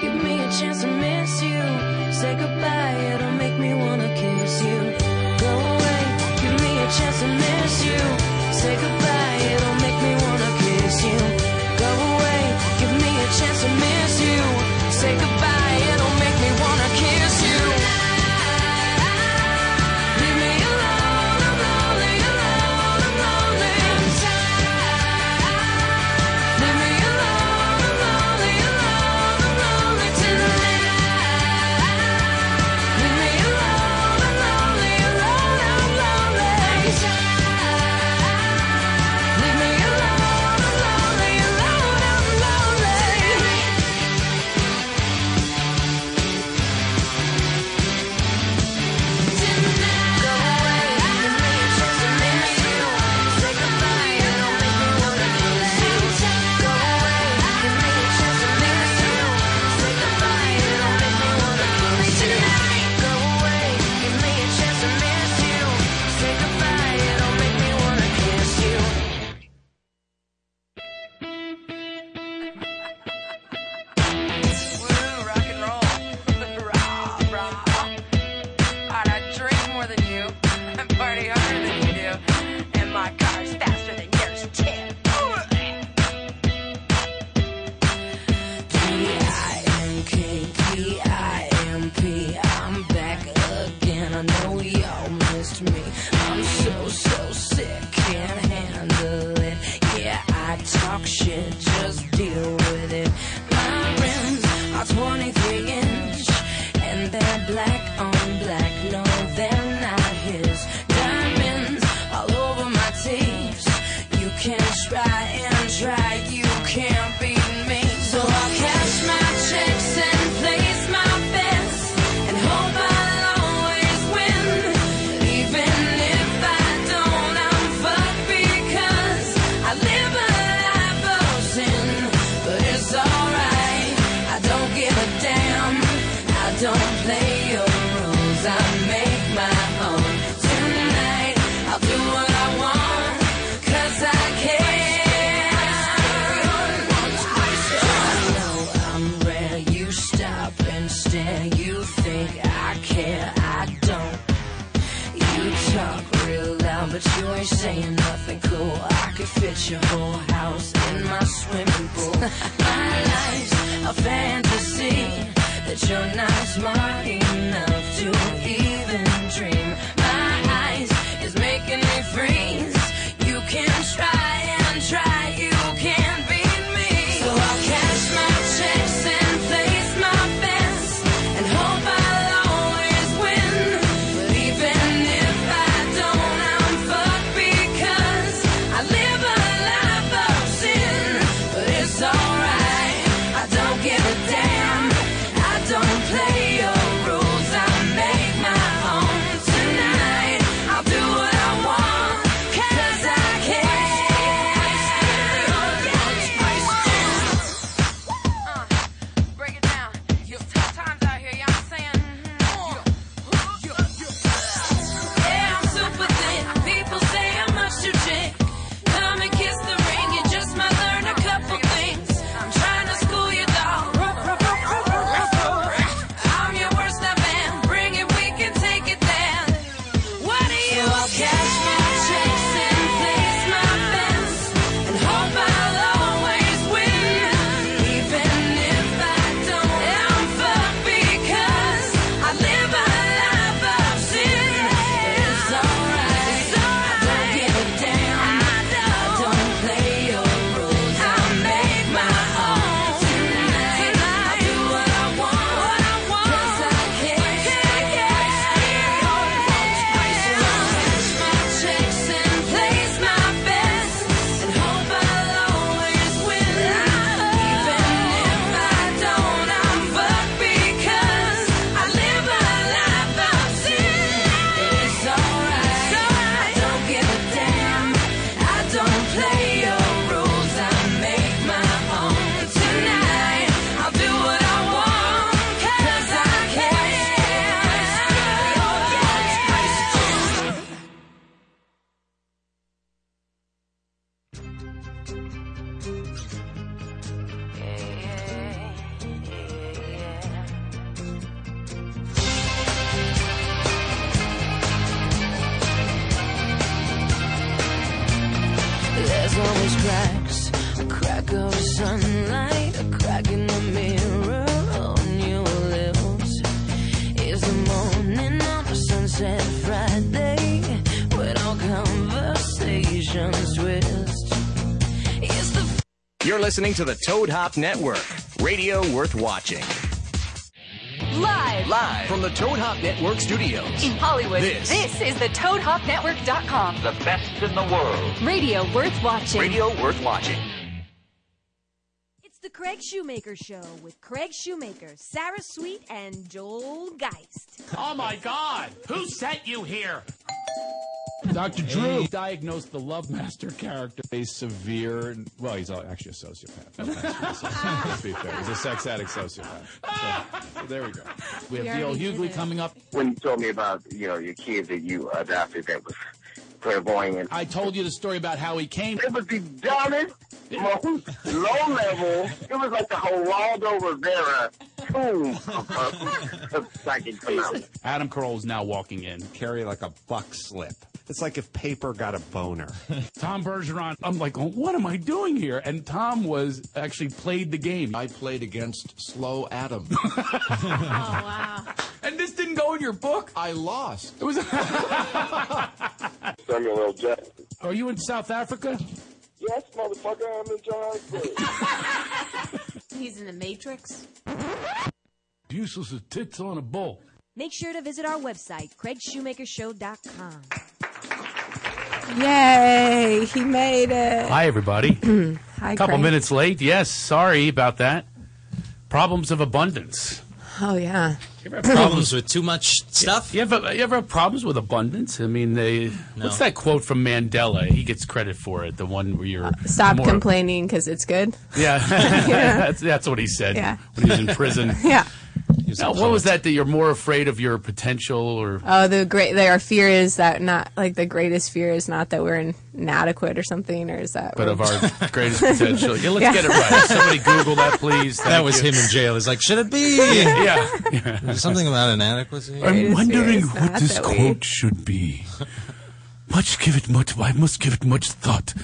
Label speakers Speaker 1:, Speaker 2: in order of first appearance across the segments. Speaker 1: chance to miss you. Say goodbye, it'll make me wanna kiss you. Go away, give me a chance to miss you. Say goodbye, it'll make me wanna kiss you. Go away, give me a chance to miss you. Say goodbye, it'll make me wanna kiss you. Leave me alone, I'm lonely, alone, I'm lonely inside. Leave me alone, I'm lonely, alone, I'm lonely tonight. Leave me alone, I'm lonely, alone, I'm lonely inside. Leave me alone, I'm lonely, alone, I'm lonely.
Speaker 2: rock and roll. Rah, rah. God, I drink more than you. I party harder than you do. And my car's faster than yours, too.
Speaker 1: P-I-N-K-P-I-M-P. I'm back again. I know y'all missed me. I'm so, so sick. Can't handle it. Yeah, I talk shit. Just deal with it. My rims are 23 inch. And they're black on black. No, they're not his. Diamonds all over my teeth. You can try and try. You can't beat me. So I'll cash my checks and place my bets. And hope I'll always win. Even if I don't, I'm fucked because I live a life of sin. But it's alright. I don't give a damn. I don't play your rules. I make my own. Tonight, I'll do what I want. Cause I can. I know I'm rare. You stop and stare. You think I care. I don't. You talk real loud, but you ain't saying nothing cool. I could fit your whole house in my swimming pool. my life's a fantasy that you're not smart enough to even dream. My eyes is making me freeze. You can try and try, you can't beat me. So I'll cash my checks and place my bets and hope I'll always win. But even if I don't, I'm fucked because I live a life of sin. But it's alright, I don't give a damn.
Speaker 3: You're listening to the Toad Hop Network, radio worth watching.
Speaker 4: Live
Speaker 3: Live from the Toad Hop Network studios.
Speaker 4: in Hollywood,
Speaker 3: This.
Speaker 4: is the ToadHopNetwork.com.
Speaker 5: The best in the world.
Speaker 4: Radio worth watching.
Speaker 3: Radio worth watching.
Speaker 6: It's the Craig Shoemaker Show with Craig Shoemaker, Sarah Sweet, and Joel Geist.
Speaker 7: Oh my God! Who sent you here? Dr. Drew diagnosed the Love Master character.
Speaker 8: a severe, well, he's actually a sociopath. No, actually a sociopath, Let's be fair. He's a sex addict sociopath. So, there we go.
Speaker 7: We have D.L. Hughley coming up.
Speaker 9: when you told me about you know your kid that you adopted that was clairvoyant.
Speaker 7: I told you the story about how he came.
Speaker 9: It was the dumbest, most low level. It was like the Geraldo Rivera tomb of, of, of psychic phenomena.
Speaker 7: Adam Carolla is now walking in.
Speaker 8: Carry like a buck slip. It's like if paper got a boner.
Speaker 7: Tom Bergeron. I'm like, oh, what am I doing here? And Tom was actually played the game.
Speaker 10: I played against Slow Adam.
Speaker 7: And this didn't go in your book.
Speaker 10: I lost.
Speaker 7: It was.
Speaker 9: Samuel L. Jackson.
Speaker 7: Are you in South Africa?
Speaker 9: Yes, motherfucker, I'm in Johannesburg.
Speaker 6: He's in the Matrix.
Speaker 7: Useless as tits on a bull.
Speaker 6: Make sure to visit our website, craigshoemakershow.com.
Speaker 11: Yay, he made it.
Speaker 7: Hi, everybody.
Speaker 11: Hi,
Speaker 7: couple
Speaker 11: Craig.
Speaker 7: minutes late. Yes, sorry about that. Problems of abundance.
Speaker 11: Oh, yeah.
Speaker 12: Problems with too much stuff?
Speaker 7: You ever, you ever have problems with abundance? I mean, they. What's that quote from Mandela? He gets credit for it. The one where you're
Speaker 11: Stop
Speaker 7: more-
Speaker 11: complaining because it's good.
Speaker 7: Yeah, that's that's what he said
Speaker 11: Yeah.
Speaker 7: when he was in prison.
Speaker 11: Yeah.
Speaker 7: Now, what was that? That you're more afraid of your potential, or
Speaker 11: Oh, the great. Like, our fear is that not like the greatest fear is not that we're in- inadequate or something, or is that?
Speaker 7: but of our greatest potential? Yeah, let's get it right. Somebody Google that, please.
Speaker 12: That was him in jail. He's like, should it be?
Speaker 7: Yeah.
Speaker 12: Something about inadequacy.
Speaker 11: I'm wondering what this quote.
Speaker 7: should be. Much give it much. I must give it much thought,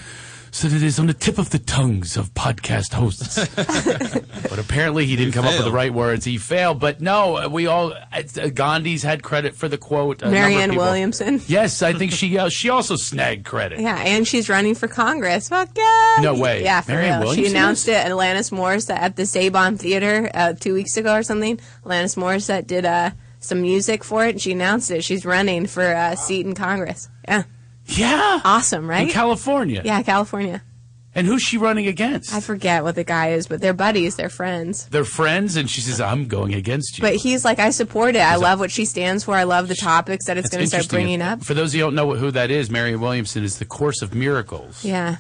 Speaker 7: so that it is on the tip of the tongues of podcast hosts. but apparently, he didn't come up with the
Speaker 12: failed.
Speaker 7: right words. He failed. But no, we all it's, uh, Gandhi's had credit for the quote. a number of
Speaker 11: Marianne
Speaker 7: people-
Speaker 11: Williamson.
Speaker 7: Yes, I think she uh, she also snagged credit.
Speaker 11: Yeah, and she's running for Congress. Fuck yeah!
Speaker 7: No way.
Speaker 11: Uh, Yeah, for
Speaker 7: Marianne
Speaker 11: real.
Speaker 7: Williamson
Speaker 11: She announced it at Alanis Morissette at the Saban Theater uh, two weeks ago or something. Alanis Morissette did uh, some music for it, and she announced it. She's running for a seat in Congress. Yeah,
Speaker 7: Yeah,
Speaker 11: awesome,
Speaker 7: in
Speaker 11: right?
Speaker 7: California.
Speaker 11: yeah, California.
Speaker 7: and who's she running against?
Speaker 11: I forget what the guy is, but they're buddies, they're friends.
Speaker 7: They're friends, and she says, "I'm going against you."
Speaker 11: But he's like, I support it. I love what she stands for. I love the topics that it's
Speaker 7: That's
Speaker 11: going to start
Speaker 7: interesting.
Speaker 11: bringing up.
Speaker 7: For those who don't know who that is, Marianne Williamson is the Course of Miracles,
Speaker 11: Yeah.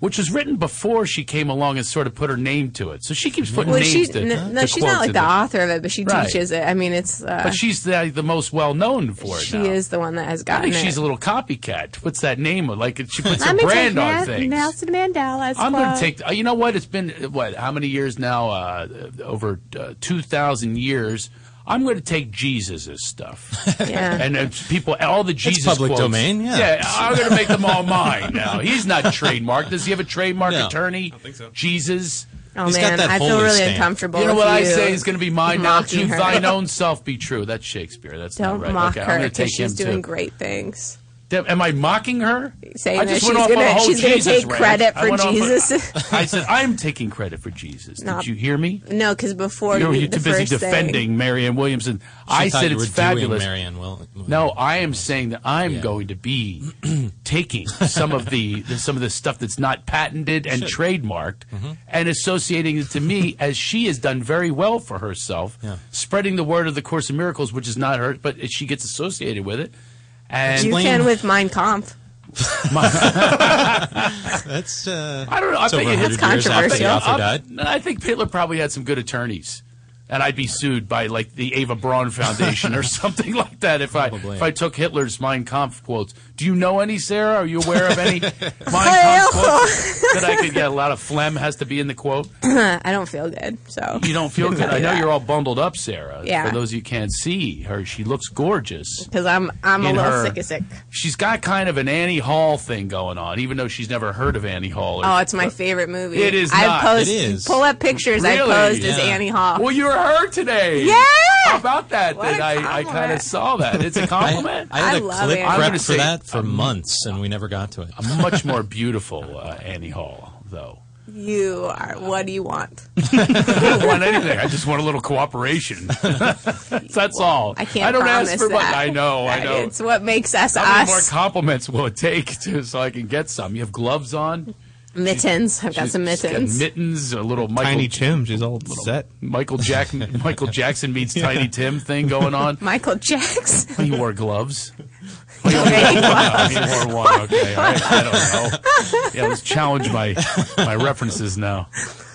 Speaker 7: which was written before she came along and sort of put her name to it. So she keeps putting
Speaker 11: Well,
Speaker 7: names
Speaker 11: she,
Speaker 7: to,
Speaker 11: no, no,
Speaker 7: to
Speaker 11: she's
Speaker 7: quotes
Speaker 11: not like
Speaker 7: in
Speaker 11: the
Speaker 7: it.
Speaker 11: author of it, but she
Speaker 7: Right.
Speaker 11: teaches it. I mean, it's. Uh,
Speaker 7: But she's the, the most well known for it.
Speaker 11: she
Speaker 7: now.
Speaker 11: is the one that has
Speaker 7: I
Speaker 11: gotten
Speaker 7: think she's
Speaker 11: it.
Speaker 7: a little copycat. What's that name? of? Like she puts
Speaker 11: I'm
Speaker 7: her
Speaker 11: gonna
Speaker 7: brand
Speaker 11: take
Speaker 7: on
Speaker 11: Ma-
Speaker 7: things.
Speaker 11: Nelson Mandela's
Speaker 7: I'm going
Speaker 11: quote.
Speaker 7: to take. uh, You know what? It's been uh, what? How many years now? Uh, over uh, two thousand years. I'm going to take Jesus's stuff.
Speaker 11: Yeah.
Speaker 7: And uh, people, all the Jesus
Speaker 12: public
Speaker 7: quotes-
Speaker 12: domain, yeah.
Speaker 7: I'm going to make them all mine now. He's not trademarked. Does he have a trademark
Speaker 12: No.
Speaker 7: attorney? I think so. Jesus.
Speaker 11: oh
Speaker 12: He's got
Speaker 11: man,
Speaker 12: that
Speaker 11: I feel
Speaker 12: Foley
Speaker 11: really
Speaker 12: stamp.
Speaker 11: uncomfortable.
Speaker 7: you know
Speaker 11: if
Speaker 7: what I
Speaker 11: you
Speaker 7: say is going to be mine now.
Speaker 11: mocking
Speaker 7: To
Speaker 11: her.
Speaker 7: thine own self be true. That's Shakespeare. That's
Speaker 11: Don't
Speaker 7: not right.
Speaker 11: mock
Speaker 7: okay,
Speaker 11: her
Speaker 7: I'm going to
Speaker 11: 'cause
Speaker 7: take
Speaker 11: she's
Speaker 7: him
Speaker 11: doing
Speaker 7: too.
Speaker 11: great things.
Speaker 7: Deb, Am I mocking her?
Speaker 11: Saying
Speaker 7: I
Speaker 11: that
Speaker 7: just
Speaker 11: she's
Speaker 7: went off on a
Speaker 11: gonna,
Speaker 7: whole
Speaker 11: she's gonna
Speaker 7: Jesus
Speaker 11: take
Speaker 7: rant.
Speaker 11: credit
Speaker 7: I
Speaker 11: for
Speaker 7: went off on-
Speaker 11: Jesus.
Speaker 7: I said I'm taking credit for Jesus.
Speaker 11: No.
Speaker 7: Did you hear me?
Speaker 11: no, because before
Speaker 7: You're,
Speaker 11: you,
Speaker 7: you're
Speaker 11: the
Speaker 7: too busy
Speaker 11: first thing-
Speaker 7: defending Marianne Williamson. I
Speaker 12: She thought
Speaker 7: said
Speaker 12: you
Speaker 7: it's
Speaker 12: were doing
Speaker 7: fabulous.
Speaker 12: Marianne Will-
Speaker 7: No, I am saying that I'm going to be taking some of the, the some of the stuff that's not patented and trademarked,
Speaker 12: Mm-hmm.
Speaker 7: and associating it to me as she has done very well for herself,
Speaker 12: Yeah.
Speaker 7: spreading the word of the Course in Miracles, which is not her, but she gets associated with it. And
Speaker 11: You
Speaker 12: Explain-
Speaker 11: can with Mein Kampf.
Speaker 12: That's uh,
Speaker 7: I don't know. I
Speaker 12: it's
Speaker 7: think
Speaker 12: over
Speaker 7: it- it's
Speaker 12: 100 years after the
Speaker 11: controversial.
Speaker 12: author
Speaker 7: I'm-
Speaker 12: died.
Speaker 7: I think Pitler probably had some good attorneys, and I'd be sued by like the Ava Braun Foundation or something like that if I
Speaker 12: Probably.
Speaker 7: if I took Hitler's Mein Kampf quotes. Do you know any, Sarah? Are you aware of any Mein
Speaker 11: Hell.
Speaker 7: Kampf quotes that I could get? A lot of phlegm has to be in the quote.
Speaker 11: Uh, I don't feel good, so
Speaker 7: You don't feel good. I know you're all bundled up, Sarah.
Speaker 11: Yeah.
Speaker 7: For those of you who can't see her, she looks gorgeous.
Speaker 11: because I'm I'm a
Speaker 7: In
Speaker 11: little
Speaker 7: her-
Speaker 11: sick as sick.
Speaker 7: She's got kind of an Annie Hall thing going on, even though she's never heard of Annie Hall. or-
Speaker 11: Oh, it's my favorite movie.
Speaker 7: It is
Speaker 11: I
Speaker 7: not.
Speaker 11: posed,
Speaker 12: It is.
Speaker 11: Pull up pictures.
Speaker 7: Really?
Speaker 11: I posed as
Speaker 12: Yeah.
Speaker 11: Annie Hall.
Speaker 7: Well, you're her today.
Speaker 11: Yeah!
Speaker 7: How about that?
Speaker 11: What a
Speaker 7: That I, I kind of
Speaker 11: compliment.
Speaker 7: saw that. It's a
Speaker 12: I,
Speaker 7: compliment.
Speaker 12: I had
Speaker 11: I
Speaker 12: a
Speaker 11: love
Speaker 12: clip
Speaker 11: it.
Speaker 7: I'm
Speaker 12: prepped
Speaker 7: gonna
Speaker 12: for
Speaker 7: say-
Speaker 12: that for months, and we never got to it.
Speaker 7: Much more beautiful uh, Annie Hall, though.
Speaker 11: You are. What do you want?
Speaker 7: I don't want anything. I just want a little cooperation. That's all.
Speaker 11: I can't
Speaker 7: I don't ask
Speaker 11: promise
Speaker 7: for much.
Speaker 11: that.
Speaker 7: I know. I know.
Speaker 11: It's what makes us
Speaker 7: How many more
Speaker 11: us.
Speaker 7: compliments will it take to, so I can get some? You have gloves on.
Speaker 11: Mittens. I've got
Speaker 7: She's-
Speaker 11: some
Speaker 7: she's got
Speaker 11: mittens.
Speaker 7: mittens, a little Michael,
Speaker 5: Tiny Tim, she's all
Speaker 7: little
Speaker 5: set.
Speaker 7: Michael Jack, Michael Jackson meets Tiny Tim thing going on.
Speaker 11: Michael Jackson.
Speaker 7: He Oh, wore gloves. He only wore one. He wore one. Okay, all right. I don't know. Yeah, let's challenge my my references now.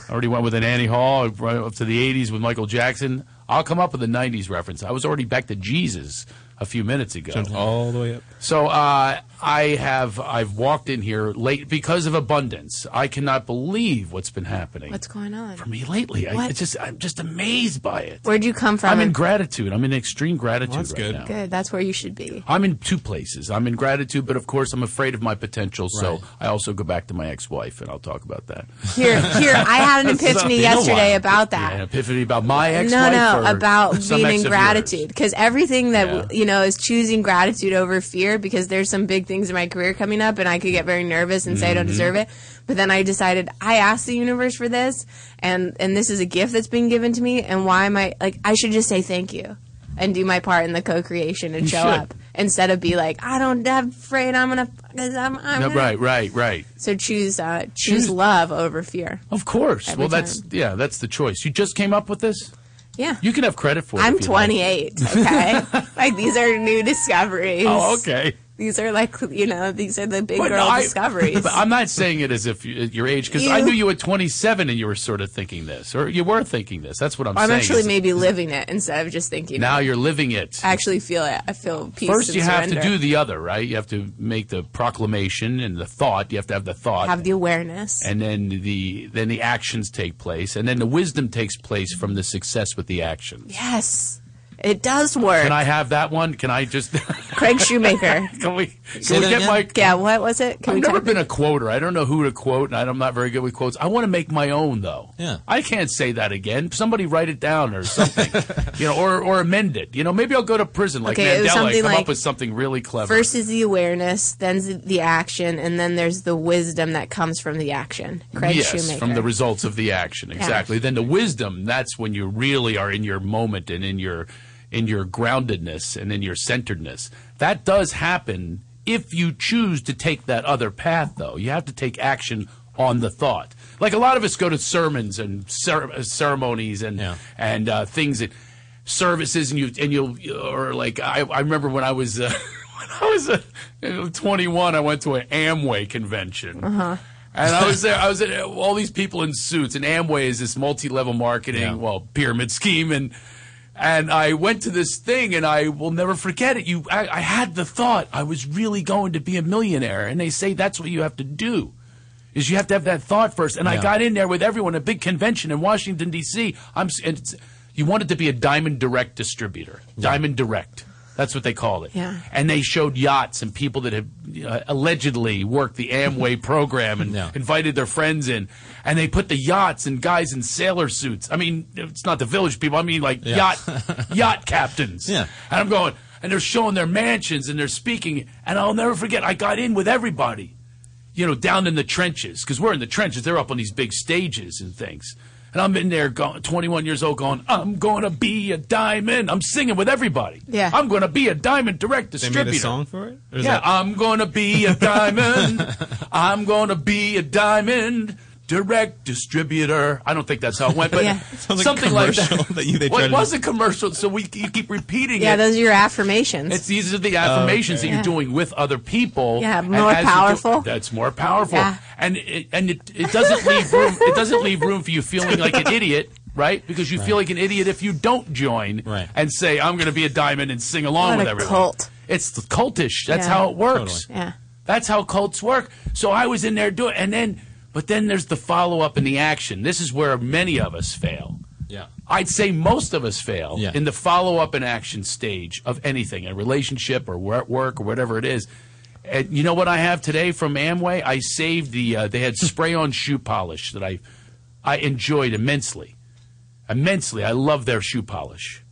Speaker 7: I already went with an Annie Hall right up to the '80s with Michael Jackson. I'll come up with a '90s reference. I was already back to Jesus a few minutes ago.
Speaker 5: all the way up.
Speaker 7: So uh, I have I've walked in here late because of abundance. I cannot believe what's been happening
Speaker 11: What's going on?
Speaker 7: for me lately. I,
Speaker 11: What?
Speaker 7: it's just I'm just amazed by it.
Speaker 11: Where'd you come from?
Speaker 7: I'm in gratitude. I'm in extreme gratitude
Speaker 11: that's
Speaker 7: right
Speaker 11: good.
Speaker 7: now.
Speaker 11: Good. That's where you should be.
Speaker 7: I'm in two places. I'm in gratitude, but of course I'm afraid of my potential. So
Speaker 11: Right.
Speaker 7: I also go back to my ex-wife, and I'll talk about that.
Speaker 11: Here, here. I had an
Speaker 7: That's not
Speaker 11: epiphany
Speaker 7: been a
Speaker 11: yesterday
Speaker 7: while.
Speaker 11: about
Speaker 7: Yeah,
Speaker 11: that.
Speaker 7: an epiphany about my
Speaker 11: No,
Speaker 7: ex-wife.
Speaker 11: no,
Speaker 7: or
Speaker 11: about
Speaker 7: some
Speaker 11: being
Speaker 7: ex
Speaker 11: in
Speaker 7: of
Speaker 11: gratitude. Because everything that,
Speaker 7: Yeah.
Speaker 11: you know, is choosing gratitude over fear because there's some big things in my career coming up and I could get very nervous and say I don't
Speaker 13: Mhm.
Speaker 7: Mm-hmm.
Speaker 11: deserve it. But then I decided I asked the universe for this and, and this is a gift that's been given to me. And why am I like, I should just say thank you and do my part in the co creation and
Speaker 7: You
Speaker 11: show
Speaker 7: should.
Speaker 11: up instead of be like, I don't, I'm afraid I'm going to, because I'm, I'm
Speaker 7: yours. No,
Speaker 11: gonna-"
Speaker 7: right, right, right.
Speaker 11: So choose, uh, choose love over fear.
Speaker 7: Of course.
Speaker 11: Every
Speaker 7: well, that's
Speaker 11: time.
Speaker 7: yeah, that's the choice. You just came up with this.
Speaker 11: Yeah.
Speaker 7: You can have credit for it.
Speaker 11: I'm
Speaker 7: if you like.
Speaker 11: 28, okay? like, these are new discoveries.
Speaker 7: Oh, okay.
Speaker 11: These are like, you know, these are the big
Speaker 7: But
Speaker 11: girl
Speaker 7: I-
Speaker 11: discoveries.
Speaker 7: But I'm not saying it as if you, at your age, because I
Speaker 11: You-
Speaker 7: knew you at 27 and you were sort of thinking this, or you were thinking this. That's what I'm,
Speaker 11: I'm
Speaker 7: saying.
Speaker 11: actually
Speaker 7: is-
Speaker 11: maybe living it instead of just thinking.
Speaker 7: now
Speaker 11: it.
Speaker 7: you're living it.
Speaker 11: I actually feel it. I feel peace.
Speaker 7: First,
Speaker 11: and
Speaker 7: you have to
Speaker 11: surrender.
Speaker 7: do the other, right? You have to make the proclamation and the thought. You have to have the thought,
Speaker 11: have the awareness.
Speaker 7: and then the then the actions take place, and then the wisdom takes place from the success with the action.
Speaker 11: yes, it does work.
Speaker 7: Can I have that one? Can I just?
Speaker 11: Craig Shoemaker.
Speaker 7: can we? Can
Speaker 11: Say
Speaker 7: we
Speaker 11: that
Speaker 7: get
Speaker 11: again?
Speaker 7: my?
Speaker 11: yeah, what was it? Can
Speaker 7: I've
Speaker 11: we
Speaker 7: never
Speaker 11: talk-
Speaker 7: been a quoter. I don't know who to quote, and I'm not very good with quotes. I want to make my own, though.
Speaker 12: Yeah.
Speaker 7: I can't say that again. Somebody write it down or something, you know, or, or amend it. You know, maybe I'll go to prison like
Speaker 11: Okay, it
Speaker 7: Mandela
Speaker 11: was
Speaker 7: and
Speaker 11: something
Speaker 7: come
Speaker 11: like-
Speaker 7: up with something really clever.
Speaker 11: First is the awareness, then the- the action, and then there's the wisdom that comes from the action. Craig
Speaker 7: yes,
Speaker 11: Shoemaker.
Speaker 7: from the results of the action, exactly. Then the wisdom. That's when you really are in your moment and in your in your groundedness and in your centeredness. That does happen if you choose to take that other path, though. You have to take action on the thought. Like a lot of us go to sermons and cer- uh, ceremonies and and uh, things that services and you and you'll or like I, I remember when I was. Uh, when I was uh, 21, I went to an Amway convention.
Speaker 11: Uh-huh.
Speaker 7: And I was there. I was at uh, all these people in suits, and Amway is this multi-level marketing, well, pyramid scheme, and and I went to this thing, and I will never forget it. You, I, I had the thought I was really going to be a millionaire, and they say that's what you have to do, is you have to have that thought first. And I
Speaker 5: Yeah.
Speaker 7: got in there with everyone, a big convention in Washington D.C. I'm, s- and it's, you wanted to be a Diamond Direct distributor, Diamond Direct. That's what they call it
Speaker 11: Yeah.
Speaker 7: and they showed yachts and people that had uh, allegedly worked the Amway program and invited their friends in, and they put the yachts and guys in sailor suits. I mean, it's not the village people. I mean, like
Speaker 12: Yeah.
Speaker 7: yacht yacht captains.
Speaker 12: Yeah.
Speaker 7: And I'm going, and they're showing their mansions and they're speaking, and I'll never forget. I got in with everybody, you know, down in the trenches because we're in the trenches. They're up on these big stages and things. And I'm in there, going, 21 years old, going, I'm going to be a diamond. I'm singing with everybody.
Speaker 11: Yeah.
Speaker 7: I'm going to be a diamond direct
Speaker 5: They
Speaker 7: distributor.
Speaker 5: made a song for it? Or is
Speaker 7: yeah,
Speaker 5: that-
Speaker 7: I'm going to be a diamond. I'm going to be a diamond direct distributor. I don't think that's how it went, but
Speaker 11: Yeah.
Speaker 5: Sounds like a
Speaker 7: something like that.
Speaker 5: commercial that you- they
Speaker 7: well, it
Speaker 5: tried to-
Speaker 7: was a commercial, so we you keep repeating
Speaker 11: yeah,
Speaker 7: it.
Speaker 11: those are your affirmations.
Speaker 7: It's these are the affirmations
Speaker 11: okay.
Speaker 7: that you're
Speaker 11: Yeah.
Speaker 7: doing with other people.
Speaker 11: Yeah,
Speaker 7: and
Speaker 11: more
Speaker 7: as you do-
Speaker 11: powerful.
Speaker 7: that's more powerful,
Speaker 11: Yeah.
Speaker 7: and it, and it, it doesn't leave room. It doesn't leave room for you feeling like an idiot, right? Because you feel like an idiot if you don't join and say, "I'm going to be a diamond" and sing along
Speaker 11: What
Speaker 7: with
Speaker 11: a
Speaker 7: everyone.
Speaker 11: cult.
Speaker 7: It's cultish. That's
Speaker 11: Yeah.
Speaker 7: how it works.
Speaker 11: Yeah.
Speaker 7: That's how cults work. So I was in there doing, and then, but then there's the follow up and the action. This is where many of us fail.
Speaker 12: Yeah.
Speaker 7: I'd say most of us fail
Speaker 12: Yeah.
Speaker 7: in the follow up and action stage of anything, a relationship or we're at work or whatever it is. And you know what I have today from Amway? I saved the, uh, they had spray on shoe polish that I, I enjoyed immensely. Immensely. I love their shoe polish.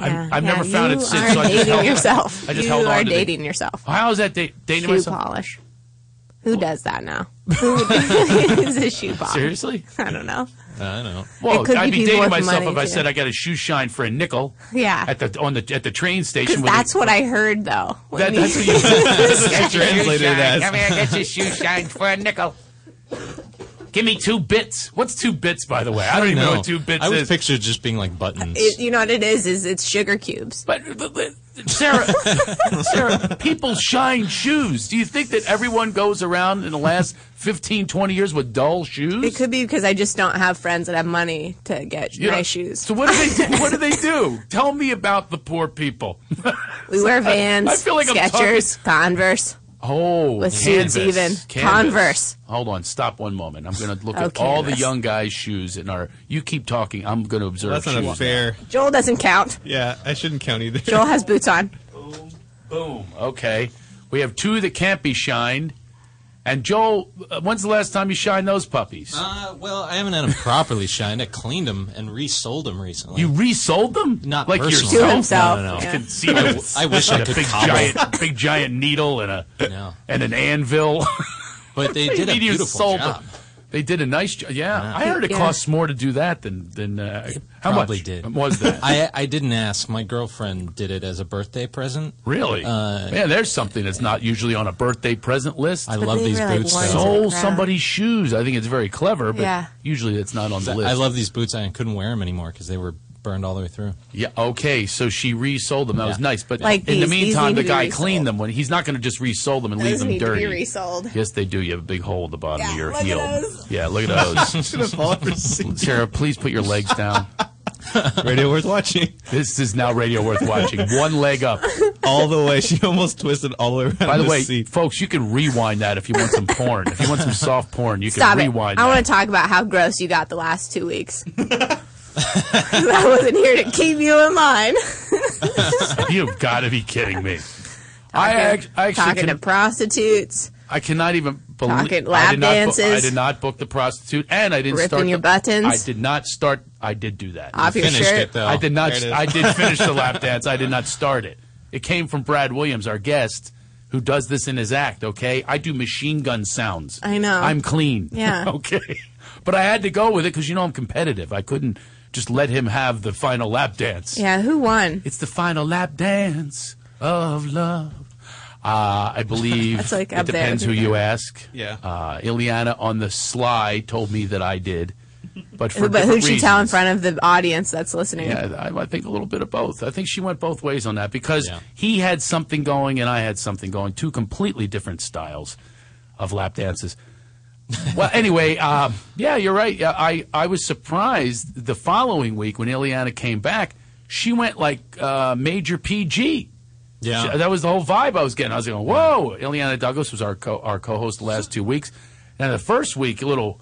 Speaker 11: Yeah,
Speaker 7: I've, I've
Speaker 11: yeah,
Speaker 7: never found
Speaker 11: you
Speaker 7: it since.
Speaker 11: Are
Speaker 7: so I just
Speaker 11: dating
Speaker 7: held,
Speaker 11: yourself.
Speaker 7: I just
Speaker 11: you
Speaker 7: held on
Speaker 11: are
Speaker 7: to the-
Speaker 11: dating yourself.
Speaker 7: How is that da- dating
Speaker 11: Shoe
Speaker 7: myself?
Speaker 11: polish. Who does that now? is a shoe bomb.
Speaker 7: Seriously?
Speaker 11: I don't know.
Speaker 12: I know.
Speaker 7: Well,
Speaker 11: could
Speaker 7: I'd
Speaker 11: be
Speaker 7: be
Speaker 11: people
Speaker 7: dating
Speaker 11: with
Speaker 7: myself
Speaker 11: money,
Speaker 7: if I
Speaker 11: too.
Speaker 7: said I got a shoe shine for a nickel.
Speaker 11: Yeah.
Speaker 7: At the on the at the train
Speaker 11: Because
Speaker 7: station. with a-
Speaker 11: that's what I heard, though. when
Speaker 7: That-
Speaker 11: you-
Speaker 7: that's what you- that's what you
Speaker 11: Shoe shine.
Speaker 7: translated it as.
Speaker 11: Come here, get your
Speaker 7: shoe shine for a nickel. Give me two bits. What's two bits, by the way? I don't even know,
Speaker 12: No.
Speaker 7: what two bits
Speaker 12: I would
Speaker 7: is.
Speaker 12: picture it just being like buttons. Uh,
Speaker 11: It- you know what it is? Is it's sugar cubes.
Speaker 7: But, but, Sarah, Sarah, people shine shoes. Do you think that everyone goes around in the last 15, 20 years with dull shoes?
Speaker 11: it could be because I just don't have friends that have money to get
Speaker 7: You know,
Speaker 11: nice shoes.
Speaker 7: So what do they do? What do they do? Tell me about the poor people.
Speaker 11: We wear Vans,
Speaker 7: I feel like I'm
Speaker 11: Skechers, Converse.
Speaker 7: Oh,
Speaker 11: with suits
Speaker 7: canvas,
Speaker 11: even
Speaker 7: canvas.
Speaker 11: Converse.
Speaker 7: Hold on, stop one moment. I'm going to look
Speaker 11: Oh,
Speaker 7: at all the
Speaker 11: canvas.
Speaker 7: young guys' shoes in our. You keep talking. I'm going to observe.
Speaker 12: That's not
Speaker 7: shoes.
Speaker 12: fair.
Speaker 11: Joel doesn't count.
Speaker 12: Yeah, I shouldn't count either.
Speaker 11: Joel has boots on.
Speaker 7: Boom. Okay, we have two that can't be shined. And Joel, uh, when's the last time you shined those puppies?
Speaker 12: Uh, well, I haven't had them properly shined. I cleaned them and resold them recently.
Speaker 7: you resold them?
Speaker 12: Not
Speaker 7: like
Speaker 12: personally.
Speaker 7: yourself?
Speaker 12: To himself,
Speaker 7: No, no, no.
Speaker 12: yeah.
Speaker 7: I could see.
Speaker 12: I-
Speaker 7: it.
Speaker 12: I wish I
Speaker 7: With a
Speaker 12: could
Speaker 7: big
Speaker 12: cobble.
Speaker 7: giant, big giant needle and a and an anvil.
Speaker 12: But they
Speaker 7: What do you
Speaker 12: did a
Speaker 7: mean you
Speaker 12: beautiful
Speaker 7: sold
Speaker 12: job.
Speaker 7: them? They did a nice job. Yeah,
Speaker 12: Yeah.
Speaker 7: I heard it
Speaker 12: Yeah.
Speaker 7: costs more to do that than than uh, how
Speaker 12: probably
Speaker 7: much
Speaker 12: did.
Speaker 7: was that?
Speaker 12: I I didn't ask. My girlfriend did it as a birthday present.
Speaker 7: Really?
Speaker 12: Uh,
Speaker 7: Man, there's something that's not usually on a birthday present list.
Speaker 12: I But love they these were, like, boots, though. worn to the
Speaker 7: Sold
Speaker 12: ground.
Speaker 7: somebody's shoes. I think it's very clever, but
Speaker 12: Yeah.
Speaker 7: usually it's not on the list.
Speaker 12: I love these boots. I couldn't wear them anymore because they were burned all the way through.
Speaker 7: Yeah. Okay. So she resold them. That was
Speaker 12: Yeah.
Speaker 7: nice. But
Speaker 12: Like
Speaker 7: in the
Speaker 12: these. These
Speaker 7: meantime,
Speaker 12: need
Speaker 7: the
Speaker 12: to be
Speaker 7: guy
Speaker 12: resold.
Speaker 7: cleaned them. When he's not going to just resole them and leave
Speaker 11: Those
Speaker 7: them
Speaker 11: need to be
Speaker 7: dirty.
Speaker 11: resold.
Speaker 7: Yes, they do. You have a big hole at the bottom of your
Speaker 11: look at
Speaker 7: heel.
Speaker 11: those.
Speaker 7: Yeah. Look at those.
Speaker 12: Should have all received.
Speaker 7: Sarah, please put your legs down.
Speaker 12: Radio worth watching.
Speaker 7: This is now radio worth watching. One leg up.
Speaker 12: All the way. She almost twisted all the way around.
Speaker 7: By the
Speaker 12: the
Speaker 7: way,
Speaker 12: seat.
Speaker 7: folks, you can rewind that if you want some porn. If you want some soft porn, you
Speaker 11: Stop
Speaker 7: can
Speaker 11: it.
Speaker 7: rewind
Speaker 11: I
Speaker 7: that.
Speaker 11: want to talk about how gross you got the last two weeks. 'Cause I wasn't here to keep you in line.
Speaker 7: You've got to be kidding me. I, act- I actually
Speaker 11: talking
Speaker 7: can,
Speaker 11: to prostitutes,
Speaker 7: I cannot even believe
Speaker 11: Talking
Speaker 7: I
Speaker 11: lap
Speaker 7: did not book- I
Speaker 11: dances.
Speaker 7: did not book the prostitute, and I didn't
Speaker 11: Ripping
Speaker 7: start
Speaker 11: your
Speaker 7: the-
Speaker 11: buttons.
Speaker 7: I did not start. I did do that.
Speaker 11: Off You your finished shirt. it, though.
Speaker 7: I did not.
Speaker 11: There it is.
Speaker 7: I did finish the lap dance. I did not start it. It came from Brad Williams, our guest, who does this in his act. Okay, I do machine gun sounds.
Speaker 11: I know.
Speaker 7: I'm clean.
Speaker 11: Yeah.
Speaker 7: okay, but I had to go with it because you know I'm competitive. I couldn't just let him have the final lap dance.
Speaker 11: Yeah, who won?
Speaker 7: It's the final lap dance of love. Uh, I believe
Speaker 11: That's like
Speaker 7: it
Speaker 11: up there.
Speaker 7: depends who you ask.
Speaker 12: Yeah.
Speaker 7: Uh, Ileana on the sly told me that I did, but for
Speaker 11: but who'd
Speaker 7: different
Speaker 11: she tell in
Speaker 7: reasons.
Speaker 11: front of the audience that's listening?
Speaker 7: Yeah, I, I think a little bit of both. I think she went both ways on that because he had something going and I had something going. Two completely different styles of lap dances. well, anyway, um, yeah, you're right. Yeah, I, I was surprised the following week when Ileana came back, she went like uh, major PG.
Speaker 12: Yeah.
Speaker 7: She- that was the whole vibe I was getting. I was going, whoa. Ileana Douglas was our co- our co-host the last two weeks, and the first week a little,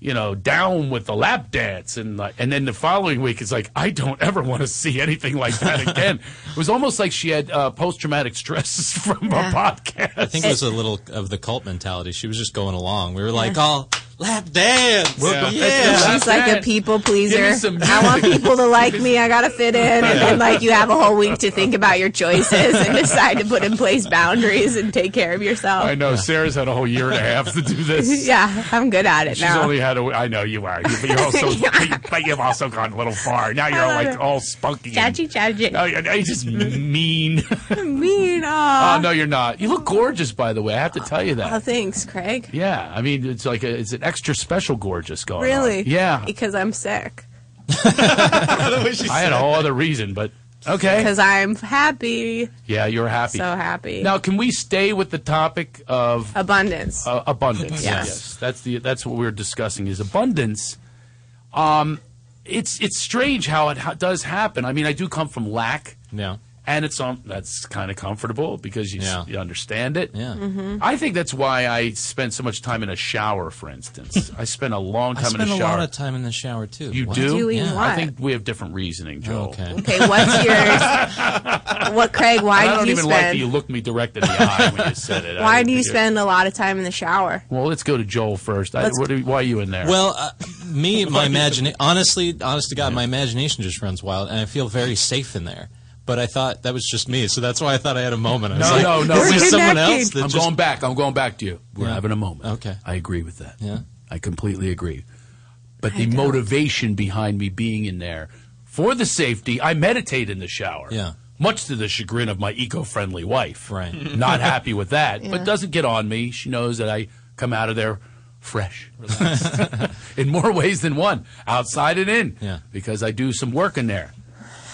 Speaker 7: you know, down with the lap dance, and like, and then the following week it's like I don't ever want to see anything like that again. it was almost like she had uh, post traumatic stress from a podcast.
Speaker 12: I think it was a little of the cult mentality. She was just going along. We were like, all lap dance.
Speaker 11: Yeah.
Speaker 12: Yeah.
Speaker 11: She's like a people
Speaker 12: Give
Speaker 11: pleaser.
Speaker 12: me some
Speaker 11: I want
Speaker 12: music.
Speaker 11: people to like me. I gotta fit in, and then like you have a whole week to think about your choices and decide to put in place boundaries and take care of yourself.
Speaker 7: I know Sarah's had a whole year and a half to do this.
Speaker 11: yeah, I'm good at it
Speaker 7: She's
Speaker 11: now.
Speaker 7: only had a. I know you are, but you're also, but you've also gone a little far. Now you're
Speaker 11: I love
Speaker 7: like
Speaker 11: it.
Speaker 7: all spunky. and-
Speaker 11: Chachi chachi.
Speaker 7: Oh, yeah, now you're just mean.
Speaker 11: Mean.
Speaker 7: Oh
Speaker 11: aw.
Speaker 7: no, you're not. You look gorgeous, by the way. I have to tell you
Speaker 11: Oh,
Speaker 7: that.
Speaker 11: thanks, Craig.
Speaker 7: Yeah, I mean, it's like a, it's an extra special gorgeous going. on.
Speaker 11: Really?
Speaker 7: Yeah.
Speaker 11: Because I'm sick.
Speaker 7: I had a whole other reason, but okay.
Speaker 11: Because I'm happy.
Speaker 7: Yeah, you're happy.
Speaker 11: So happy.
Speaker 7: Now, can we stay with the topic of
Speaker 11: Abundance.
Speaker 7: uh, abundance?
Speaker 11: Yes.
Speaker 7: that's the that's what we're discussing is abundance. Um, it's it's strange how it ha- does happen. I mean, I do come from lack,
Speaker 12: Yeah.
Speaker 7: and it's on that's kind of comfortable because you, s-
Speaker 12: Yeah.
Speaker 7: you understand it.
Speaker 12: Yeah.
Speaker 11: Mm-hmm.
Speaker 6: Mhm.
Speaker 7: I think that's why I spend so much time in a shower, for instance. I spend a long
Speaker 12: I
Speaker 7: time in
Speaker 12: spend
Speaker 7: a
Speaker 12: a
Speaker 7: shower.
Speaker 12: lot of time in the shower too.
Speaker 7: you
Speaker 12: What?
Speaker 7: do?
Speaker 11: Doing Yeah. what?
Speaker 7: I think we have different reasoning, Joel. Okay.
Speaker 11: Okay, what's yours? What, Craig? Why
Speaker 7: I don't
Speaker 11: do you
Speaker 7: even like that
Speaker 11: spend?
Speaker 7: you looked me direct in the eye when you said it. I
Speaker 11: Why do you
Speaker 7: figured-
Speaker 11: spend a lot of time in the shower?
Speaker 7: Well, let's go to Joel first. I,
Speaker 11: Let's-
Speaker 7: what, are- why are you in there?
Speaker 12: Well, uh, me, my imagination. Honestly, honest to God, my imagination just runs wild, and I feel very safe in there. But I thought that was just me, so that's why I thought I had a moment. I was
Speaker 7: No,
Speaker 12: like,
Speaker 7: no, no.
Speaker 12: Is there
Speaker 7: we're
Speaker 12: someone
Speaker 7: connecting.
Speaker 12: else? That
Speaker 7: I'm
Speaker 12: just,
Speaker 7: going back. I'm going back to you. We're
Speaker 12: Yeah.
Speaker 7: having a moment.
Speaker 12: Okay.
Speaker 7: I agree with that.
Speaker 12: Yeah.
Speaker 7: I completely agree. But
Speaker 12: I
Speaker 7: the
Speaker 12: don't.
Speaker 7: motivation behind me being in there for the safety, I meditate in the shower.
Speaker 12: Yeah.
Speaker 7: Much to the chagrin of my eco-friendly wife.
Speaker 12: Right.
Speaker 7: Not happy with that,
Speaker 12: Yeah.
Speaker 7: but doesn't get on me. She knows that I come out of there fresh, relaxed, in more ways than one, outside and in,
Speaker 12: Yeah.
Speaker 7: because I do some work in there.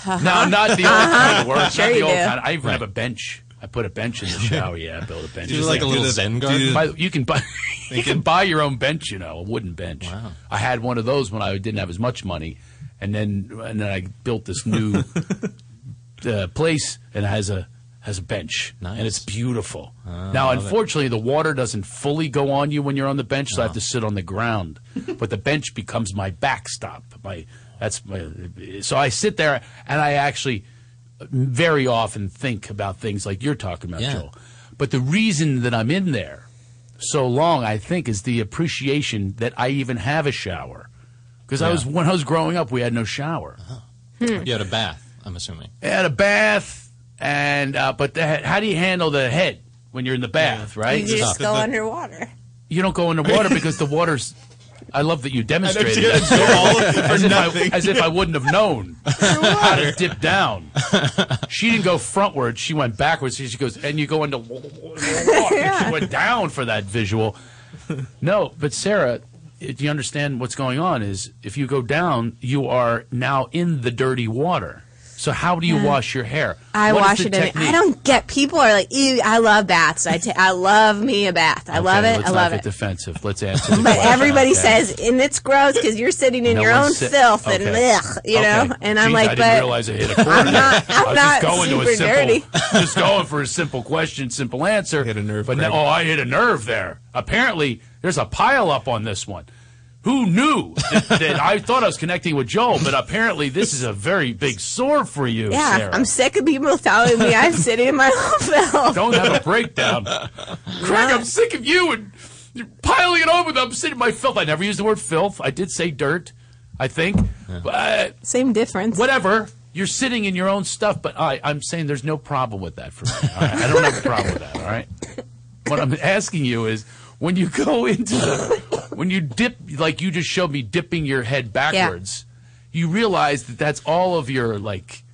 Speaker 11: Uh-huh.
Speaker 7: No, not the old kind of work.
Speaker 12: Uh-huh. Sure
Speaker 7: not the
Speaker 12: you
Speaker 7: old
Speaker 12: do.
Speaker 7: kind. I even have a bench. I put a bench in the shower. Yeah, I built a bench.
Speaker 12: Do you like a little
Speaker 7: Do the-
Speaker 12: Zen
Speaker 7: do
Speaker 12: garden?
Speaker 7: the- By the- You can buy. You can buy your own bench. You know, a wooden bench. Wow. I had one of those when I didn't have as much money, and then and then I built this new uh, place and it has a has a bench and it's beautiful. now,
Speaker 12: Oh, love it.
Speaker 7: unfortunately, the water doesn't fully go on you when you're on the bench,
Speaker 12: Uh-huh.
Speaker 7: so I have to sit on the ground. but the bench becomes my backstop. My that's my so I sit there and I actually very often think about things like you're talking about,
Speaker 12: Yeah.
Speaker 7: Joel. But the reason that I'm in there so long, I think, is the appreciation that I even have a shower. Because I
Speaker 12: Yeah. Uh-huh.
Speaker 7: was when I was growing up, we had no shower. Hmm.
Speaker 12: You had a bath, I'm assuming.
Speaker 7: I had a bath, and uh, but the, he- how do you handle the head when you're in the bath, right?
Speaker 11: You just go underwater.
Speaker 7: You don't go underwater because the water's. I love that you demonstrated
Speaker 12: did.
Speaker 7: that.
Speaker 12: All of it for
Speaker 7: as, if I,
Speaker 12: nothing.
Speaker 7: as if I wouldn't have known how to dip down. She didn't go frontwards. She went backwards. She goes, and you go into she went down for that visual. No, but Sarah, uh, do you understand what's going on? Is if you go down, you are now in the dirty water. So how do you
Speaker 11: Yeah.
Speaker 7: wash your hair?
Speaker 11: I
Speaker 7: What is
Speaker 11: wash
Speaker 7: the
Speaker 11: it in.
Speaker 7: technique?
Speaker 11: I don't get people are like, ew, I love baths. I ta- I love me a bath. I
Speaker 7: Okay,
Speaker 11: love it.
Speaker 7: Let's
Speaker 11: I
Speaker 7: not
Speaker 11: love
Speaker 7: get
Speaker 11: it.
Speaker 7: defensive. Let's answer. the
Speaker 11: But
Speaker 7: question.
Speaker 11: everybody
Speaker 7: Okay.
Speaker 11: says, and it's gross because you're sitting in
Speaker 7: No
Speaker 11: your
Speaker 7: one
Speaker 11: own
Speaker 7: sa-
Speaker 11: filth and
Speaker 7: okay.
Speaker 11: ugh, you know.
Speaker 7: Okay.
Speaker 11: And I'm
Speaker 7: Jeez,
Speaker 11: like,
Speaker 7: I
Speaker 11: but
Speaker 7: didn't realize I hit a chord.
Speaker 11: I'm not.
Speaker 7: I was just
Speaker 11: I'm not
Speaker 7: going to a
Speaker 11: super
Speaker 7: simple,
Speaker 11: dirty.
Speaker 7: just going for a simple question, simple answer. Hit a nerve, but now,
Speaker 12: Craig.
Speaker 7: oh, I hit a nerve there. Apparently, there's a pile up on this one. Who knew that, that I thought I was connecting with Joel, but apparently this is a very big sore for you,
Speaker 11: Yeah,
Speaker 7: Sarah.
Speaker 11: I'm sick of people telling me I'm sitting in my own filth.
Speaker 7: Don't have a breakdown. Craig, I'm sick of you and you're piling it on with I'm sitting in my filth. I never used the word filth. I did say dirt, I think. But uh,
Speaker 11: Same difference.
Speaker 7: Whatever. You're sitting in your own stuff, but I, I'm saying there's no problem with that for me. all right? I don't have a problem with that, all right? What I'm asking you is when you go into the, when you dip, like you just showed me dipping your head backwards, you realize that that's all of your, like,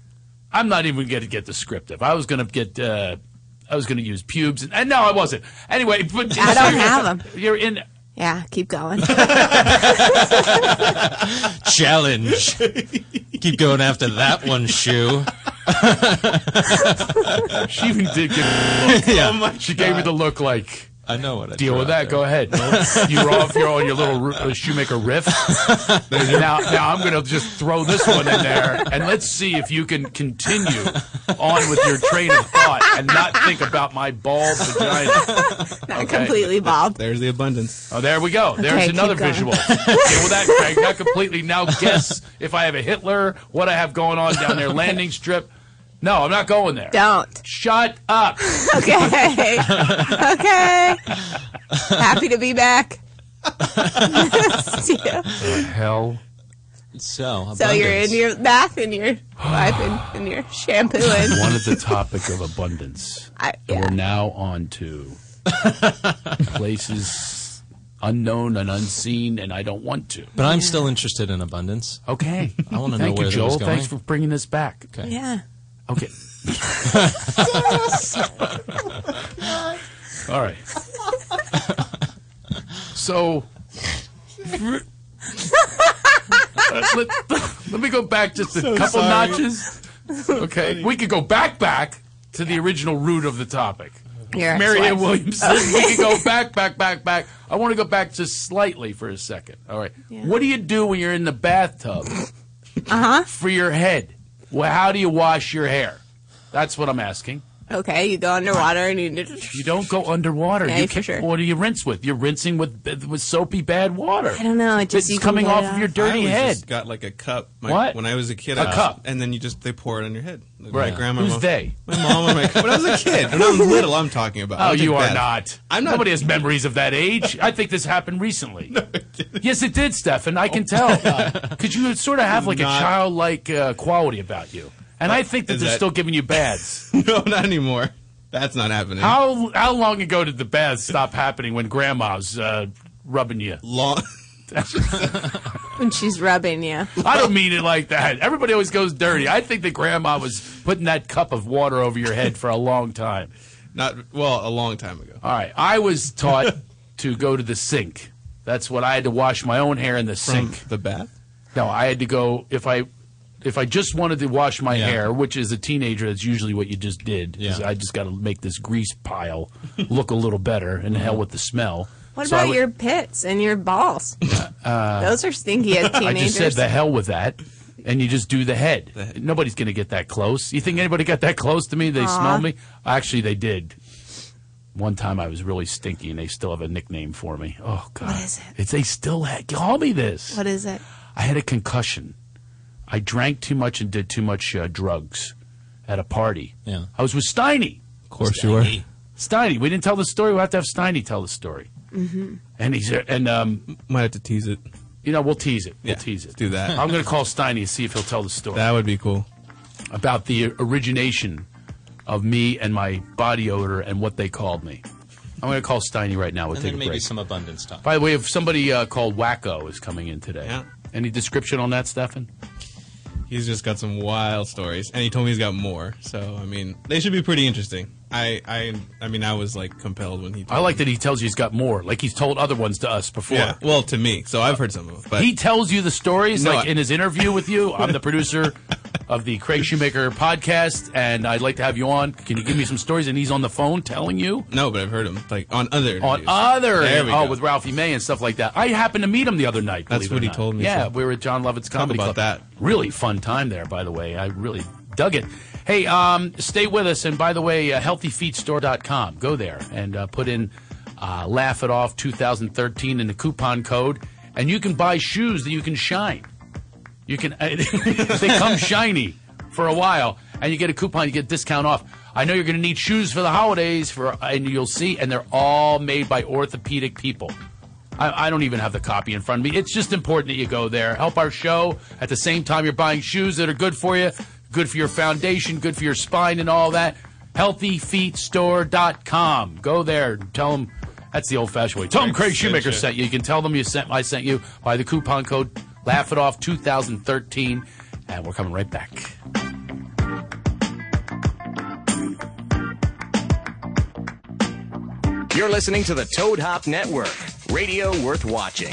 Speaker 7: I'm not even going to get descriptive. I was going to get, uh, I was going to use pubes, and, and no, I wasn't. Anyway, but
Speaker 11: I don't have 'em.
Speaker 7: You're in.
Speaker 11: Yeah, keep going.
Speaker 12: Challenge. Keep going after that one, shoe.
Speaker 7: She even did give me the look.
Speaker 12: Yeah. Oh my
Speaker 7: she gave me
Speaker 12: God.
Speaker 7: the look like.
Speaker 12: I know what I
Speaker 7: Deal with that. Go ahead. you were off your on your little ru- uh, shoemaker riff. now, now I'm going to just throw this one in there, and let's see if you can continue on with your train of thought and not think about my bald vagina.
Speaker 11: Not
Speaker 7: Okay.
Speaker 11: completely bald.
Speaker 5: There's the abundance.
Speaker 7: Oh, there we go. There's
Speaker 11: Okay, keep
Speaker 7: another
Speaker 11: going.
Speaker 7: visual. Deal with that, Craig. Not completely. Now guess if I have a Hitler, what I have going on down there, landing strip. No, I'm not going there.
Speaker 11: Don't.
Speaker 7: Shut up.
Speaker 11: Okay. okay. Happy to be back.
Speaker 7: Hell.
Speaker 12: So,
Speaker 11: so you're in
Speaker 12: abundance.
Speaker 11: your bath and your wipe and, and your shampoo and
Speaker 7: One of the topic of abundance.
Speaker 11: I,
Speaker 7: And
Speaker 11: yeah.
Speaker 7: We're now on to places unknown and unseen, and I don't want to.
Speaker 12: But I'm still interested in abundance.
Speaker 7: Okay.
Speaker 12: I want to know
Speaker 7: Thank
Speaker 12: where
Speaker 7: you,
Speaker 12: that was
Speaker 7: Joel.
Speaker 12: going.
Speaker 7: Thanks for bringing this back.
Speaker 12: Okay.
Speaker 11: yeah.
Speaker 7: Okay. All right. So. let, let- let me go back just a couple
Speaker 12: sorry.
Speaker 7: notches. Okay. We could go back, back to the original root of the topic.
Speaker 11: Your
Speaker 7: Mary Ann
Speaker 11: ex-wife.
Speaker 7: Williamson. we could go back, back, back, back. I want to go back just slightly for a second. All right. What do you do when you're in the bathtub
Speaker 11: Uh huh.
Speaker 7: for your head? Well, how do you wash your hair? That's what I'm asking.
Speaker 11: Okay, you go underwater and you.
Speaker 7: You don't go underwater.
Speaker 11: Yeah,
Speaker 7: you
Speaker 11: for sure.
Speaker 7: What do you rinse with? You're rinsing with with soapy bad water.
Speaker 11: I don't know. It just
Speaker 7: It's
Speaker 11: you can
Speaker 7: coming
Speaker 11: get
Speaker 7: off
Speaker 11: it
Speaker 7: of your dirty
Speaker 5: I always
Speaker 7: head.
Speaker 5: Just got like a cup. My,
Speaker 7: What?
Speaker 5: When I was a kid,
Speaker 7: A
Speaker 5: I-
Speaker 7: cup.
Speaker 5: and then you just they pour it on your head. Like
Speaker 7: Right.
Speaker 5: My grandma.
Speaker 7: Who's
Speaker 5: mom-
Speaker 7: they?
Speaker 5: My mom and my. When I was a kid, when I was little, I'm talking about. I
Speaker 7: Oh,
Speaker 5: don't
Speaker 7: you
Speaker 5: take
Speaker 7: are
Speaker 5: baths.
Speaker 7: not.
Speaker 5: I'm not.
Speaker 7: Nobody has memories of that age. I think this happened recently. Yes, it did, Stefan. I can tell. Because Uh, you sort of have like a
Speaker 5: Oh. Not-
Speaker 7: childlike uh, quality about you. And I think that
Speaker 5: Is
Speaker 7: they're
Speaker 5: that-
Speaker 7: still giving you bads.
Speaker 5: no, not anymore. That's not happening.
Speaker 7: How how long ago did the baths stop happening when grandma's uh, rubbing you?
Speaker 5: Long.
Speaker 11: when she's rubbing you.
Speaker 7: I don't mean it like that. Everybody always goes dirty. I think that grandma was putting that cup of water over your head for a long time.
Speaker 5: Not well, a long time ago.
Speaker 7: All right, I was taught to go to the sink. That's what I had to wash my own hair in the sink.
Speaker 5: The bath?
Speaker 7: No, I had to go if I if I just wanted to wash my
Speaker 12: Yeah.
Speaker 7: hair, which is a teenager, that's usually what you just did. is
Speaker 12: Yeah.
Speaker 7: I just got to make this grease pile look a little better,
Speaker 5: Uh-huh.
Speaker 7: and hell with the smell.
Speaker 11: What
Speaker 7: So I
Speaker 11: about
Speaker 7: would-
Speaker 11: your pits and your balls?
Speaker 7: Uh,
Speaker 11: Those are stinky as
Speaker 7: I
Speaker 11: teenagers.
Speaker 7: just said the hell with that. And you just do the head. Nobody's going to get that close. You think anybody got that close to me? They
Speaker 11: Aw.
Speaker 7: smell me? Actually, they did. One time I was really stinky, and they still have a nickname for me. Oh, God. What is it? It's, they still ha- call me this.
Speaker 11: What is it?
Speaker 7: I had a concussion. I drank too much and did too much uh, drugs at a party.
Speaker 12: Yeah.
Speaker 7: I was with Steiny. Of
Speaker 5: course you were.
Speaker 7: Steiny. We didn't tell the story. We'll have to have Steiny tell the story.
Speaker 13: Mm-hmm.
Speaker 7: And he's and um,
Speaker 5: might have to tease it.
Speaker 7: You know, we'll tease it. We'll tease it.
Speaker 5: do that.
Speaker 7: I'm going to call Steiny and see if he'll tell the story
Speaker 5: That would be cool.
Speaker 7: about the origination of me and my body odor and what they called me. I'm going to call Steiny right now. We'll
Speaker 12: and
Speaker 7: take
Speaker 12: then
Speaker 7: a
Speaker 12: maybe
Speaker 7: break.
Speaker 12: some abundance talk.
Speaker 7: By the way, if somebody uh, called Wacko is coming in today. Any description on that, Stefan?
Speaker 5: He's just got some wild stories, and he told me he's got more. So I mean, they should be pretty interesting. I I I mean, I was like compelled when he. Told
Speaker 7: I like that he tells you he's got more. Like he's told other ones to us before.
Speaker 5: Yeah, well, to me, so I've heard some of them. But
Speaker 7: he tells you the stories
Speaker 5: No,
Speaker 7: like
Speaker 5: I-
Speaker 7: in his interview with you. I'm the producer of the Craig Shoemaker podcast, and I'd like to have you on. Can you give me some stories? And he's on the phone telling you.
Speaker 5: No, but I've heard him like on other
Speaker 7: on
Speaker 5: interviews.
Speaker 7: other
Speaker 5: There we
Speaker 7: oh
Speaker 5: go.
Speaker 7: with Ralphie May and stuff like that. I happened to meet him the other night. believe
Speaker 5: That's
Speaker 7: it
Speaker 5: what
Speaker 7: or
Speaker 5: he
Speaker 7: not.
Speaker 5: told me,
Speaker 7: Yeah,
Speaker 5: so-
Speaker 7: we were at John Lovett's comedy
Speaker 5: about
Speaker 7: Club. that. Really fun time there, by the way. I really dug it. Hey, um, stay with us. And by the way, uh, healthyfeetstore.com. Go there and uh, put in uh, Laugh It Off 2013 in the coupon code, and you can buy shoes that you can shine. You can they come shiny for a while, and you get a coupon, you get discount off. I know you're going to need shoes for the holidays, for and you'll see, and they're all made by orthopedic people. I, I don't even have the copy in front of me. It's just important that you go there, help our show. At the same time, you're buying shoes that are good for you, good for your foundation, good for your spine, and all that. HealthyFeetStore.com. Go there. and Tell them that's the old-fashioned way. Tell them Craig
Speaker 12: Craig sent
Speaker 7: Shoemaker
Speaker 12: you.
Speaker 7: sent you. You can tell them you sent. I sent you by the coupon code Laugh It Off 2013, and we're coming right back.
Speaker 3: You're listening to the Toad Hop Network, radio worth watching.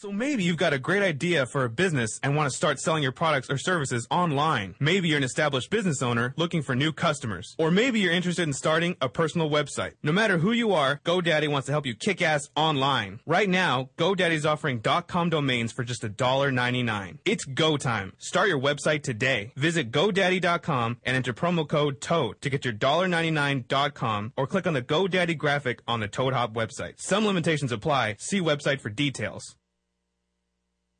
Speaker 5: So maybe you've got a great idea for a business and want to start selling your products or services online. Maybe you're an established business owner looking for new customers. Or maybe you're interested in starting a personal website. No matter who you are, GoDaddy wants to help you kick ass online. Right now, GoDaddy's offering .com domains for just $1.99. It's go time. Start your website today. Visit GoDaddy.com and enter promo code TOAD to get your $1.99.com or click on the GoDaddy graphic on the Toad Hop website. Some limitations apply. See website for details.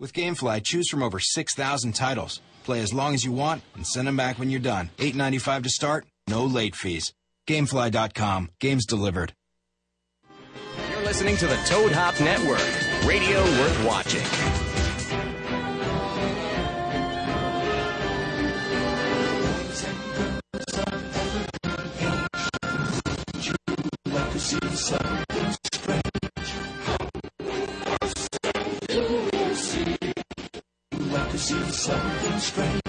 Speaker 10: With GameFly, choose from over 6,000 titles. Play as long as you want and send them back when you're done. 8.95 to start, no late fees. GameFly.com. Games delivered.
Speaker 3: You're listening to the Toad Hop Network, radio worth watching.
Speaker 14: see something strange.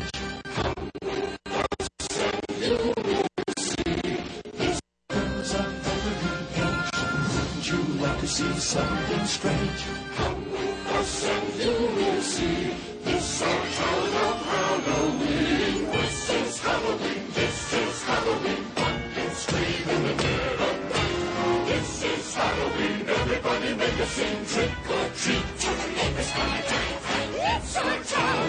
Speaker 14: See something strange. Come with us and you will see. It's our town of Halloween. This is Halloween. This is Halloween. Pumpkin scream in the middle. This is Halloween. Everybody make a scene. Trick or treat. Tell the neighbors come and die of fright. It's our town.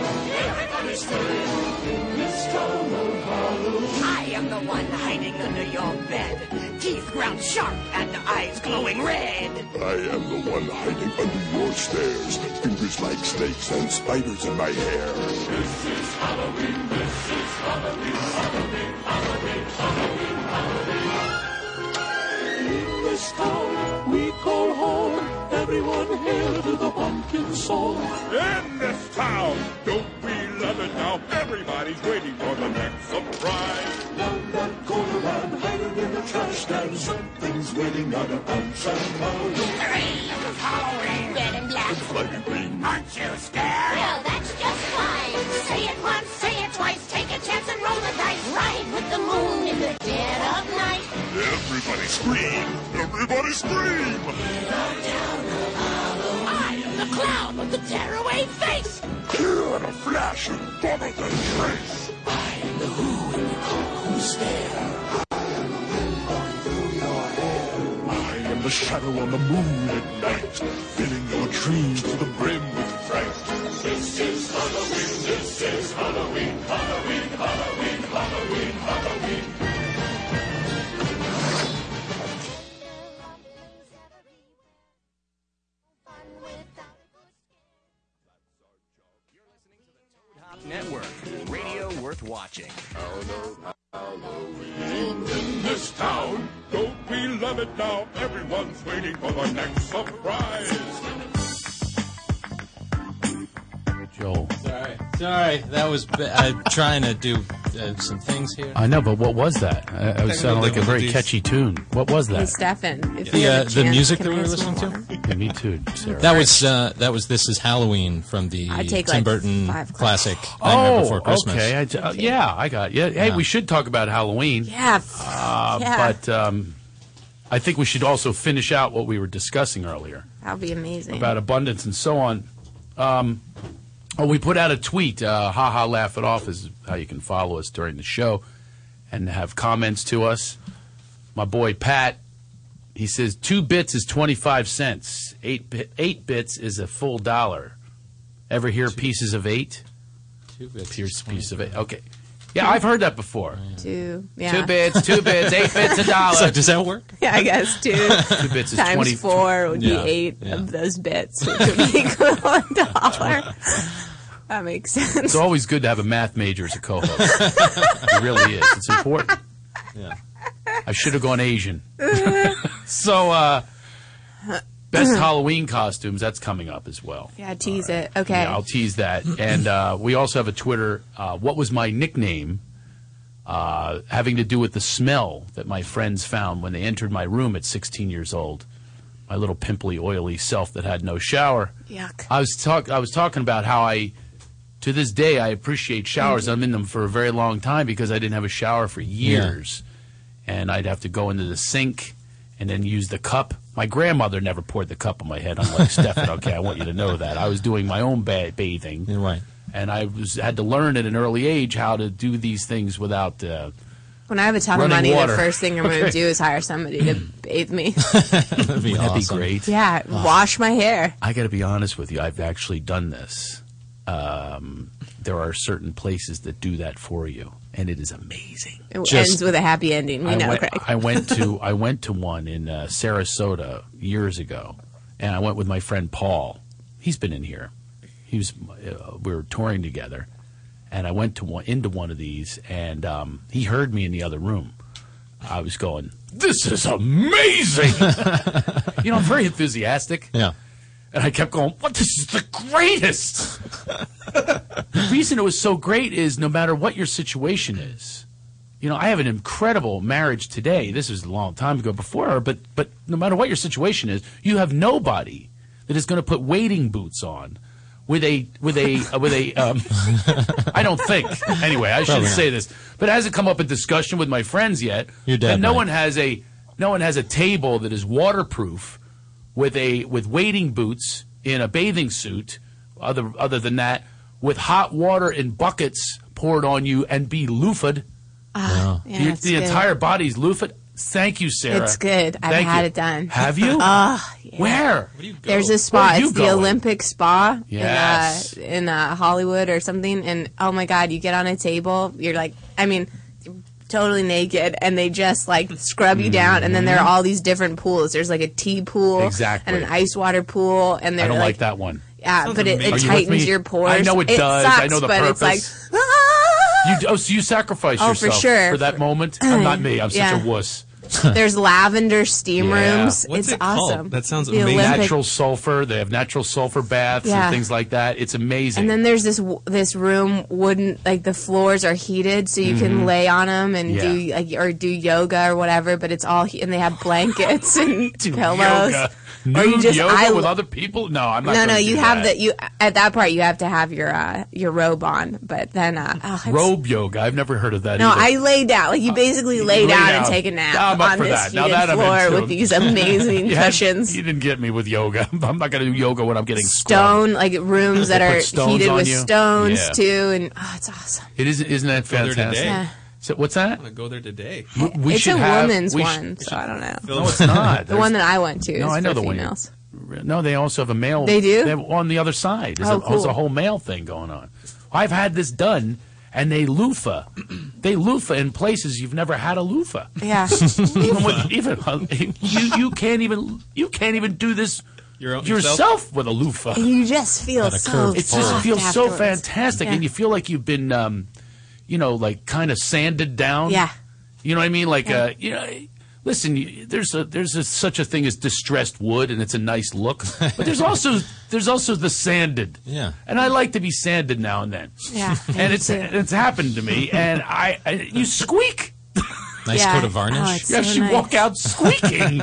Speaker 14: Everybody's free. In this town of Halloween.
Speaker 15: I am the one hiding under your bed. Teeth ground sharp and eyes glowing red.
Speaker 1: I am the one hiding under your stairs. Fingers like snakes and spiders in my hair. This is Halloween. This is Halloween. Halloween. Halloween. Halloween. Halloween. In this town we call home. Everyone hail to the pumpkin song. In this town, don't we love it now? Everybody's waiting for the next surprise. Down that corner, I'm hiding in the trash can. Something's waiting on a punch and pound.
Speaker 14: Halloween. Red and black. Aren't you scared? Well, that's just fine. Say it once, say it twice. Take a chance and roll the dice. Ride with the moon in the dead of night.
Speaker 1: Everybody scream! Everybody scream!
Speaker 14: I am the clown with the tearaway face.
Speaker 1: Here in a flash and bubble the trace! I am the who in the cold stare. I am the shadow on the moon at night, filling your dreams to the brim with fright. This is Halloween, this is Halloween, Halloween, Halloween, Halloween, Halloween.
Speaker 3: Network. Radio worth watching.
Speaker 1: In this town, don't we love it now? Everyone's waiting for the next surprise.
Speaker 7: Joel.
Speaker 12: Sorry, sorry, that was. Ba- I'm trying to do uh, some things here.
Speaker 7: I know, but what was that? I, I
Speaker 12: Technical
Speaker 7: sounded like a very
Speaker 12: difficulties.
Speaker 7: catchy tune. What was
Speaker 11: Hey,
Speaker 7: that?
Speaker 11: Stefan. if
Speaker 12: The,
Speaker 11: you have
Speaker 12: uh,
Speaker 11: a
Speaker 12: the
Speaker 11: chance,
Speaker 12: music
Speaker 11: can
Speaker 12: that we
Speaker 11: I
Speaker 12: were
Speaker 11: have
Speaker 12: listening
Speaker 11: some
Speaker 12: to.
Speaker 11: more?
Speaker 7: Yeah, me too, Sarah.
Speaker 12: That was uh, that was This Is Halloween from the
Speaker 11: I
Speaker 12: Tim
Speaker 11: take, like,
Speaker 12: Burton
Speaker 11: five
Speaker 12: classic Nightmare
Speaker 7: Oh,
Speaker 12: Before Christmas.
Speaker 7: okay. I, uh, yeah, I got. Yeah, hey,
Speaker 12: Yeah.
Speaker 7: we should talk about Halloween.
Speaker 11: Yeah.
Speaker 7: Uh,
Speaker 11: Yeah.
Speaker 7: But um, I think we should also finish out what we were discussing earlier.
Speaker 11: That would be amazing.
Speaker 7: about abundance and so on. Um, oh, we put out a tweet. Uh, ha ha, laugh it off is how you can follow us during the show and have comments to us. My boy Pat, he says two bits is twenty five cents. Eight bi- eight bits is a full dollar. Ever hear pieces of eight?
Speaker 12: Two bits. Oh,
Speaker 7: Pierce piece of eight. Okay. Yeah, I've heard that before.
Speaker 11: two. Yeah.
Speaker 7: Two bits, two bits, eight bits a dollar.
Speaker 12: So does that work?
Speaker 11: Yeah, I guess two.
Speaker 7: Two bits is
Speaker 11: times
Speaker 7: 20
Speaker 11: four would
Speaker 7: Yeah,
Speaker 11: be eight of those bits, which would be equal to one dollar. That makes sense.
Speaker 7: It's always good to have a math major as a co-host. it really is. It's important.
Speaker 12: Yeah.
Speaker 7: I should have gone Asian. so, uh, best Halloween costumes. That's coming up as well.
Speaker 11: Yeah, tease it. Okay.
Speaker 7: Yeah, I'll tease that. And uh, we also have a Twitter. Uh, what was my nickname? Uh, having to do with the smell that my friends found when they entered my room at 16 years old. My little pimply, oily self that had no shower.
Speaker 11: Yuck.
Speaker 7: I was talk. I was talking about how I, to this day, I appreciate showers. I'm in them for a very long time because I didn't have a shower for years, and I'd have to go into the sink and then use the cup. My grandmother never poured the cup on my head. I'm like, Stefan, okay, I want you to know that I was doing my own ba- bathing,
Speaker 12: right?
Speaker 7: And I was had to learn at an early age how to do these things without. Uh,
Speaker 11: When I have a ton of
Speaker 7: Running
Speaker 11: money,
Speaker 7: water.
Speaker 11: the first thing I'm going
Speaker 7: Okay.
Speaker 11: to do is hire somebody to bathe me.
Speaker 7: That'd be,
Speaker 12: awesome.
Speaker 7: great.
Speaker 11: yeah,
Speaker 7: Oh.
Speaker 11: wash my hair.
Speaker 7: I got to be honest with you. I've actually done this. Um, there are certain places that do that for you, and it is amazing.
Speaker 11: It
Speaker 7: Just-
Speaker 11: ends with a happy ending. We
Speaker 7: I
Speaker 11: know,
Speaker 7: went,
Speaker 11: Craig.
Speaker 7: I went to I went to one in uh, Sarasota years ago, and I went with my friend Paul. He's been in here. He was uh, we were touring together, and I went to one into one of these, and um, he heard me in the other room. I was going, "This is amazing!" you know, I'm very enthusiastic.
Speaker 12: Yeah.
Speaker 7: And I kept going, what? This is the greatest. the reason it was so great is no matter what your situation is, you know, I have an incredible marriage today. This was a long time ago before her, but, but no matter what your situation is, you have nobody that is going to put wading boots on with a with a uh, with a um, I don't think anyway. I
Speaker 12: Probably
Speaker 7: shouldn't
Speaker 12: not.
Speaker 7: say this, but it hasn't come up in discussion with my friends yet.
Speaker 12: You're dead,
Speaker 7: And no
Speaker 12: Mike.
Speaker 7: one has a no one has a table that is waterproof with a with wading boots in a bathing suit. Other other than that, with hot water in buckets poured on you and be loofahed.
Speaker 11: yeah,
Speaker 7: Your-
Speaker 11: it's
Speaker 7: the
Speaker 11: good.
Speaker 7: entire body's loofahed. Thank you, Sarah.
Speaker 11: It's good. I've
Speaker 7: Thank
Speaker 11: had
Speaker 7: you.
Speaker 11: it done.
Speaker 7: Have you?
Speaker 11: Ah, yeah.
Speaker 7: Where?
Speaker 11: There's a
Speaker 7: Where
Speaker 11: spa.
Speaker 7: are you
Speaker 11: It's the
Speaker 7: going?
Speaker 11: Olympic Spa
Speaker 7: Yes.
Speaker 11: in uh, in uh, Hollywood or something. And oh my God, you get on a table. You're like, I mean, you're totally naked, and they just like scrub you down. And then there are all these different pools. There's like a tea pool,
Speaker 7: Mm-hmm. Exactly.
Speaker 11: and an ice water pool. And
Speaker 7: I
Speaker 11: they're
Speaker 7: don't
Speaker 11: like,
Speaker 7: like that one.
Speaker 11: yeah, but it,
Speaker 7: Are
Speaker 11: it
Speaker 7: you with
Speaker 11: tightens
Speaker 7: me?
Speaker 11: your pores.
Speaker 7: I know it, does.
Speaker 11: Sucks,
Speaker 7: I know the
Speaker 11: but
Speaker 7: purpose.
Speaker 11: it's like ah!
Speaker 7: you, oh, so you sacrifice
Speaker 11: Oh, for
Speaker 7: yourself
Speaker 11: sure. Oh,
Speaker 7: for that moment? I'm not me. I'm
Speaker 11: Yeah.
Speaker 7: such a wuss.
Speaker 11: there's lavender steam
Speaker 7: Yeah.
Speaker 11: rooms.
Speaker 7: What's
Speaker 11: it's awesome. The Olympic
Speaker 7: Natural sulfur. They have natural sulfur baths
Speaker 11: Yeah.
Speaker 7: and things like that. It's amazing.
Speaker 11: And then there's this w- this room wooden like the floors are heated so you
Speaker 7: Mhm.
Speaker 11: can lay on them and
Speaker 7: Yeah.
Speaker 11: do like or do yoga or whatever but it's all he- and they have blankets and pillows.
Speaker 7: Yoga.
Speaker 11: Or you
Speaker 7: Nude
Speaker 11: just-
Speaker 7: yoga
Speaker 11: I
Speaker 7: with
Speaker 11: lo-
Speaker 7: other people? No, I'm not.
Speaker 11: No,
Speaker 7: gonna
Speaker 11: no,
Speaker 7: do
Speaker 11: you have
Speaker 7: that.
Speaker 11: the you at that part you have to have your uh, your robe on, but then uh, oh, it's-
Speaker 7: robe yoga. I've never heard of that.
Speaker 11: No,
Speaker 7: either. Uh,
Speaker 11: I lay down. Like you basically lay,
Speaker 7: Lay
Speaker 11: down, and take a nap
Speaker 7: I'm up
Speaker 11: on
Speaker 7: for
Speaker 11: this
Speaker 7: that.
Speaker 11: heated
Speaker 7: Now that I'm
Speaker 11: floor
Speaker 7: into.
Speaker 11: with these amazing
Speaker 7: You had-
Speaker 11: cushions.
Speaker 7: You didn't get me with yoga. I'm not going to do yoga when I'm getting scrubbed.
Speaker 11: Stone like rooms that
Speaker 7: They put
Speaker 11: are
Speaker 7: stones
Speaker 11: heated
Speaker 7: on
Speaker 11: with
Speaker 7: you?
Speaker 11: stones
Speaker 7: Yeah.
Speaker 11: too, and oh, it's awesome.
Speaker 7: It isn't. Isn't that
Speaker 12: Go there
Speaker 7: fantastic?
Speaker 12: today. Yeah.
Speaker 7: So what's that?
Speaker 12: I'm gonna go there today.
Speaker 7: We, we
Speaker 11: it's
Speaker 7: should
Speaker 11: a
Speaker 7: have-
Speaker 11: woman's
Speaker 7: we sh-
Speaker 11: one, so I don't know.
Speaker 7: No, it's not.
Speaker 11: the one that I went to.
Speaker 7: No,
Speaker 11: is
Speaker 7: I know
Speaker 11: for
Speaker 7: the one you-
Speaker 11: females.
Speaker 7: No, they also have a male.
Speaker 11: They do?
Speaker 7: have on the other side. There's,
Speaker 11: Oh,
Speaker 7: a, there's a
Speaker 11: cool.
Speaker 7: whole male thing going on. I've had this done, and they loofah. they loofah in places you've never had a loofah.
Speaker 11: Yeah.
Speaker 7: even with, even you, you can't even you can't even do this yourself, with a loofah.
Speaker 11: And you just feel
Speaker 7: It
Speaker 11: so.
Speaker 7: just
Speaker 11: soft
Speaker 7: feels so
Speaker 11: afterwards.
Speaker 7: fantastic,
Speaker 11: Yeah.
Speaker 7: and you feel like you've been, um, you know, like kind of sanded down.
Speaker 11: Yeah.
Speaker 7: You know what I mean? Like,
Speaker 11: Yeah.
Speaker 7: uh, you know, listen, you, there's a there's a, such a thing as distressed wood, and it's a nice look, but there's also there's also the sanded.
Speaker 12: Yeah.
Speaker 7: And I like to be sanded now and then.
Speaker 12: Yeah,
Speaker 7: and
Speaker 12: me
Speaker 7: it's
Speaker 12: too.
Speaker 7: it's happened to me, and I, I you squeak.
Speaker 12: Nice Yeah. coat of varnish.
Speaker 7: Yeah,
Speaker 12: Oh,
Speaker 7: you
Speaker 12: it's so
Speaker 7: actually
Speaker 12: nice.
Speaker 7: walk out squeaking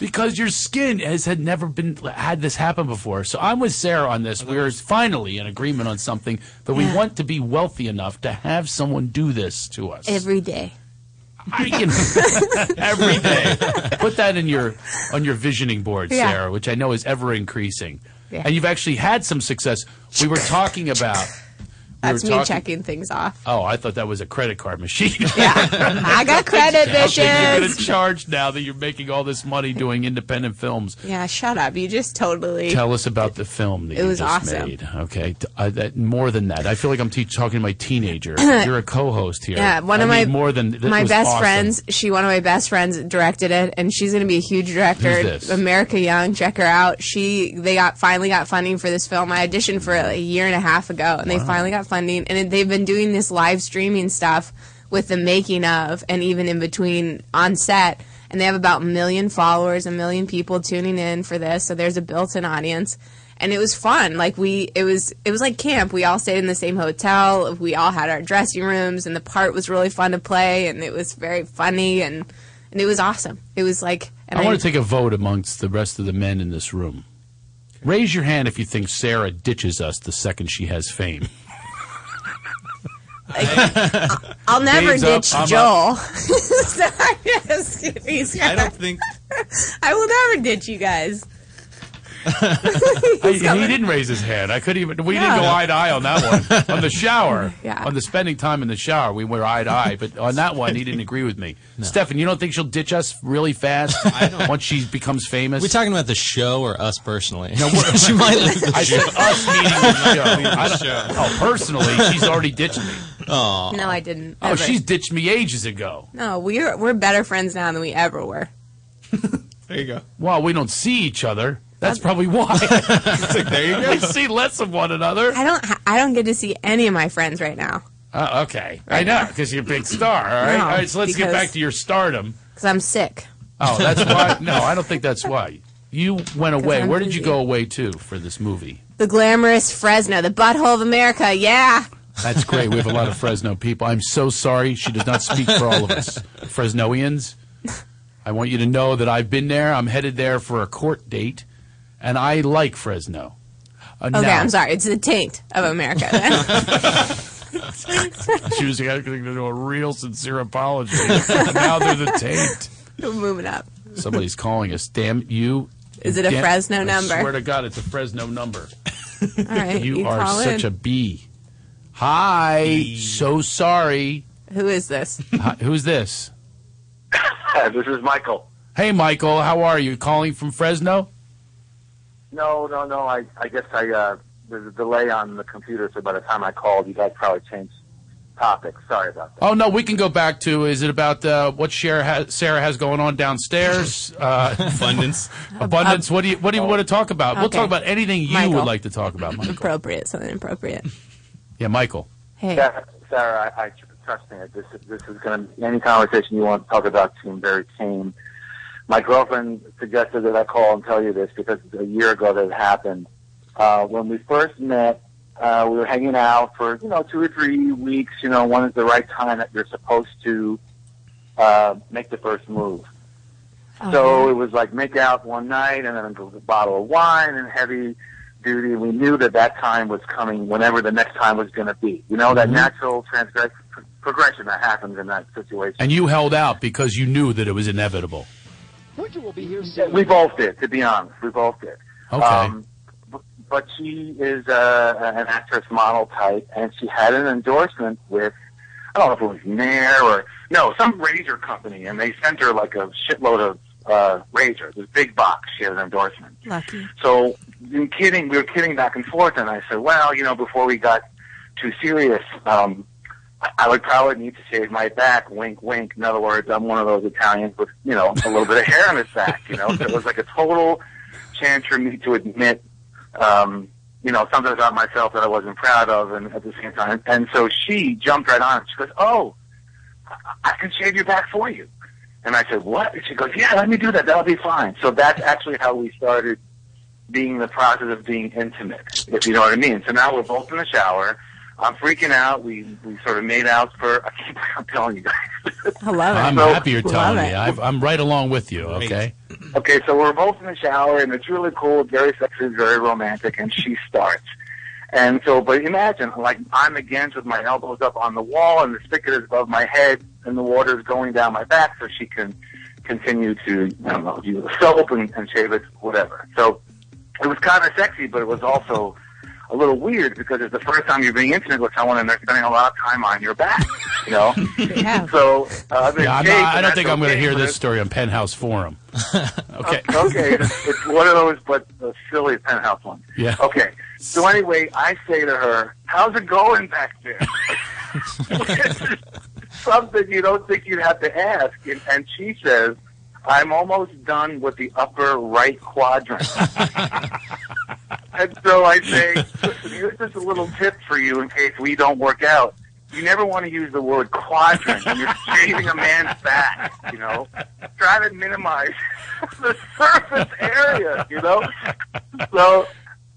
Speaker 7: because your skin has had never been had this happen before. So I'm with Sarah on this. We're finally in agreement on something that we want to be wealthy enough to have someone do this to us
Speaker 11: every day.
Speaker 7: I can every day. Put that in your on your visioning board,
Speaker 11: Yeah.
Speaker 7: Sarah, which I know is ever increasing.
Speaker 11: Yeah.
Speaker 7: And you've actually had some success. We were talking about. we
Speaker 11: That's
Speaker 7: were
Speaker 11: me
Speaker 7: talking-
Speaker 11: checking things off.
Speaker 7: Oh, I thought that was a credit card machine.
Speaker 11: I got credit,
Speaker 7: How can you get
Speaker 11: bitches.
Speaker 7: a charge now that you're making all this money doing independent films?
Speaker 11: Yeah, shut up. You just totally.
Speaker 7: Tell us about the film that
Speaker 11: It
Speaker 7: you
Speaker 11: was
Speaker 7: just
Speaker 11: awesome.
Speaker 7: made. Okay, T- uh, that, more than that. I feel like I'm te- talking to my teenager. You're a co-host here.
Speaker 11: Yeah, one
Speaker 7: I
Speaker 11: of
Speaker 7: mean,
Speaker 11: my
Speaker 7: more than that
Speaker 11: my
Speaker 7: was
Speaker 11: best
Speaker 7: awesome.
Speaker 11: friends. She one of my best friends directed it, and she's going to be a huge director.
Speaker 7: Who's this?
Speaker 11: America Young, check her out. She they got finally got funding for this film. I auditioned for it like a year and a half ago, and they
Speaker 7: Wow.
Speaker 11: finally got funding. And it, they've been doing this live streaming stuff with the making of, and even in between on set. And they have about a million followers, a million people tuning in for this. So there's a built-in audience. And it was fun. Like we, it was, it was like camp. We all stayed in the same hotel. We all had our dressing rooms, and the part was really fun to play, and it was very funny, and and it was awesome. It was like, and
Speaker 7: I want to take a vote amongst the rest of the men in this room. Raise your hand if you think Sarah ditches us the second she has fame.
Speaker 11: I'll never
Speaker 7: Dave's up,
Speaker 11: ditch
Speaker 7: I'm up.
Speaker 11: Joel. Sorry, I'm just kidding. He's
Speaker 12: I
Speaker 11: gonna-
Speaker 12: don't think
Speaker 11: I will never ditch you guys.
Speaker 7: I- he didn't raise his hand. I couldn't even. We didn't
Speaker 11: No.
Speaker 7: go eye to eye on that one. on the shower,
Speaker 11: Yeah.
Speaker 7: on the spending time in the shower, we were eye to eye. But on that one, he didn't agree with me. Stefan, you don't think she'll ditch us really fast once she becomes famous?
Speaker 12: We're talking about the show or us personally. No,
Speaker 7: she
Speaker 12: might leave the
Speaker 7: I
Speaker 12: show.
Speaker 7: said us meaning the show.
Speaker 12: Leave the
Speaker 7: I don't-
Speaker 12: show.
Speaker 7: Oh, personally, she's already ditched me.
Speaker 12: Oh,
Speaker 11: No, I didn't.
Speaker 7: oh,
Speaker 11: Never.
Speaker 7: she's ditched me ages ago.
Speaker 11: No, we're we're better friends now than we ever were.
Speaker 7: There you go. Well, we don't see each other. That's probably why. there you go. We see less of one another.
Speaker 11: I don't ha- I don't get to see any of my friends right now
Speaker 7: Uh, okay, I know because you're a big star. All right,
Speaker 11: No,
Speaker 7: all right. So let's get
Speaker 11: because-
Speaker 7: back to your stardom.
Speaker 11: because I'm sick.
Speaker 7: Oh, that's why. No, I don't think that's why. You went away.
Speaker 11: I'm
Speaker 7: Where did you
Speaker 11: busy.
Speaker 7: go away to for this movie?
Speaker 11: The glamorous Fresno, the butthole of America. Yeah,
Speaker 7: That's great. We have a lot of Fresno people. I'm so sorry. She does not speak for all of us Fresnoians. I want you to know that I've been there. I'm headed there for a court date, and I like Fresno. Uh,
Speaker 11: okay,
Speaker 7: no.
Speaker 11: I'm sorry. It's the taint of America. then.
Speaker 7: she was going to do a real sincere
Speaker 11: Oh,
Speaker 7: apology. now they're the taint.
Speaker 11: We're Moving up.
Speaker 7: Somebody's calling us. Damn you.
Speaker 11: Is it a
Speaker 7: Damn-
Speaker 11: Fresno
Speaker 7: I
Speaker 11: number?
Speaker 7: swear to God, it's a Fresno number.
Speaker 11: All right,
Speaker 7: you,
Speaker 11: you,
Speaker 7: are
Speaker 11: call
Speaker 7: such a
Speaker 11: in.
Speaker 7: bee. Hi. So sorry.
Speaker 11: Who is this?
Speaker 7: Hi, who's this?
Speaker 9: this is Michael.
Speaker 7: Hey, Michael. How are you? Calling from Fresno?
Speaker 9: No, no, no. I, I guess I uh, there's a delay on the computer, so by the time I called, you guys probably changed topics. Sorry about
Speaker 7: Oh no, we can go back to. Is it about uh, what Sarah has, Sarah has going on downstairs? Uh, abundance, abundance. What do you What do you want to talk about? We'll
Speaker 11: Okay.
Speaker 7: talk about anything you
Speaker 11: Michael.
Speaker 7: would like to talk about. Michael.
Speaker 11: Appropriate. Something appropriate.
Speaker 7: Yeah, Michael.
Speaker 11: Hey.
Speaker 9: Sarah, Sarah I, I trust me. This is this is going to any conversation you want to talk about seem very tame. My girlfriend suggested that I call and tell you this because a year ago that it happened. Uh, when we first met, uh, we were hanging out for you know two or three weeks. You know, when is the right time that you're supposed to uh, make the first move? So it was like make out one night and then a bottle of wine and heavy duty. We knew that that time was coming whenever the next time was going to be. You know, that
Speaker 7: Mhm.
Speaker 9: natural transgress- pro- progression that happens in that situation.
Speaker 7: And you held out because you knew that it was inevitable.
Speaker 9: We both did, to be honest. We both did.
Speaker 7: Okay.
Speaker 9: Um, But she is uh, an actress model type and she had an endorsement with, I don't know if it was Nair or, no, some razor company and they sent her like a shitload of uh, razors, this big box. She had an endorsement.
Speaker 11: Lucky.
Speaker 9: So, in kidding, we were kidding back and forth, and I said, well, you know, before we got too serious, um, I- I would probably need to shave my back, wink, wink. In other words, I'm one of those Italians with, you know, a little bit of hair on his back, you know? So it was like a total chance for me to admit, um, you know, something about myself that I wasn't proud of, and at the same time. And so she jumped right on it. She goes, oh, I I can shave your back for you. And I said, what? And she goes, yeah, let me do that. That'll be fine. So that's actually how we started being the process of being intimate, if you know what I mean. So now we're both in the shower. I'm freaking out. We we sort of made out for. I keep I'm telling you guys.
Speaker 11: I love it.
Speaker 7: I'm
Speaker 9: So-
Speaker 7: happy you're telling me. I've, I'm right along with you. Okay.
Speaker 9: Okay, so we're both in the shower, and it's really cool, very sexy, very romantic, and she starts. And so, but imagine, like, I'm against with my elbows up on the wall, and the spigot is above my head, and the water is going down my back, so she can continue to, I don't know, use the soap and, and shave it, whatever. So it was kind of sexy, but it was also a little weird because it's the first time you're being intimate with someone, and they're spending a lot of time on your back, you know? So, uh,
Speaker 7: Yeah, I'm not,
Speaker 9: shaved,
Speaker 7: I don't
Speaker 9: and that's
Speaker 7: think I'm going to
Speaker 9: okay,
Speaker 7: hear
Speaker 9: but
Speaker 7: this
Speaker 9: it's-
Speaker 7: story on Penthouse Forum. okay.
Speaker 9: okay, it's, it's one of those, but the silly penthouse one.
Speaker 7: Yeah.
Speaker 9: Okay. So anyway, I say to her, "How's it going back there?" Something you don't think you'd have to ask, and, and she says, "I'm almost done with the upper right quadrant." and so I say, "Listen, here's just a little tip for you in case we don't work out. You never want to use the word quadrant when you're shaving a man's back. You know, try to minimize the surface area. You know, so."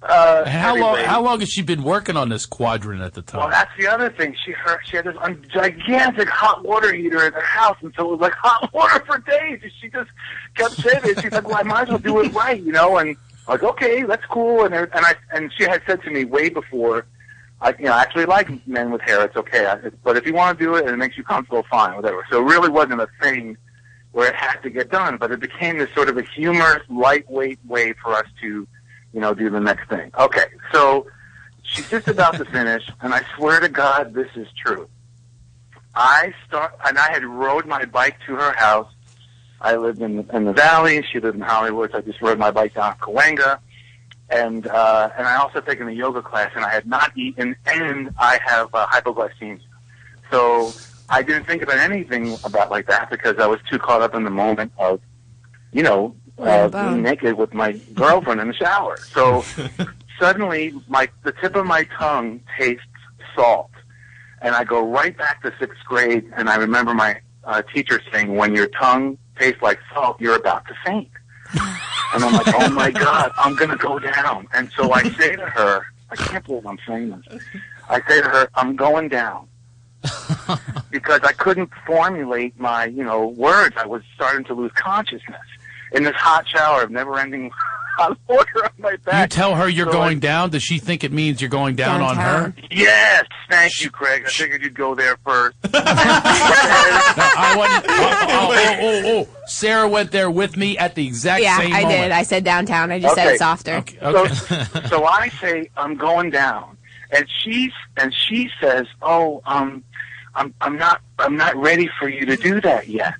Speaker 9: Uh,
Speaker 7: How long?
Speaker 9: anyway.
Speaker 7: How long has she been working on this quadrant at the time?
Speaker 9: Well, that's the other thing. She her, she had this un- gigantic hot water heater in her house, and so it was like hot water for days. And she just kept saying it. She's like, "Well, I might as well do it right," you know. And I was like, "Okay, that's cool." And there- and I and she had said to me way before, I you know I actually like men with hair. It's okay, I, but if you want to do it and it makes you comfortable, fine, whatever. So it really wasn't a thing where it had to get done, but it became this sort of a humorous, lightweight way for us to, you know, do the next thing. Okay, so she's just about to finish, and I swear to God, this is true. I start, and I had rode my bike to her house. I lived in in the valley. She lived in Hollywood. So I just rode my bike down Cahuenga, and uh, and I also taken a yoga class. And I had not eaten, and I have uh, hypoglycemia. So I didn't think about anything about like that because I was too caught up in the moment of, you know, uh, being naked with my girlfriend in the shower. So suddenly, my the tip of my tongue tastes salt, and I go right back to sixth grade, and I remember my uh, teacher saying, "When your tongue tastes like salt, you're about to faint." And I'm like, "Oh my God, I'm gonna go down!" And so I say to her, "I can't believe I'm saying this." I say to her, "I'm going down." because I couldn't formulate my, you know, words. I was starting to lose consciousness in this hot shower of never-ending on order on my
Speaker 7: You
Speaker 9: back.
Speaker 7: tell her you're
Speaker 9: So
Speaker 7: going down. Does she think it means you're going down on her?
Speaker 9: I- yes, thank you, Craig. I figured you'd go there first.
Speaker 7: I went. Oh, oh, oh, oh, Sarah went there with me at the exact
Speaker 11: yeah,
Speaker 7: same
Speaker 11: I
Speaker 7: moment.
Speaker 11: did. I said downtown. I just said
Speaker 9: Okay.
Speaker 11: it softer.
Speaker 9: So, so I say I'm going down, and she's and she says, "Oh, um, I'm I'm not I'm not ready for you to do that yet."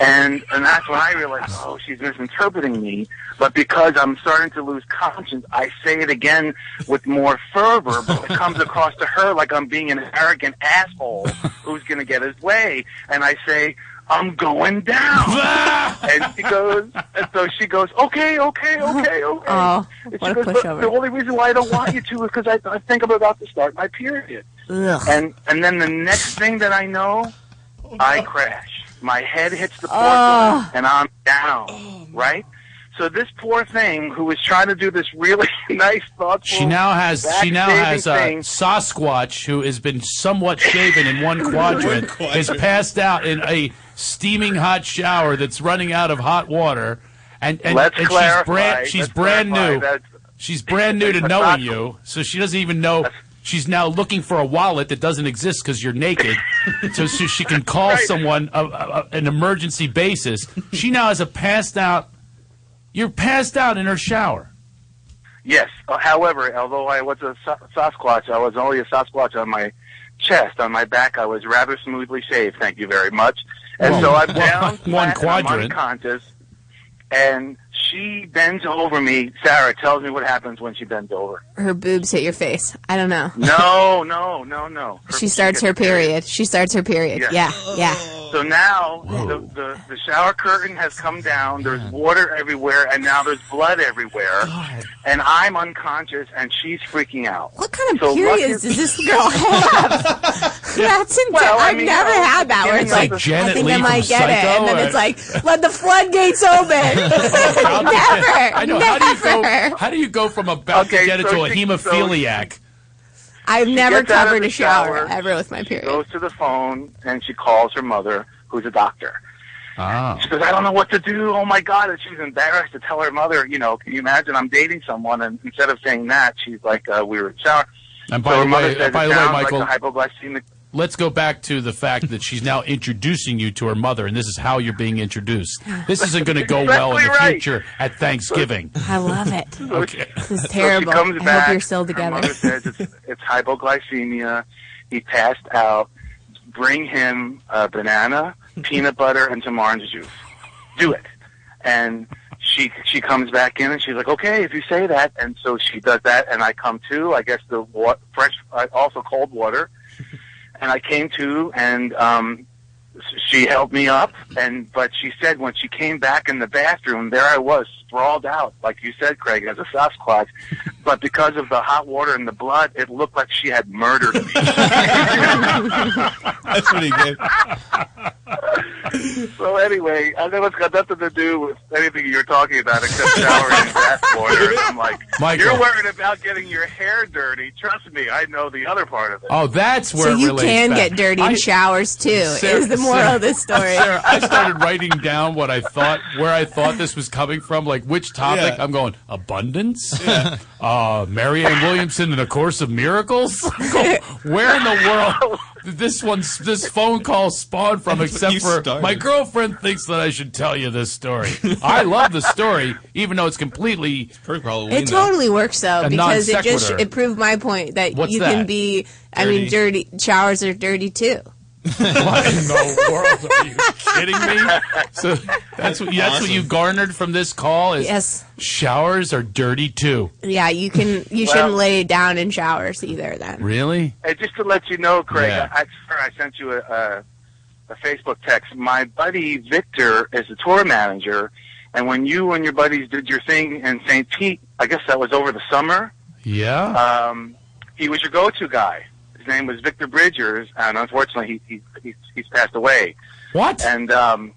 Speaker 9: And and that's when I realize, oh, she's misinterpreting me. But because I'm starting to lose conscience, I say it again with more fervor. But it comes across to her like I'm being an arrogant asshole who's going to get his way. And I say, I'm going down. and she goes, and so she goes, okay, okay, okay, okay.
Speaker 11: Oh,
Speaker 9: And she
Speaker 11: what a
Speaker 9: goes, "But
Speaker 11: pushover.
Speaker 9: The only reason why I don't want you to is because I, I think I'm about to start my period.
Speaker 11: Ugh.
Speaker 9: And and then the next thing that I know, I crash. My head hits the porcelain,
Speaker 11: Oh.
Speaker 9: and I'm down. right. So this poor thing who was trying to do this really nice, thoughtful.
Speaker 7: She now has she now
Speaker 9: back-saving
Speaker 7: has uh, a
Speaker 9: thing.
Speaker 7: Sasquatch who has been somewhat shaven in one quadrant is passed out in a steaming hot shower that's running out of hot water and and,
Speaker 9: Let's
Speaker 7: and she's
Speaker 9: clarify.
Speaker 7: brand she's
Speaker 9: Let's
Speaker 7: brand
Speaker 9: clarify.
Speaker 7: new
Speaker 9: That's-
Speaker 7: she's brand new to
Speaker 9: That's
Speaker 7: knowing
Speaker 9: not-
Speaker 7: you so she doesn't even know she's now looking for a wallet that doesn't exist because you're naked so, so she can call someone a, a, an emergency basis she now has a passed out you're passed out in her shower
Speaker 9: Yes. Uh, however, although I was a Sa- Sasquatch, I was only a Sasquatch on my chest. On my back, I was rather smoothly shaved. Thank you very much. And
Speaker 7: Well,
Speaker 9: so I'm
Speaker 7: well,
Speaker 9: down
Speaker 7: one
Speaker 9: flat, and I'm
Speaker 7: quadrant.
Speaker 9: unconscious, and she bends over me. Sarah tells me what happens when she bends over.
Speaker 11: Her boobs hit your face. I don't know.
Speaker 9: No, no, no, no. Her-
Speaker 11: She starts
Speaker 9: gets
Speaker 11: her period. She starts her period. Yeah,
Speaker 9: Yeah.
Speaker 11: yeah.
Speaker 9: So now the, the the shower curtain has come down. There's water everywhere, and now there's blood everywhere. And I'm unconscious, and she's freaking out. What
Speaker 11: kind of
Speaker 9: period
Speaker 11: periods does this girl have? That's intense.
Speaker 9: Well, I
Speaker 11: I've
Speaker 9: mean,
Speaker 11: never
Speaker 9: you know,
Speaker 11: had that. Where it's
Speaker 9: it's
Speaker 11: like,
Speaker 9: like
Speaker 11: I
Speaker 9: Janet
Speaker 11: think I
Speaker 9: Leigh
Speaker 11: might
Speaker 9: from
Speaker 11: get it,
Speaker 9: Psycho,
Speaker 11: and then
Speaker 9: or-
Speaker 11: it's like, let the floodgates open. never,
Speaker 7: I know.
Speaker 11: never.
Speaker 7: How do you go? How do you go from a
Speaker 9: Okay,
Speaker 7: bacteria
Speaker 9: so
Speaker 7: to a
Speaker 9: she-
Speaker 7: hemophiliac?
Speaker 11: I've never
Speaker 9: gets out of
Speaker 11: covered
Speaker 9: the
Speaker 11: a shower,
Speaker 9: shower.
Speaker 11: ever with my period.
Speaker 9: goes to the phone and she calls her mother, who's a doctor.
Speaker 7: Ah.
Speaker 9: She goes, I don't know what to do. Oh my God. And she's embarrassed to tell her mother, you know, can you imagine I'm dating someone? And instead of saying that, she's like, uh, we were in the shower.
Speaker 7: And by
Speaker 9: so her
Speaker 7: the
Speaker 9: mother
Speaker 7: way-
Speaker 9: says,
Speaker 7: by
Speaker 9: it
Speaker 7: the way,
Speaker 9: sounds
Speaker 7: Michael-
Speaker 9: like a hypoglycemic.
Speaker 7: Let's go back to the fact that she's now introducing you to her mother, and this is how you're being introduced. This isn't going to go well in the
Speaker 9: Exactly right.
Speaker 7: future at Thanksgiving.
Speaker 11: I love it.
Speaker 7: Okay.
Speaker 11: This is
Speaker 9: So she
Speaker 11: terrible.
Speaker 9: comes
Speaker 11: I
Speaker 9: back,
Speaker 11: hope you're still
Speaker 9: Her
Speaker 11: together.
Speaker 9: mother says it's, it's hypoglycemia. He passed out. Bring him a banana, peanut butter, and some orange juice. Do it. And she she comes back in and she's like, okay, if you say that. And so she does that, and I come to. I guess the wa- fresh, uh, also cold water. And I came to, and um, she held me up and but she said when she came back in the bathroom there i was sprawled out like you said craig as a sasquatch but because of the hot water and the blood it looked like she had murdered me
Speaker 13: That's pretty good.
Speaker 9: so anyway i know it's got nothing to do with anything you're talking about except showering in bath water i'm like
Speaker 7: Michael.
Speaker 9: you're worried about getting your hair dirty trust me i know the other part of it
Speaker 7: Oh, that's where
Speaker 11: So
Speaker 7: it
Speaker 11: you
Speaker 7: relates
Speaker 11: can
Speaker 7: back.
Speaker 11: get dirty in showers too.
Speaker 7: Sarah-
Speaker 11: is the moral
Speaker 7: Sarah-
Speaker 11: of this story?
Speaker 7: Sarah, I started writing down what I thought, where I thought this was coming from, like which topic.
Speaker 13: Yeah.
Speaker 7: I'm going abundance, uh, Marianne Williamson in a Course of Miracles. I'm going, where in the world did this one, this phone call spawn from?
Speaker 13: That's what
Speaker 7: Except
Speaker 13: you
Speaker 7: for
Speaker 13: started.
Speaker 7: my girlfriend thinks that I should tell you this story. I love the story, even though it's completely. It's pretty
Speaker 11: It totally works though
Speaker 7: A
Speaker 11: because it just
Speaker 7: non-sequitur.
Speaker 11: it proved my point that
Speaker 7: What's
Speaker 11: you can
Speaker 7: that?
Speaker 11: be. I mean, dirty showers are dirty too.
Speaker 7: kidding me? So that's what that's what you garnered from this call is
Speaker 11: Yes.
Speaker 7: showers are dirty too.
Speaker 11: Yeah, you can. You
Speaker 9: Well-
Speaker 11: shouldn't lay down in showers either. Then
Speaker 7: Really?
Speaker 9: And just to let you know, Craig,
Speaker 7: Yeah.
Speaker 9: I, I swear I sent you a, a, a Facebook text. My buddy Victor is the tour manager, and when you and your buddies did your thing in St. Pete, I guess that was over the summer.
Speaker 7: Yeah.
Speaker 9: Um, he was your go-to guy. His name was Victor Bridgers, and unfortunately, he, he, he's he's passed away.
Speaker 7: What?
Speaker 9: And um,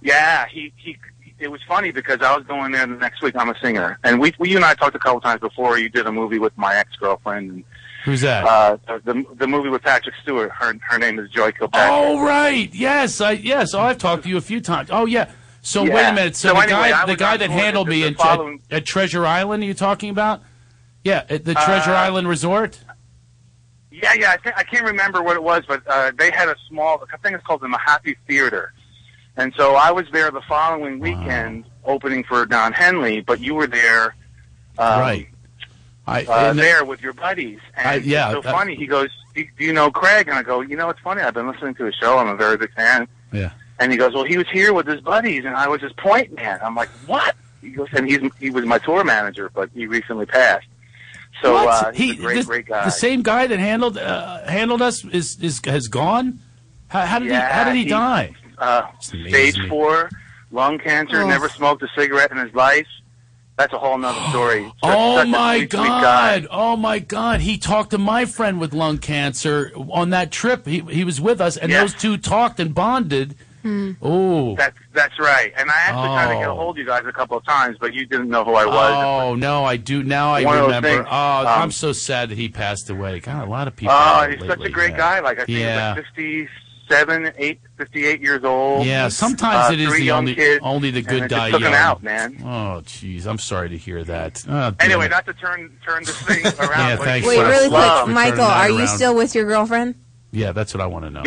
Speaker 9: yeah, he he. It was funny because I was going there the next week. I'm a singer, and we, we you and I talked a couple times before. You did a movie with my ex-girlfriend, and
Speaker 7: Who's that?
Speaker 9: uh, the the movie with Patrick Stewart. Her her name is Joy Kilpatrick.
Speaker 7: oh right. Yes, I yes, oh, I've talked to you a few times. Oh yeah. So
Speaker 16: Yeah.
Speaker 7: wait a minute. So,
Speaker 16: So
Speaker 7: the
Speaker 16: anyway, I
Speaker 7: guy, the
Speaker 16: was
Speaker 7: guy
Speaker 16: on
Speaker 7: that
Speaker 16: board
Speaker 7: handled
Speaker 16: with
Speaker 7: me
Speaker 16: the
Speaker 7: in,
Speaker 16: following-
Speaker 7: at, at Treasure Island, are you talking about? Yeah, at the
Speaker 9: Uh,
Speaker 7: Treasure Island Resort.
Speaker 9: Yeah, yeah. I, think I can't remember what it was, but uh, they had a small. I think it's called the Mahaffey Theater, and so I was there the following weekend opening for Don Henley. But you were there, um,
Speaker 7: right? I
Speaker 9: Uh,
Speaker 7: and-
Speaker 9: there with your buddies. And
Speaker 7: I- yeah,
Speaker 9: it's so
Speaker 7: that-
Speaker 9: funny. He goes, do, "Do you know Craig?" And I go, "You know, it's funny. I've been listening to his show. I'm a very big fan."
Speaker 7: Yeah.
Speaker 9: And he goes, "Well, he was here with his buddies, and I was his point man." I'm like, "What?" He goes, and he's he was my tour manager, but he recently passed. So
Speaker 7: What?
Speaker 9: uh, he's
Speaker 7: He-
Speaker 9: a great,
Speaker 7: this-
Speaker 9: great guy.
Speaker 7: The same guy that handled uh, handled us is, is has gone. How, how did he? How did he,
Speaker 9: Yeah,
Speaker 7: die?
Speaker 9: Uh, stage four, lung cancer.
Speaker 7: Oh.
Speaker 9: Never smoked a cigarette in his life. That's a whole nother story. Such-
Speaker 7: Oh
Speaker 9: such a
Speaker 7: my
Speaker 9: sweet, sweet guy.
Speaker 7: God! Oh my God! He talked to my friend with lung cancer on that trip. He he was with us, and those two talked and bonded. Oh,
Speaker 9: Hmm. That's that's right. And I actually tried to get a
Speaker 7: Oh.
Speaker 9: hold of you guys a couple of times, but you didn't know who I was.
Speaker 7: Oh no, I do now. I
Speaker 9: One of those
Speaker 7: remember.
Speaker 9: things,
Speaker 7: oh, I'm
Speaker 9: um,
Speaker 7: so sad that he passed away. God, a lot of people.
Speaker 9: Oh,
Speaker 7: died
Speaker 9: he's such
Speaker 7: lately,
Speaker 9: a great
Speaker 7: yeah.
Speaker 9: guy. Like I think
Speaker 7: yeah.
Speaker 9: he's like 57, 8, 58 years old.
Speaker 7: Yeah, sometimes
Speaker 9: Uh,
Speaker 7: it is
Speaker 9: three
Speaker 7: the
Speaker 9: young
Speaker 7: only
Speaker 9: kids,
Speaker 7: only the
Speaker 9: and
Speaker 7: good
Speaker 9: it just
Speaker 7: die
Speaker 9: took
Speaker 7: young.
Speaker 9: him out, man.
Speaker 7: Oh, jeez, I'm sorry to hear that. Oh, damn
Speaker 9: Anyway,
Speaker 7: it.
Speaker 9: not to turn turn this thing around.
Speaker 7: yeah,
Speaker 9: but
Speaker 7: thanks.
Speaker 11: Wait,
Speaker 7: for-
Speaker 11: really
Speaker 7: love
Speaker 11: quick,
Speaker 7: for
Speaker 11: Michael,
Speaker 7: turning that
Speaker 11: are you
Speaker 7: around.
Speaker 11: still with your girlfriend? Uh,
Speaker 7: Yeah, that's what I want to know.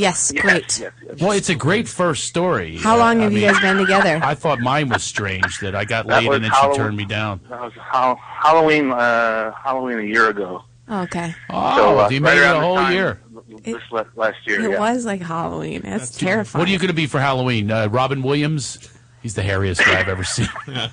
Speaker 11: Yes, great.
Speaker 7: Well, it's a great first story.
Speaker 11: How
Speaker 7: Uh,
Speaker 11: long
Speaker 7: I
Speaker 11: have you
Speaker 7: mean,
Speaker 11: guys been together?
Speaker 7: I thought mine was strange that I got
Speaker 9: That
Speaker 7: laid
Speaker 9: was
Speaker 7: and then she
Speaker 9: Halloween.
Speaker 7: turned me down.
Speaker 9: that was Hal- Halloween uh, Halloween a year ago. uh,
Speaker 11: Okay.
Speaker 7: Oh, you made it
Speaker 9: around
Speaker 7: a
Speaker 9: the
Speaker 7: whole
Speaker 9: time,
Speaker 7: year.
Speaker 9: l- l- This la- last year,
Speaker 11: It
Speaker 9: yeah.
Speaker 11: was like Halloween. That's terrifying.
Speaker 7: What are you going to be for Halloween? Uh, Robin Williams? He's the hairiest guy I've ever seen.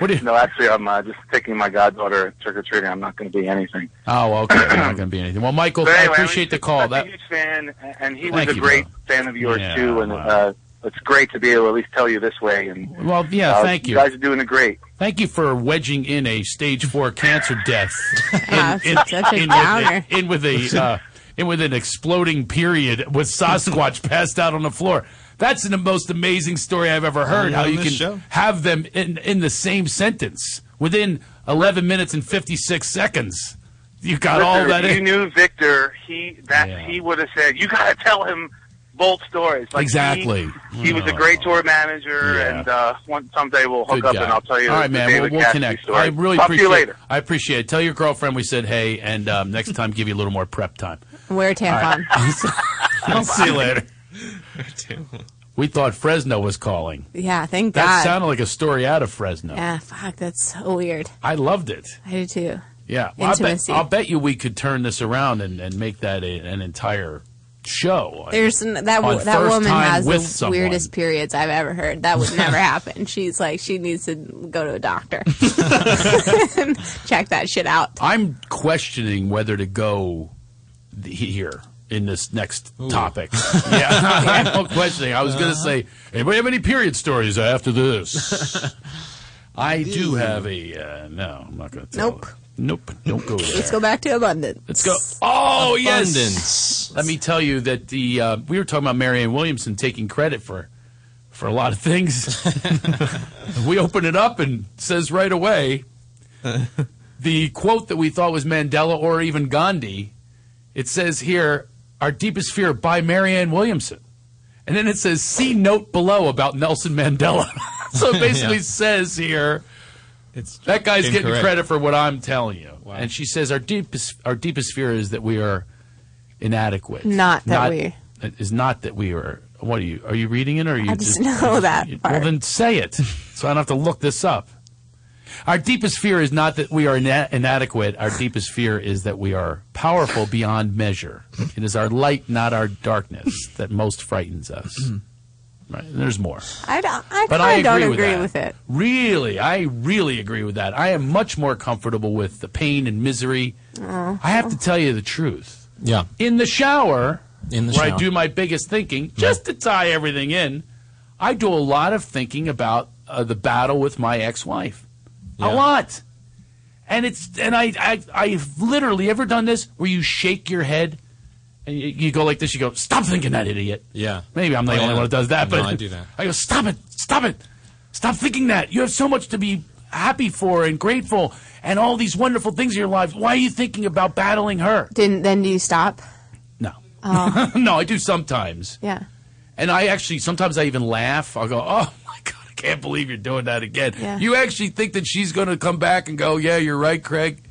Speaker 7: What
Speaker 9: No, actually, I'm uh, just taking my goddaughter trick or treating. I'm not going to be anything.
Speaker 7: oh, okay. Not going to be anything. Well, Michael,
Speaker 9: But
Speaker 7: I
Speaker 9: anyway,
Speaker 7: appreciate the call. That
Speaker 9: Huge fan, and- and he was
Speaker 7: Thank
Speaker 9: a
Speaker 7: you,
Speaker 9: great fan of yours
Speaker 7: Yeah,
Speaker 9: too. And
Speaker 7: wow.
Speaker 9: uh, it's great to be able to at least tell you this way. And
Speaker 7: well, yeah.
Speaker 9: uh,
Speaker 7: thank you.
Speaker 9: You guys are doing it great.
Speaker 7: Thank you for wedging in a stage four cancer death
Speaker 11: Yeah, it's such a
Speaker 7: in,
Speaker 11: downer.
Speaker 7: with a, in with a uh, in with an exploding period with Sasquatch passed out on the floor. That's the most amazing story I've ever
Speaker 12: Only
Speaker 7: heard. How
Speaker 12: on
Speaker 7: you
Speaker 12: this
Speaker 7: can
Speaker 12: show.
Speaker 7: have them in in the same sentence within 11 minutes and 56 seconds. You got
Speaker 9: Listen,
Speaker 7: all that
Speaker 9: if You
Speaker 7: in.
Speaker 9: knew Victor. He that he would have said, "You got to tell him bold stories." Like,
Speaker 7: Exactly.
Speaker 9: He, he was a great tour manager, and uh, one someday we'll hook
Speaker 7: Good
Speaker 9: up
Speaker 7: guy.
Speaker 9: and I'll tell you.
Speaker 7: All right,
Speaker 9: the
Speaker 7: man. We'll,
Speaker 9: David
Speaker 7: we'll
Speaker 9: Cassidy
Speaker 7: connect.
Speaker 9: Story.
Speaker 7: I really
Speaker 9: Talk
Speaker 7: appreciate
Speaker 9: to you later.
Speaker 7: it. I appreciate it. Tell your girlfriend we said hey, and um, next time give you a little more prep time.
Speaker 11: Wear a tampon.
Speaker 7: I'll see you later. We thought Fresno was calling.
Speaker 11: Yeah, thank
Speaker 7: That
Speaker 11: God.
Speaker 7: sounded like a story out of Fresno.
Speaker 11: yeah, fuck, that's so weird.
Speaker 7: I loved it.
Speaker 11: I do too.
Speaker 7: Yeah. Well, I bet,
Speaker 11: Intimacy.
Speaker 7: I'll bet you we could turn this around and, and make that a, an entire show. on-
Speaker 11: There's n- that wo-
Speaker 7: on
Speaker 11: that
Speaker 7: first
Speaker 11: woman
Speaker 7: time
Speaker 11: has the
Speaker 7: with someone.
Speaker 11: weirdest periods I've ever heard. That would never happen. She's like she needs to go to a doctor. Check that shit out.
Speaker 7: I'm questioning whether to go th- here in this next topic. yeah, I'm questioning. I was going to say, anybody have any period stories after this? I do have a. Uh, no, I'm not going to tell.
Speaker 11: Nope.
Speaker 7: Nope. Don't go there.
Speaker 11: Let's go back to abundant.
Speaker 7: Let's go. Oh
Speaker 12: Abundance.
Speaker 7: yes. Let me tell you that the uh, we were talking about Marianne Williamson taking credit for for a lot of things. we open it up and it says right away the quote that we thought was Mandela or even Gandhi. It says here our deepest fear by Marianne Williamson, and then it says see note below about Nelson Mandela. so it basically
Speaker 12: Yeah.
Speaker 7: says here. That guy's getting
Speaker 12: Incorrect.
Speaker 7: credit for what I'm telling you. And she says our deepest our deepest fear is that we are inadequate.
Speaker 11: Not that we-
Speaker 7: is not that we are. What are you? Are you reading it or are you
Speaker 11: I just know that
Speaker 7: Well, then say it, so I don't have to look this up. Our deepest fear is not that we are ina- inadequate. Our deepest fear is that we are powerful beyond measure. It is our light, not our darkness, that most frightens us. Right? and There's more.
Speaker 11: I don't. I
Speaker 7: But I
Speaker 11: kind of don't
Speaker 7: agree with
Speaker 11: agree
Speaker 7: that.
Speaker 11: with it.
Speaker 7: Really, I really agree with that. I am much more comfortable with the pain and misery.
Speaker 11: Oh.
Speaker 7: I have to tell you the truth.
Speaker 12: Yeah.
Speaker 7: In the shower,
Speaker 12: In the
Speaker 7: where I
Speaker 12: shower.
Speaker 7: do my biggest thinking, just to tie everything in, I do a lot of thinking about uh, the battle with my ex-wife. A lot. And it's and I, I I've literally ever done this where you shake your head and you, you go like this. You go, stop thinking that, idiot.
Speaker 12: Yeah.
Speaker 7: Maybe I'm the
Speaker 12: Oh,
Speaker 7: only
Speaker 12: yeah.
Speaker 7: one that does that,
Speaker 12: No,
Speaker 7: but
Speaker 12: I do that.
Speaker 7: I go, stop it, stop it, stop thinking that. You have so much to be happy for and grateful, and all these wonderful things in your life. Why are you thinking about battling her?
Speaker 11: Didn't then do you stop?
Speaker 7: No,
Speaker 11: Oh.
Speaker 7: no, I do sometimes,
Speaker 11: Yeah.
Speaker 7: And I actually sometimes I even laugh. I'll go, oh my god, I can't believe you're doing that again.
Speaker 16: Yeah.
Speaker 7: You actually think that she's going to come back and go, yeah, you're right, Craig.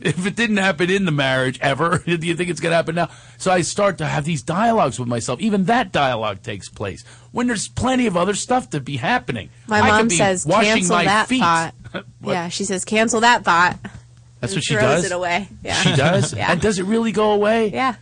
Speaker 7: If it didn't happen in the marriage ever, do you think it's going to happen now? So I start to have these dialogues with myself. Even that dialogue takes place when there's plenty of other stuff to be happening.
Speaker 11: My
Speaker 7: I could
Speaker 11: mom
Speaker 7: be
Speaker 11: says
Speaker 7: washing
Speaker 11: cancel
Speaker 7: my
Speaker 11: that
Speaker 7: feet.
Speaker 11: thought.
Speaker 7: What?
Speaker 11: yeah, she says cancel that thought.
Speaker 7: That's
Speaker 11: and
Speaker 7: what she
Speaker 11: throws
Speaker 7: does?
Speaker 11: It away. Yeah.
Speaker 7: She does?
Speaker 11: yeah.
Speaker 7: And does it really go away?
Speaker 11: Yeah.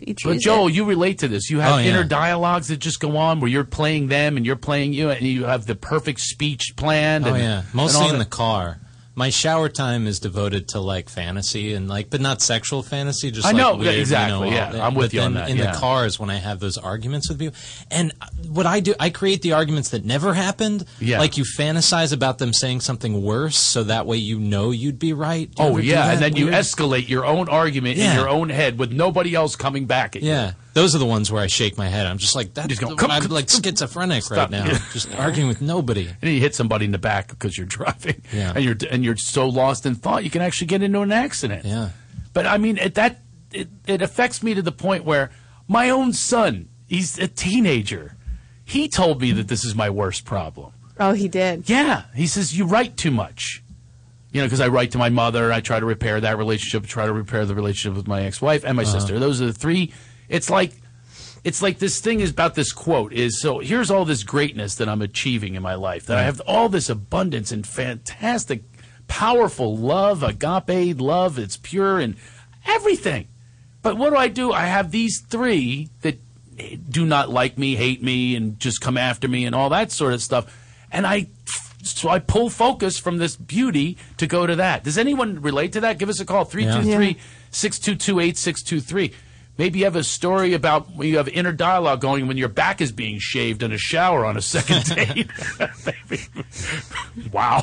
Speaker 11: If you
Speaker 7: But
Speaker 11: choose
Speaker 7: Joel,
Speaker 11: it.
Speaker 7: you relate to this. You have
Speaker 12: Oh, yeah.
Speaker 7: inner dialogues that just go on where you're playing them and you're playing you, and you have the perfect speech planned.
Speaker 12: Oh
Speaker 7: and-
Speaker 12: yeah,
Speaker 7: and
Speaker 12: mostly
Speaker 7: all
Speaker 12: in the
Speaker 7: that.
Speaker 12: car. My shower time is devoted to like fantasy and like, but not sexual fantasy. Just
Speaker 7: I
Speaker 12: like,
Speaker 7: know, yeah,
Speaker 12: weird,
Speaker 7: exactly,
Speaker 12: You know,
Speaker 7: yeah,
Speaker 12: all-
Speaker 7: I'm with
Speaker 12: but
Speaker 7: you on
Speaker 12: then
Speaker 7: that,
Speaker 12: In
Speaker 7: yeah.
Speaker 12: the car is when I have those arguments with people, and uh, what I do, I create the arguments that never happened.
Speaker 7: Yeah.
Speaker 12: like you fantasize about them saying something worse, so that way you know you'd be right. Do you
Speaker 7: Oh
Speaker 12: ever do
Speaker 7: yeah,
Speaker 12: that?
Speaker 7: and then you
Speaker 12: Weird.
Speaker 7: escalate your own argument in
Speaker 12: Yeah.
Speaker 7: your own head with nobody else coming back at you.
Speaker 12: Yeah, those are the ones where I shake my head. I'm just like that. I'm like schizophrenic right
Speaker 7: Stop.
Speaker 12: now,
Speaker 7: Yeah.
Speaker 12: just arguing with nobody.
Speaker 7: And then you hit somebody in the back because you're driving,
Speaker 12: Yeah.
Speaker 7: and you're and you're so lost in thought you can actually get into an accident.
Speaker 12: Yeah.
Speaker 7: But I mean, it, that it, it affects me to the point where my own son, he's a teenager, he told me that this is my worst problem.
Speaker 11: Oh, he did.
Speaker 7: Yeah, he says you write too much. You know, because I write to my mother, I try to repair that relationship, try to repair the relationship with my ex-wife and my
Speaker 12: Uh-huh.
Speaker 7: sister. Those are the three. It's like, it's like this thing is about this quote is so. Here's all this greatness that I'm achieving in my life. That I have all this abundance and fantastic, powerful love, agape love. It's pure and everything. But what do I do? I have these three that do not like me, hate me, and just come after me and all that sort of stuff. And I, so I pull focus from this beauty to go to that. Does anyone relate to that? Give us a call 323 622 8623. Maybe you have a story about when you have inner dialogue going when your back is being shaved in a shower on a second date. Maybe. Wow.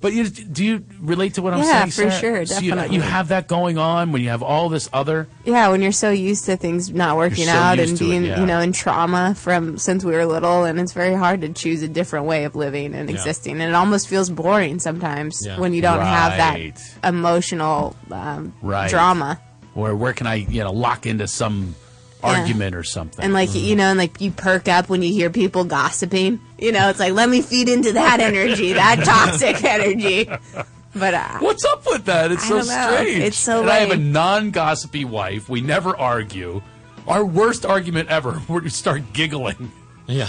Speaker 7: But you, do you relate to what I'm
Speaker 11: Yeah,
Speaker 7: saying?
Speaker 11: for
Speaker 7: Sarah?
Speaker 11: sure,
Speaker 7: So you-
Speaker 11: definitely.
Speaker 7: you have that going on when you have all this other
Speaker 11: Yeah, when you're so used to things not working
Speaker 7: so
Speaker 11: out
Speaker 7: used
Speaker 11: and
Speaker 7: to it,
Speaker 11: being,
Speaker 7: yeah.
Speaker 11: you know, in trauma from since we were little, and it's very hard to choose a different way of living and
Speaker 7: Yeah.
Speaker 11: existing, and it almost feels boring sometimes
Speaker 7: Yeah.
Speaker 11: when you don't have
Speaker 7: Right.
Speaker 11: that emotional um,
Speaker 7: right
Speaker 11: drama.
Speaker 7: or where can i you know lock into some
Speaker 11: Yeah.
Speaker 7: argument or something
Speaker 11: And like you know, and like you perk up when you hear people gossiping. You know, it's like let me feed into that energy, that toxic energy. But uh,
Speaker 7: what's up with that it's
Speaker 11: I
Speaker 7: so
Speaker 11: don't know.
Speaker 7: strange
Speaker 11: It's so
Speaker 7: and i have a
Speaker 11: lame.
Speaker 7: non-gossipy wife we never argue our worst argument ever we're to start giggling
Speaker 12: yeah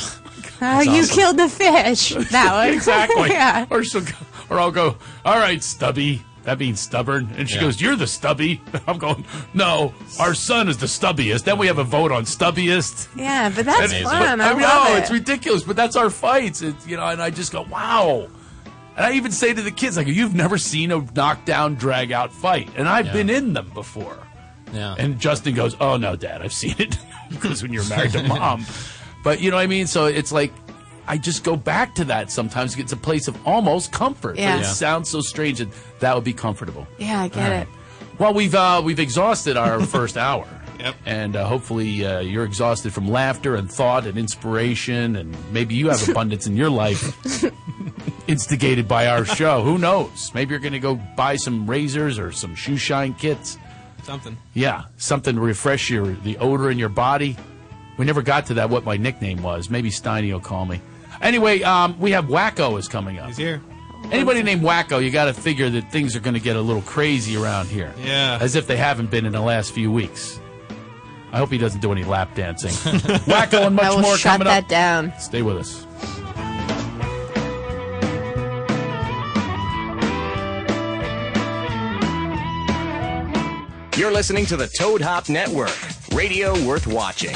Speaker 11: oh, you killed the fish. That one
Speaker 7: exactly
Speaker 11: yeah.
Speaker 7: or she'll go, or i'll go all right stubby that means stubborn and she
Speaker 12: Yeah.
Speaker 7: goes you're the stubby i'm going no our son is the stubbiest then we have a vote on stubbiest
Speaker 11: Yeah, but that's
Speaker 7: And-
Speaker 11: fun.
Speaker 7: but-
Speaker 11: I,
Speaker 7: know
Speaker 11: love it.
Speaker 7: Oh, it's ridiculous, but that's our fights. It's you know, and I just go, wow. And I even say to the kids, like, you've never seen a knockdown, drag out fight, and I've
Speaker 12: Yeah.
Speaker 7: been in them before.
Speaker 12: Yeah.
Speaker 7: And Justin goes, oh no, Dad, I've seen it because when you're married to mom. But you know what I mean? So it's like. I just go back to that sometimes. It's a place of almost comfort. but
Speaker 11: Yeah.
Speaker 7: It
Speaker 11: Yeah.
Speaker 7: sounds so strange that that would be comfortable.
Speaker 11: yeah, I get
Speaker 7: All
Speaker 11: it.
Speaker 7: right. Well, we've uh, we've exhausted our first hour. Yep. And uh, hopefully uh, you're exhausted from laughter and thought and inspiration, and maybe you have abundance in your life, instigated by our show. Who knows? Maybe you're going to go buy some razors or some shoe shine kits.
Speaker 12: Something.
Speaker 7: Yeah, something to refresh your the odor in your body. We never got to that. What my nickname was? Maybe Steiny will call me. Anyway, um, we have Wacko is coming up. He's
Speaker 5: here.
Speaker 7: Anybody named Wacko, you got to figure that things are going to get a little crazy around here.
Speaker 5: Yeah.
Speaker 7: as if they haven't been in the last few weeks. I hope he doesn't do any lap dancing. Wacko and
Speaker 11: I
Speaker 7: much
Speaker 11: will
Speaker 7: more
Speaker 11: shut
Speaker 7: coming
Speaker 11: that
Speaker 7: up.
Speaker 11: down.
Speaker 7: Stay with us.
Speaker 3: You're listening to the Toad Hop Network, radio worth watching.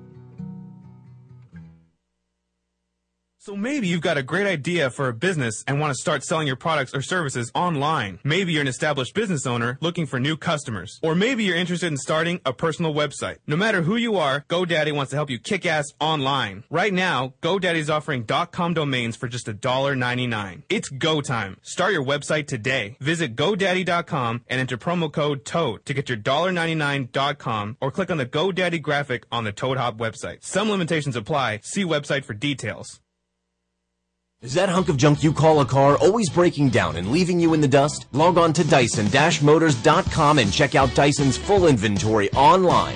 Speaker 5: So maybe you've got a great idea for a business and want to start selling your products or services online. Maybe you're an established business owner looking for new customers. Or maybe you're interested in starting a personal website. No matter who you are, GoDaddy wants to help you kick ass online. Right now, GoDaddy's offering .com domains for just $1.99. It's go time. Start your website today. Visit GoDaddy.com and enter promo code TOAD to get your $1.99.com or click on the GoDaddy graphic on the Toad Hop website. Some limitations apply. See website for details.
Speaker 16: Is that hunk of junk you call a car always breaking down and leaving you in the dust? Log on to Dyson-Motors.com and check out Dyson's full inventory online.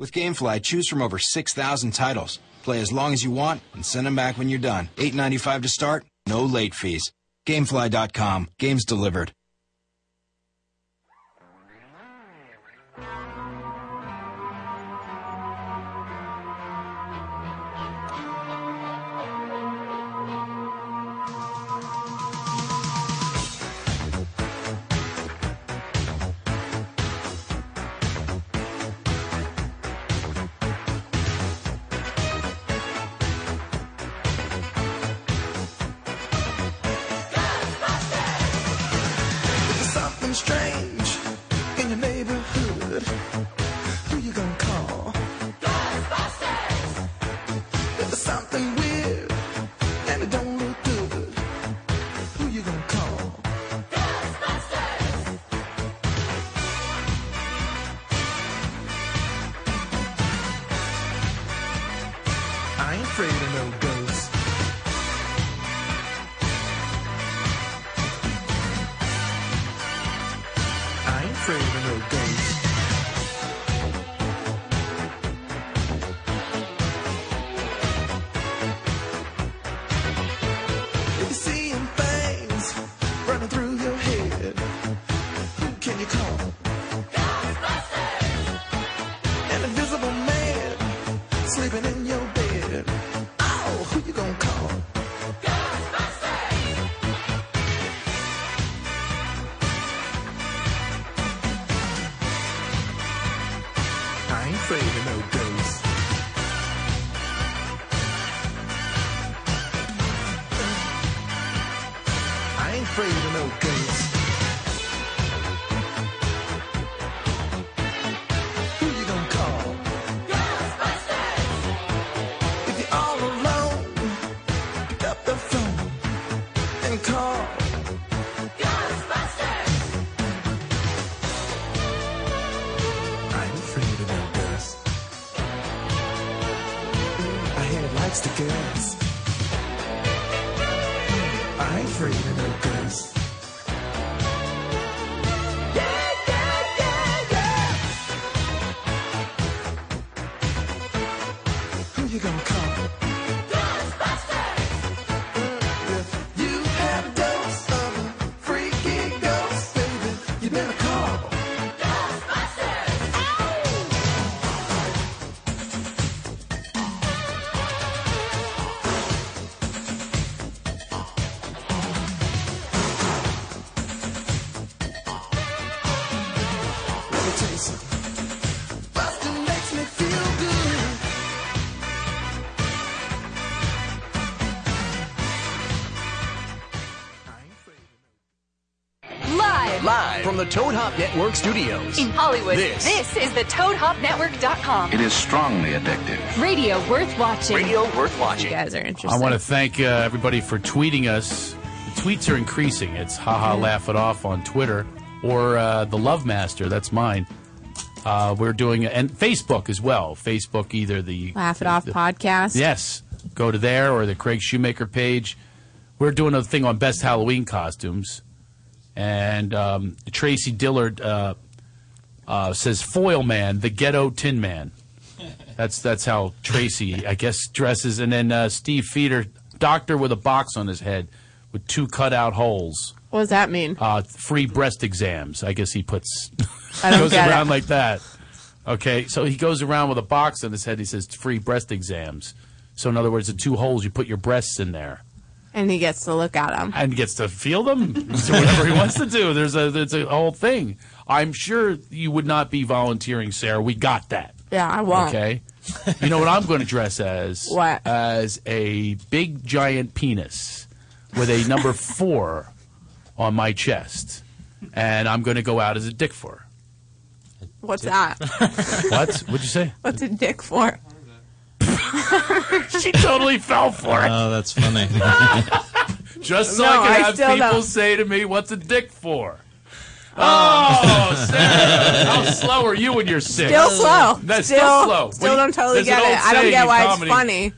Speaker 10: With GameFly, choose from over 6,000 titles. Play as long as you want and send them back when you're done. $8.95 to start, no late fees. Gamefly.com, games delivered.
Speaker 14: There's something strange in your neighborhood. Who you gonna call? Ghostbusters! There's something weird and it don't look good. Who you gonna call? Ghostbusters! I ain't afraid of no ghosts. I ain't afraid of no ghosts. If you're seeing things running through your head, who can you call? An invisible man sleeping in your bed. Oh, who you gonna call? I ain't afraid of no ghosts. I ain't afraid of no ghosts. Who you gonna call? Ghostbusters! If you're all alone, pick up the phone and call. Ghostbusters! I'm afraid of no ghosts. I had likes to girls. I'm afraid of no ghosts. Yeah, yeah, yeah, yeah. Who you gonna call? Ghostbusters! You have a dose of a freaky ghost, baby. You better call. Let me tell you something. Bustin' makes me feel good.
Speaker 4: Live.
Speaker 16: Live from the Toad Hop Network studios.
Speaker 4: In Hollywood.
Speaker 16: This.
Speaker 4: is the ToadHopNetwork.com.
Speaker 16: is strongly addictive.
Speaker 4: Radio worth watching.
Speaker 16: Radio worth watching.
Speaker 11: You guys are interesting.
Speaker 7: I want to thank uh, everybody for tweeting us. tweets are increasing. It's haha laugh it off on Twitter or uh, the Love Master. That's mine. Uh, we're doing and Facebook as well. Facebook either the
Speaker 11: Laugh It Off podcast.
Speaker 7: Yes. Go to there or the Craig Shoemaker page. We're doing a thing on best Halloween costumes. And um, Tracy Dillard uh, uh, says Foil Man, the ghetto tin man. That's that's how Tracy, I guess, dresses. And then uh, Steve Feeder, doctor with a box on his head with two cutout holes.
Speaker 11: What does that mean?
Speaker 7: Uh, free breast exams. I guess he puts
Speaker 11: I don't
Speaker 7: goes
Speaker 11: get it.
Speaker 7: around like that. Okay, so he goes around with a box on his head. He says free breast exams. So in other words, the two holes you put your breasts in there
Speaker 11: And he gets to look at him.
Speaker 7: and gets to feel them. so whatever he wants to do, there's a there's a whole thing. I'm sure you would not be volunteering, Sarah. We got that.
Speaker 11: Yeah, I won't.
Speaker 7: Okay. You know what I'm going to dress as?
Speaker 11: What?
Speaker 7: As a big giant penis with a number four on my chest, and I'm going to go out as a dick for.
Speaker 11: What's that?
Speaker 7: What? What'd you say?
Speaker 11: What's a dick for?
Speaker 7: she totally fell for it.
Speaker 12: Oh, that's funny.
Speaker 7: Just so
Speaker 11: No,
Speaker 7: I
Speaker 11: I
Speaker 7: can have
Speaker 11: still
Speaker 7: people
Speaker 11: don't.
Speaker 7: say to me, "What's a dick for?" Oh, Sarah, how slow are you when you're sick?
Speaker 11: Still slow.
Speaker 7: That's
Speaker 11: still,
Speaker 7: still, slow.
Speaker 11: Still
Speaker 7: Wait,
Speaker 11: don't totally
Speaker 7: there's an
Speaker 11: get
Speaker 7: old
Speaker 11: it. I don't
Speaker 7: saying
Speaker 11: get
Speaker 7: in
Speaker 11: why
Speaker 7: comedy.
Speaker 11: it's funny.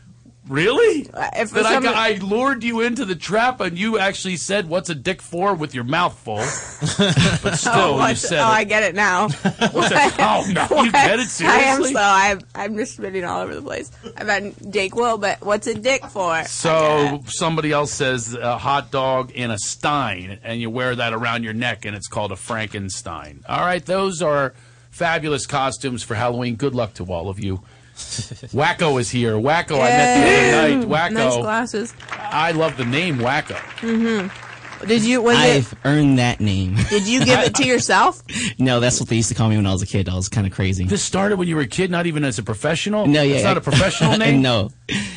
Speaker 7: Really?
Speaker 11: if
Speaker 7: that
Speaker 11: some-
Speaker 7: I, got- I lured you into the trap and you actually said, "What's a dick for?" with your mouth full. but still,
Speaker 11: oh,
Speaker 7: you
Speaker 11: what's-
Speaker 7: said
Speaker 11: oh,
Speaker 7: it.
Speaker 11: I get it now.
Speaker 7: oh no, you get it
Speaker 11: I am
Speaker 7: seriously.
Speaker 11: slow. I'm, I'm just spinning all over the place. I've had Jake Will, but what's a dick for?
Speaker 7: So somebody else says a hot dog in a stein, and you wear that around your neck, and it's called a Frankenstein. All right, those are fabulous costumes for Halloween. Good luck to all of you. Wacko is here. Wacko, I met the other night. Wacko,
Speaker 11: Nice glasses.
Speaker 7: I love the name Wacko.
Speaker 11: Mm-hmm. Did you? Was
Speaker 17: I've earned that name.
Speaker 11: it? Did you give it to yourself?
Speaker 17: no, that's what they used to call me when I was a kid. I was kind of crazy.
Speaker 7: This started when you were a kid, not even as a professional.
Speaker 17: No, yeah,
Speaker 7: it's not
Speaker 17: I-
Speaker 7: a professional name.
Speaker 17: no,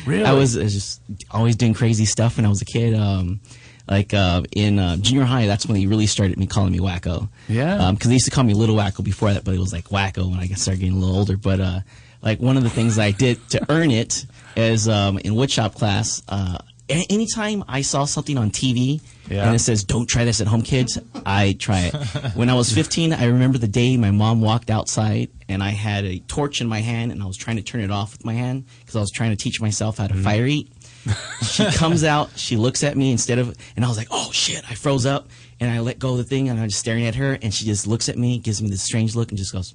Speaker 7: Really?
Speaker 17: I was, I was just always doing crazy stuff when I was a kid. Um, like uh, in uh, junior high, that's when they really started me calling me wacko.
Speaker 7: Yeah.
Speaker 17: Because Um, they used to call me little wacko before that, but it was like wacko when I started getting a little older. But uh, like one of the things I did to earn it is um, in woodshop class. Uh, a- anytime I saw something on TV
Speaker 7: Yeah.
Speaker 17: and it says "Don't try this at home, kids," I try it. when I was 15, I remember the day my mom walked outside and I had a torch in my hand and I was trying to turn it off with my hand because I was trying to teach myself
Speaker 7: Mm-hmm.
Speaker 17: how to fire eat. she comes out, she looks at me instead of, and I was like, "Oh shit!" I froze up and I let go of the thing and I'm just staring at her and she just looks at me, gives me this strange look, and just goes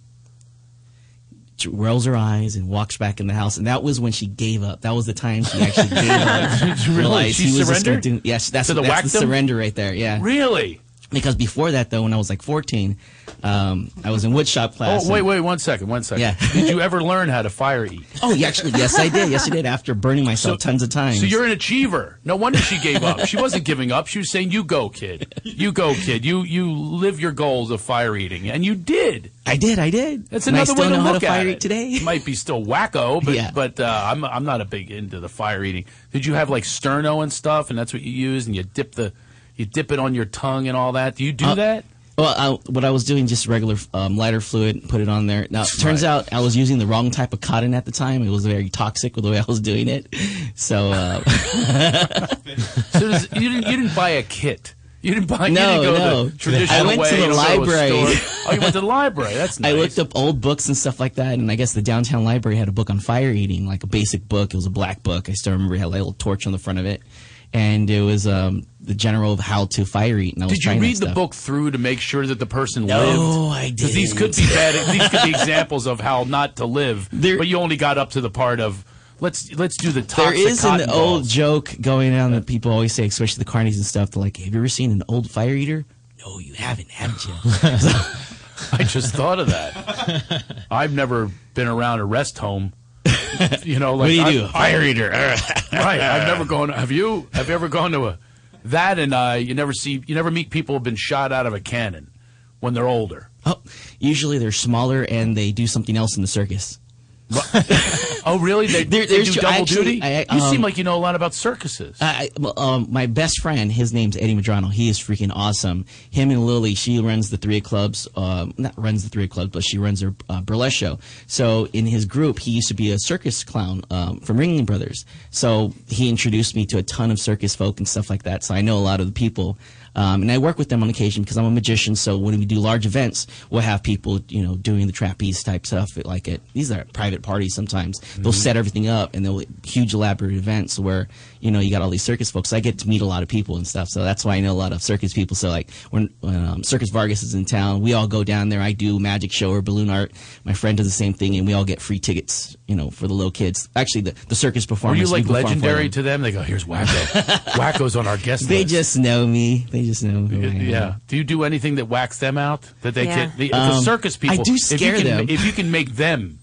Speaker 17: she rolls her eyes and walks back in the house. And that was when she gave up. That was the time she actually gave up.
Speaker 7: Really?
Speaker 17: Realized
Speaker 7: She
Speaker 17: he was just
Speaker 7: surrendered?
Speaker 17: gonna do- yes, that's,
Speaker 7: To the
Speaker 17: that's the
Speaker 7: whackdom?
Speaker 17: surrender right there. Yeah.
Speaker 7: Really?
Speaker 17: Because before that, though, when I was like 14, um, I was in woodshop class.
Speaker 7: Oh wait,
Speaker 17: and-
Speaker 7: wait, one second, one second.
Speaker 17: Yeah.
Speaker 7: Did you ever learn how to fire eat?
Speaker 17: Oh, yeah, actually, yes, I did. Yes, I did. After burning myself tons of times.
Speaker 7: So you're an achiever. No wonder she gave up. She wasn't giving up. She was saying, "You go, kid. You go, kid. You you live your goals of fire eating," and you did.
Speaker 17: I did. I did.
Speaker 7: That's
Speaker 17: And I
Speaker 7: another
Speaker 17: still
Speaker 7: way to
Speaker 17: know how
Speaker 7: look
Speaker 17: to fire
Speaker 7: at
Speaker 17: eat
Speaker 7: it. Today might be still wacko, but
Speaker 17: Yeah.
Speaker 7: but uh, I'm I'm not a big into the fire eating. Did you have like sterno and stuff, and that's what you use, and you dip the you dip it on your tongue and all that? Do you do
Speaker 17: Uh,
Speaker 7: that?
Speaker 17: Well, I, what I was doing just regular um, lighter fluid, put it on there. Now, it turns out I was using the wrong type of cotton at the time. It was very toxic with the way I was doing it. So, uh,
Speaker 7: So does, you didn't you didn't buy a kit. You didn't buy. you
Speaker 17: No,
Speaker 7: didn't go
Speaker 17: no.
Speaker 7: The traditional
Speaker 17: I went
Speaker 7: way,
Speaker 17: to the
Speaker 7: you don't go a
Speaker 17: library.
Speaker 7: store. oh, you went to the library. That's nice.
Speaker 17: I looked up old books and stuff like that, and I guess the downtown library had a book on fire eating, like a basic book. It was a black book. I still remember it had a little torch on the front of it, and it was um, the general of how to fire eat. And I was
Speaker 7: Did you
Speaker 17: trying
Speaker 7: read
Speaker 17: that
Speaker 7: the
Speaker 17: stuff.
Speaker 7: book through to make sure that the person
Speaker 17: No,
Speaker 7: lived?
Speaker 17: I
Speaker 7: 'Cause These could be bad. These could be examples of how not to live. but you only got up to the part of let's let's do the
Speaker 17: There
Speaker 7: toxic
Speaker 17: is an
Speaker 7: cotton
Speaker 17: old
Speaker 7: balls.
Speaker 17: joke going on that people always say, especially the carnies and stuff. They're like, "Have you ever seen an old fire eater?" No, you haven't, haven't you?
Speaker 7: I just thought of that. I've never been around a rest home. You know, like
Speaker 17: What do you
Speaker 7: I'm-
Speaker 17: do? Fire eater.
Speaker 7: right. I've never gone. Have you? Have you ever gone to a that and uh, you never see you never meet people who've been shot out of a cannon when they're older.
Speaker 17: Oh, Usually, they're smaller and they do something else in the circus.
Speaker 7: Oh, really? They,
Speaker 17: There-
Speaker 7: they
Speaker 17: there's
Speaker 7: do
Speaker 17: ju-
Speaker 7: double
Speaker 17: actually,
Speaker 7: duty?
Speaker 17: I- I-
Speaker 7: you seem
Speaker 17: um,
Speaker 7: like you know a lot about circuses.
Speaker 17: I, I- well, um, my best friend, his name's Eddie Madrano. He is freaking awesome. Him and Lily, she runs the three of clubs. Um, not runs the three of clubs, but she runs her uh, burlesque show. So in his group, he used to be a circus clown um, from Ringling Brothers. So he introduced me to a ton of circus folk and stuff like that. So I know a lot of the people. Um, and I work with them on occasion because I'm a magician. So when we do large events, we'll have people, you know, doing the trapeze type stuff. At, like at these are private parties sometimes. They'll
Speaker 18: Mhm.
Speaker 17: set everything up and they'll huge elaborate events where you know you got all these circus folks. I get to meet a lot of people and stuff. So that's why I know a lot of circus people. So like when, when um, Circus Vargas is in town, we all go down there. I do magic show or balloon art. My friend does the same thing, and we all get free tickets. You know, for the little kids. Actually, the, the circus
Speaker 7: Were
Speaker 17: performers.
Speaker 7: you
Speaker 17: we
Speaker 7: like
Speaker 17: perform for them.
Speaker 7: legendary to them? They go, here's Wacko. Wacko's on our guest
Speaker 17: They
Speaker 7: list.
Speaker 17: just know me. They just know who I am.
Speaker 7: Yeah. Do you do anything that whacks them out? That they
Speaker 17: Yeah.
Speaker 7: can the, the
Speaker 17: Um,
Speaker 7: circus people.
Speaker 17: I do
Speaker 7: if you
Speaker 17: scare
Speaker 7: can,
Speaker 17: them.
Speaker 7: If you can make them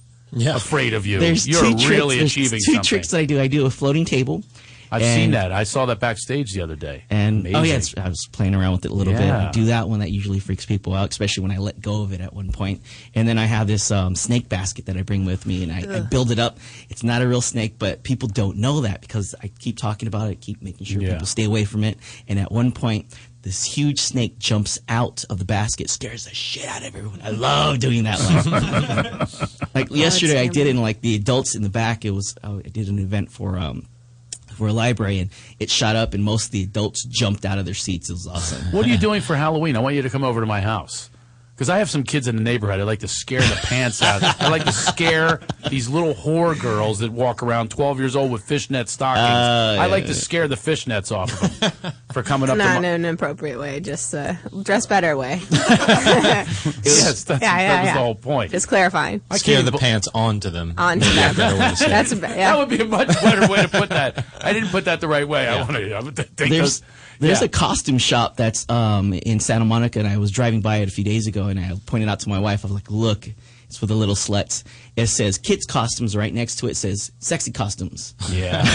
Speaker 7: afraid of you,
Speaker 17: There's
Speaker 7: you're
Speaker 17: two
Speaker 7: really
Speaker 17: tricks. there's
Speaker 7: achieving
Speaker 17: two
Speaker 7: something.
Speaker 17: tricks that I do. I do a floating table.
Speaker 7: I've seen
Speaker 17: and-
Speaker 7: that. I saw that backstage the other day.
Speaker 17: And oh
Speaker 7: Amazing.
Speaker 17: yeah, it's, I was playing around with it a little
Speaker 7: Yeah.
Speaker 17: bit. I do that one. That usually freaks people out, especially when I let go of it at one point. And then I have this um, snake basket that I bring with me, and I, I
Speaker 7: Ugh.
Speaker 17: build it up. It's not a real snake, but people don't know that because I keep talking about it, keep making sure
Speaker 7: Yeah.
Speaker 17: people stay away from it. And at one point, this huge snake jumps out of the basket, scares the shit out of everyone. I love doing that. Like, like
Speaker 7: Oh,
Speaker 17: yesterday, I
Speaker 7: it's
Speaker 17: did it,
Speaker 7: amazing.
Speaker 17: and like the adults in the back, it was oh, I did an event for. Um, for a library and it shot up and most of the adults jumped out of their seats. It was awesome.
Speaker 7: What are you doing for Halloween? I want you to come over to my house. Because I have some kids in the neighborhood. I like to scare the pants out. I like to scare these little whore girls that walk around 12 years old with fishnet stockings.
Speaker 17: Oh,
Speaker 7: I like
Speaker 17: yeah.
Speaker 7: to scare the fishnets off of them for coming up
Speaker 11: Not
Speaker 7: to
Speaker 11: in
Speaker 7: my.
Speaker 11: an appropriate way, just uh, dress better way.
Speaker 7: Yes, that's,
Speaker 11: Yeah, yeah,
Speaker 7: that was
Speaker 11: yeah.
Speaker 7: the whole point.
Speaker 11: Just clarifying.
Speaker 12: Scare the pants onto them.
Speaker 11: Onto
Speaker 12: Maybe a
Speaker 11: them.
Speaker 12: better way to say it.
Speaker 11: That's a ba- yeah.
Speaker 7: That would be a much better way to put that. I didn't put that the right way. I want to I would think those-
Speaker 17: There's there's
Speaker 7: yeah.
Speaker 17: a costume shop that's um, in Santa Monica, and I was driving by it a few days ago, and I pointed out to my wife, I was like, "Look, it's for the little sluts." It says kids costumes. Right next to it says sexy costumes.
Speaker 7: Yeah.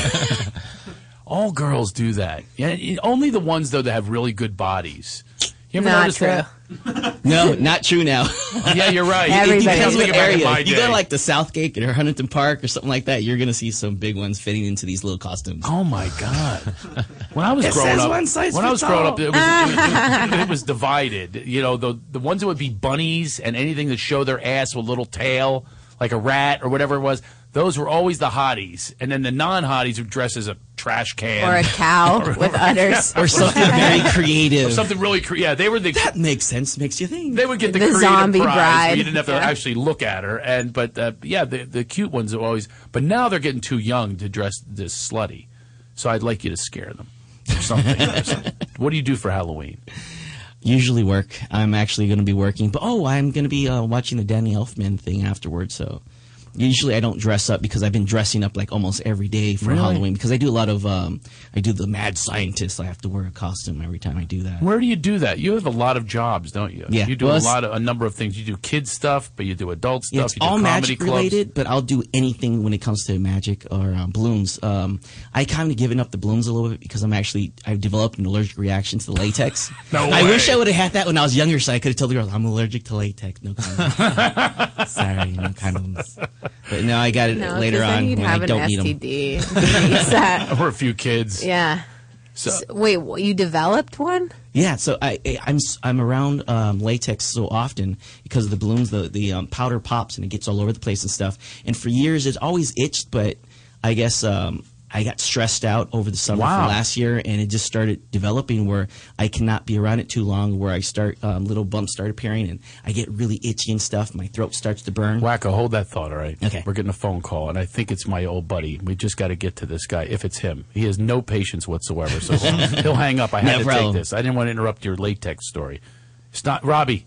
Speaker 7: All girls do that. Yeah, y- only the ones though that have really good bodies. You ever
Speaker 17: Not
Speaker 7: notice that?
Speaker 17: no, not true now.
Speaker 7: Yeah, you're right.
Speaker 17: It- It, depends what
Speaker 7: Think about it in
Speaker 17: area.
Speaker 7: my
Speaker 17: You go
Speaker 7: day.
Speaker 17: to like the Southgate or Huntington Park or something like that, you're gonna see some big ones fitting into these little costumes.
Speaker 7: Oh my god! Uh, When I was
Speaker 17: It
Speaker 7: growing
Speaker 17: says
Speaker 7: up,
Speaker 17: one size
Speaker 7: when I was
Speaker 17: fits
Speaker 7: growing
Speaker 17: all.
Speaker 7: up, it was, it, was, it was divided. You know, the the ones that would be bunnies and anything that show their ass with a little tail, like a rat or whatever it was. Those were always the hotties, and then the non-hotties would dress as a trash can
Speaker 11: Or a cow with udders.
Speaker 17: or something very creative.
Speaker 7: Or something really creative. Yeah, they were the
Speaker 17: that makes sense. Makes you think
Speaker 7: they would get the,
Speaker 11: The
Speaker 7: creative
Speaker 11: zombie
Speaker 7: prize,
Speaker 11: bride.
Speaker 7: Where you didn't have to
Speaker 11: Yeah.
Speaker 7: actually look at her, and but uh, yeah, the the cute ones are always. But now they're getting too young to dress this slutty, so I'd like you to scare them or something. or something. What do you do for Halloween?
Speaker 17: usually work. I'm actually going to be working, but oh, I'm going to be uh, watching the Danny Elfman thing afterwards. So usually I don't dress up because I've been dressing up like almost every day for
Speaker 7: Really?
Speaker 17: Halloween because I do a lot of um, I do the mad scientist. I have to wear a costume every time I do that.
Speaker 7: Where do you do that? You have a lot of jobs, don't you?
Speaker 17: Yeah.
Speaker 7: You do
Speaker 17: Well,
Speaker 7: a
Speaker 17: it's-
Speaker 7: lot of a number of things. You do kid stuff, but you do adult stuff.
Speaker 17: Yeah, it's
Speaker 7: you do
Speaker 17: all
Speaker 7: comedy
Speaker 17: magic
Speaker 7: clubs.
Speaker 17: related, but I'll do anything when it comes to magic or um, balloons. Um, I kind of given up the balloons a little bit because I'm actually I've developed an allergic reaction to latex.
Speaker 7: No
Speaker 17: I
Speaker 7: way.
Speaker 17: wish I would have had that when I was younger, so I could have told the girls I'm allergic to latex. No condoms. Sorry, no condoms. But no, I got it
Speaker 11: No,
Speaker 17: later
Speaker 11: 'cause then
Speaker 17: on
Speaker 11: you'd
Speaker 17: when
Speaker 11: have
Speaker 17: I
Speaker 11: an
Speaker 17: don't
Speaker 11: STD.
Speaker 17: need
Speaker 11: It's,
Speaker 17: them.
Speaker 7: or a few kids.
Speaker 11: yeah.
Speaker 7: So-
Speaker 11: S- wait, wh- you developed one?
Speaker 17: Yeah, so I, I- I'm s- I'm around um, latex so often because of the balloons, the the um, powder pops and it gets all over the place and stuff. And for years, it always itched, but I guess um, I got stressed out over the summer
Speaker 7: Wow.
Speaker 17: from last year, and it just started developing where I cannot be around it too long, where I start um, little bumps start appearing, and I get really itchy and stuff. My throat starts to burn.
Speaker 7: Wacko, hold that thought, all right?
Speaker 17: Okay.
Speaker 7: We're getting a phone call, and I think it's my old buddy. We just got to get to this guy, if it's him. He has no patience whatsoever, so he'll he'll hang up. I had
Speaker 17: No
Speaker 7: to
Speaker 17: problem.
Speaker 7: take this. I didn't want to interrupt your latex story. It's not Robbie.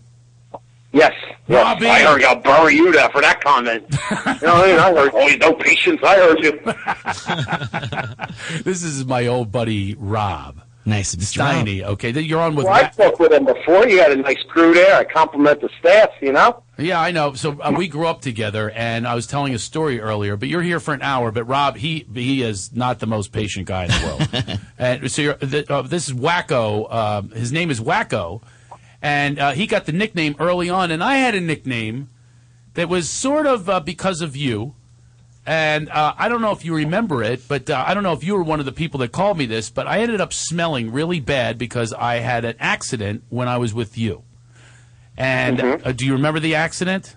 Speaker 9: Yes. yes.
Speaker 7: Robbie.
Speaker 9: I heard you. I'll bury you there for that comment. you know what I mean? I heard, oh, no patience. I heard you.
Speaker 7: This is my old buddy Rob
Speaker 17: Nice, Mr. Rob.
Speaker 7: Steiny. Okay, th- you're on with.
Speaker 9: Well, I spoke with him before. You had a nice crew there. I compliment the staff, you know?
Speaker 7: Yeah, I know. So uh, we grew up together, and I was telling a story earlier. But you're here for an hour. But Rob, he he is not the most patient guy in the world. and so you're, th- uh, this is Wacko. Uh, his name is Wacko, and uh, he got the nickname early on. And I had a nickname that was sort of uh, because of you. And uh, I don't know if you remember it, but uh, I don't know if you were one of the people that called me this, but I ended up smelling really bad because I had an accident when I was with you. And uh, do you remember the accident?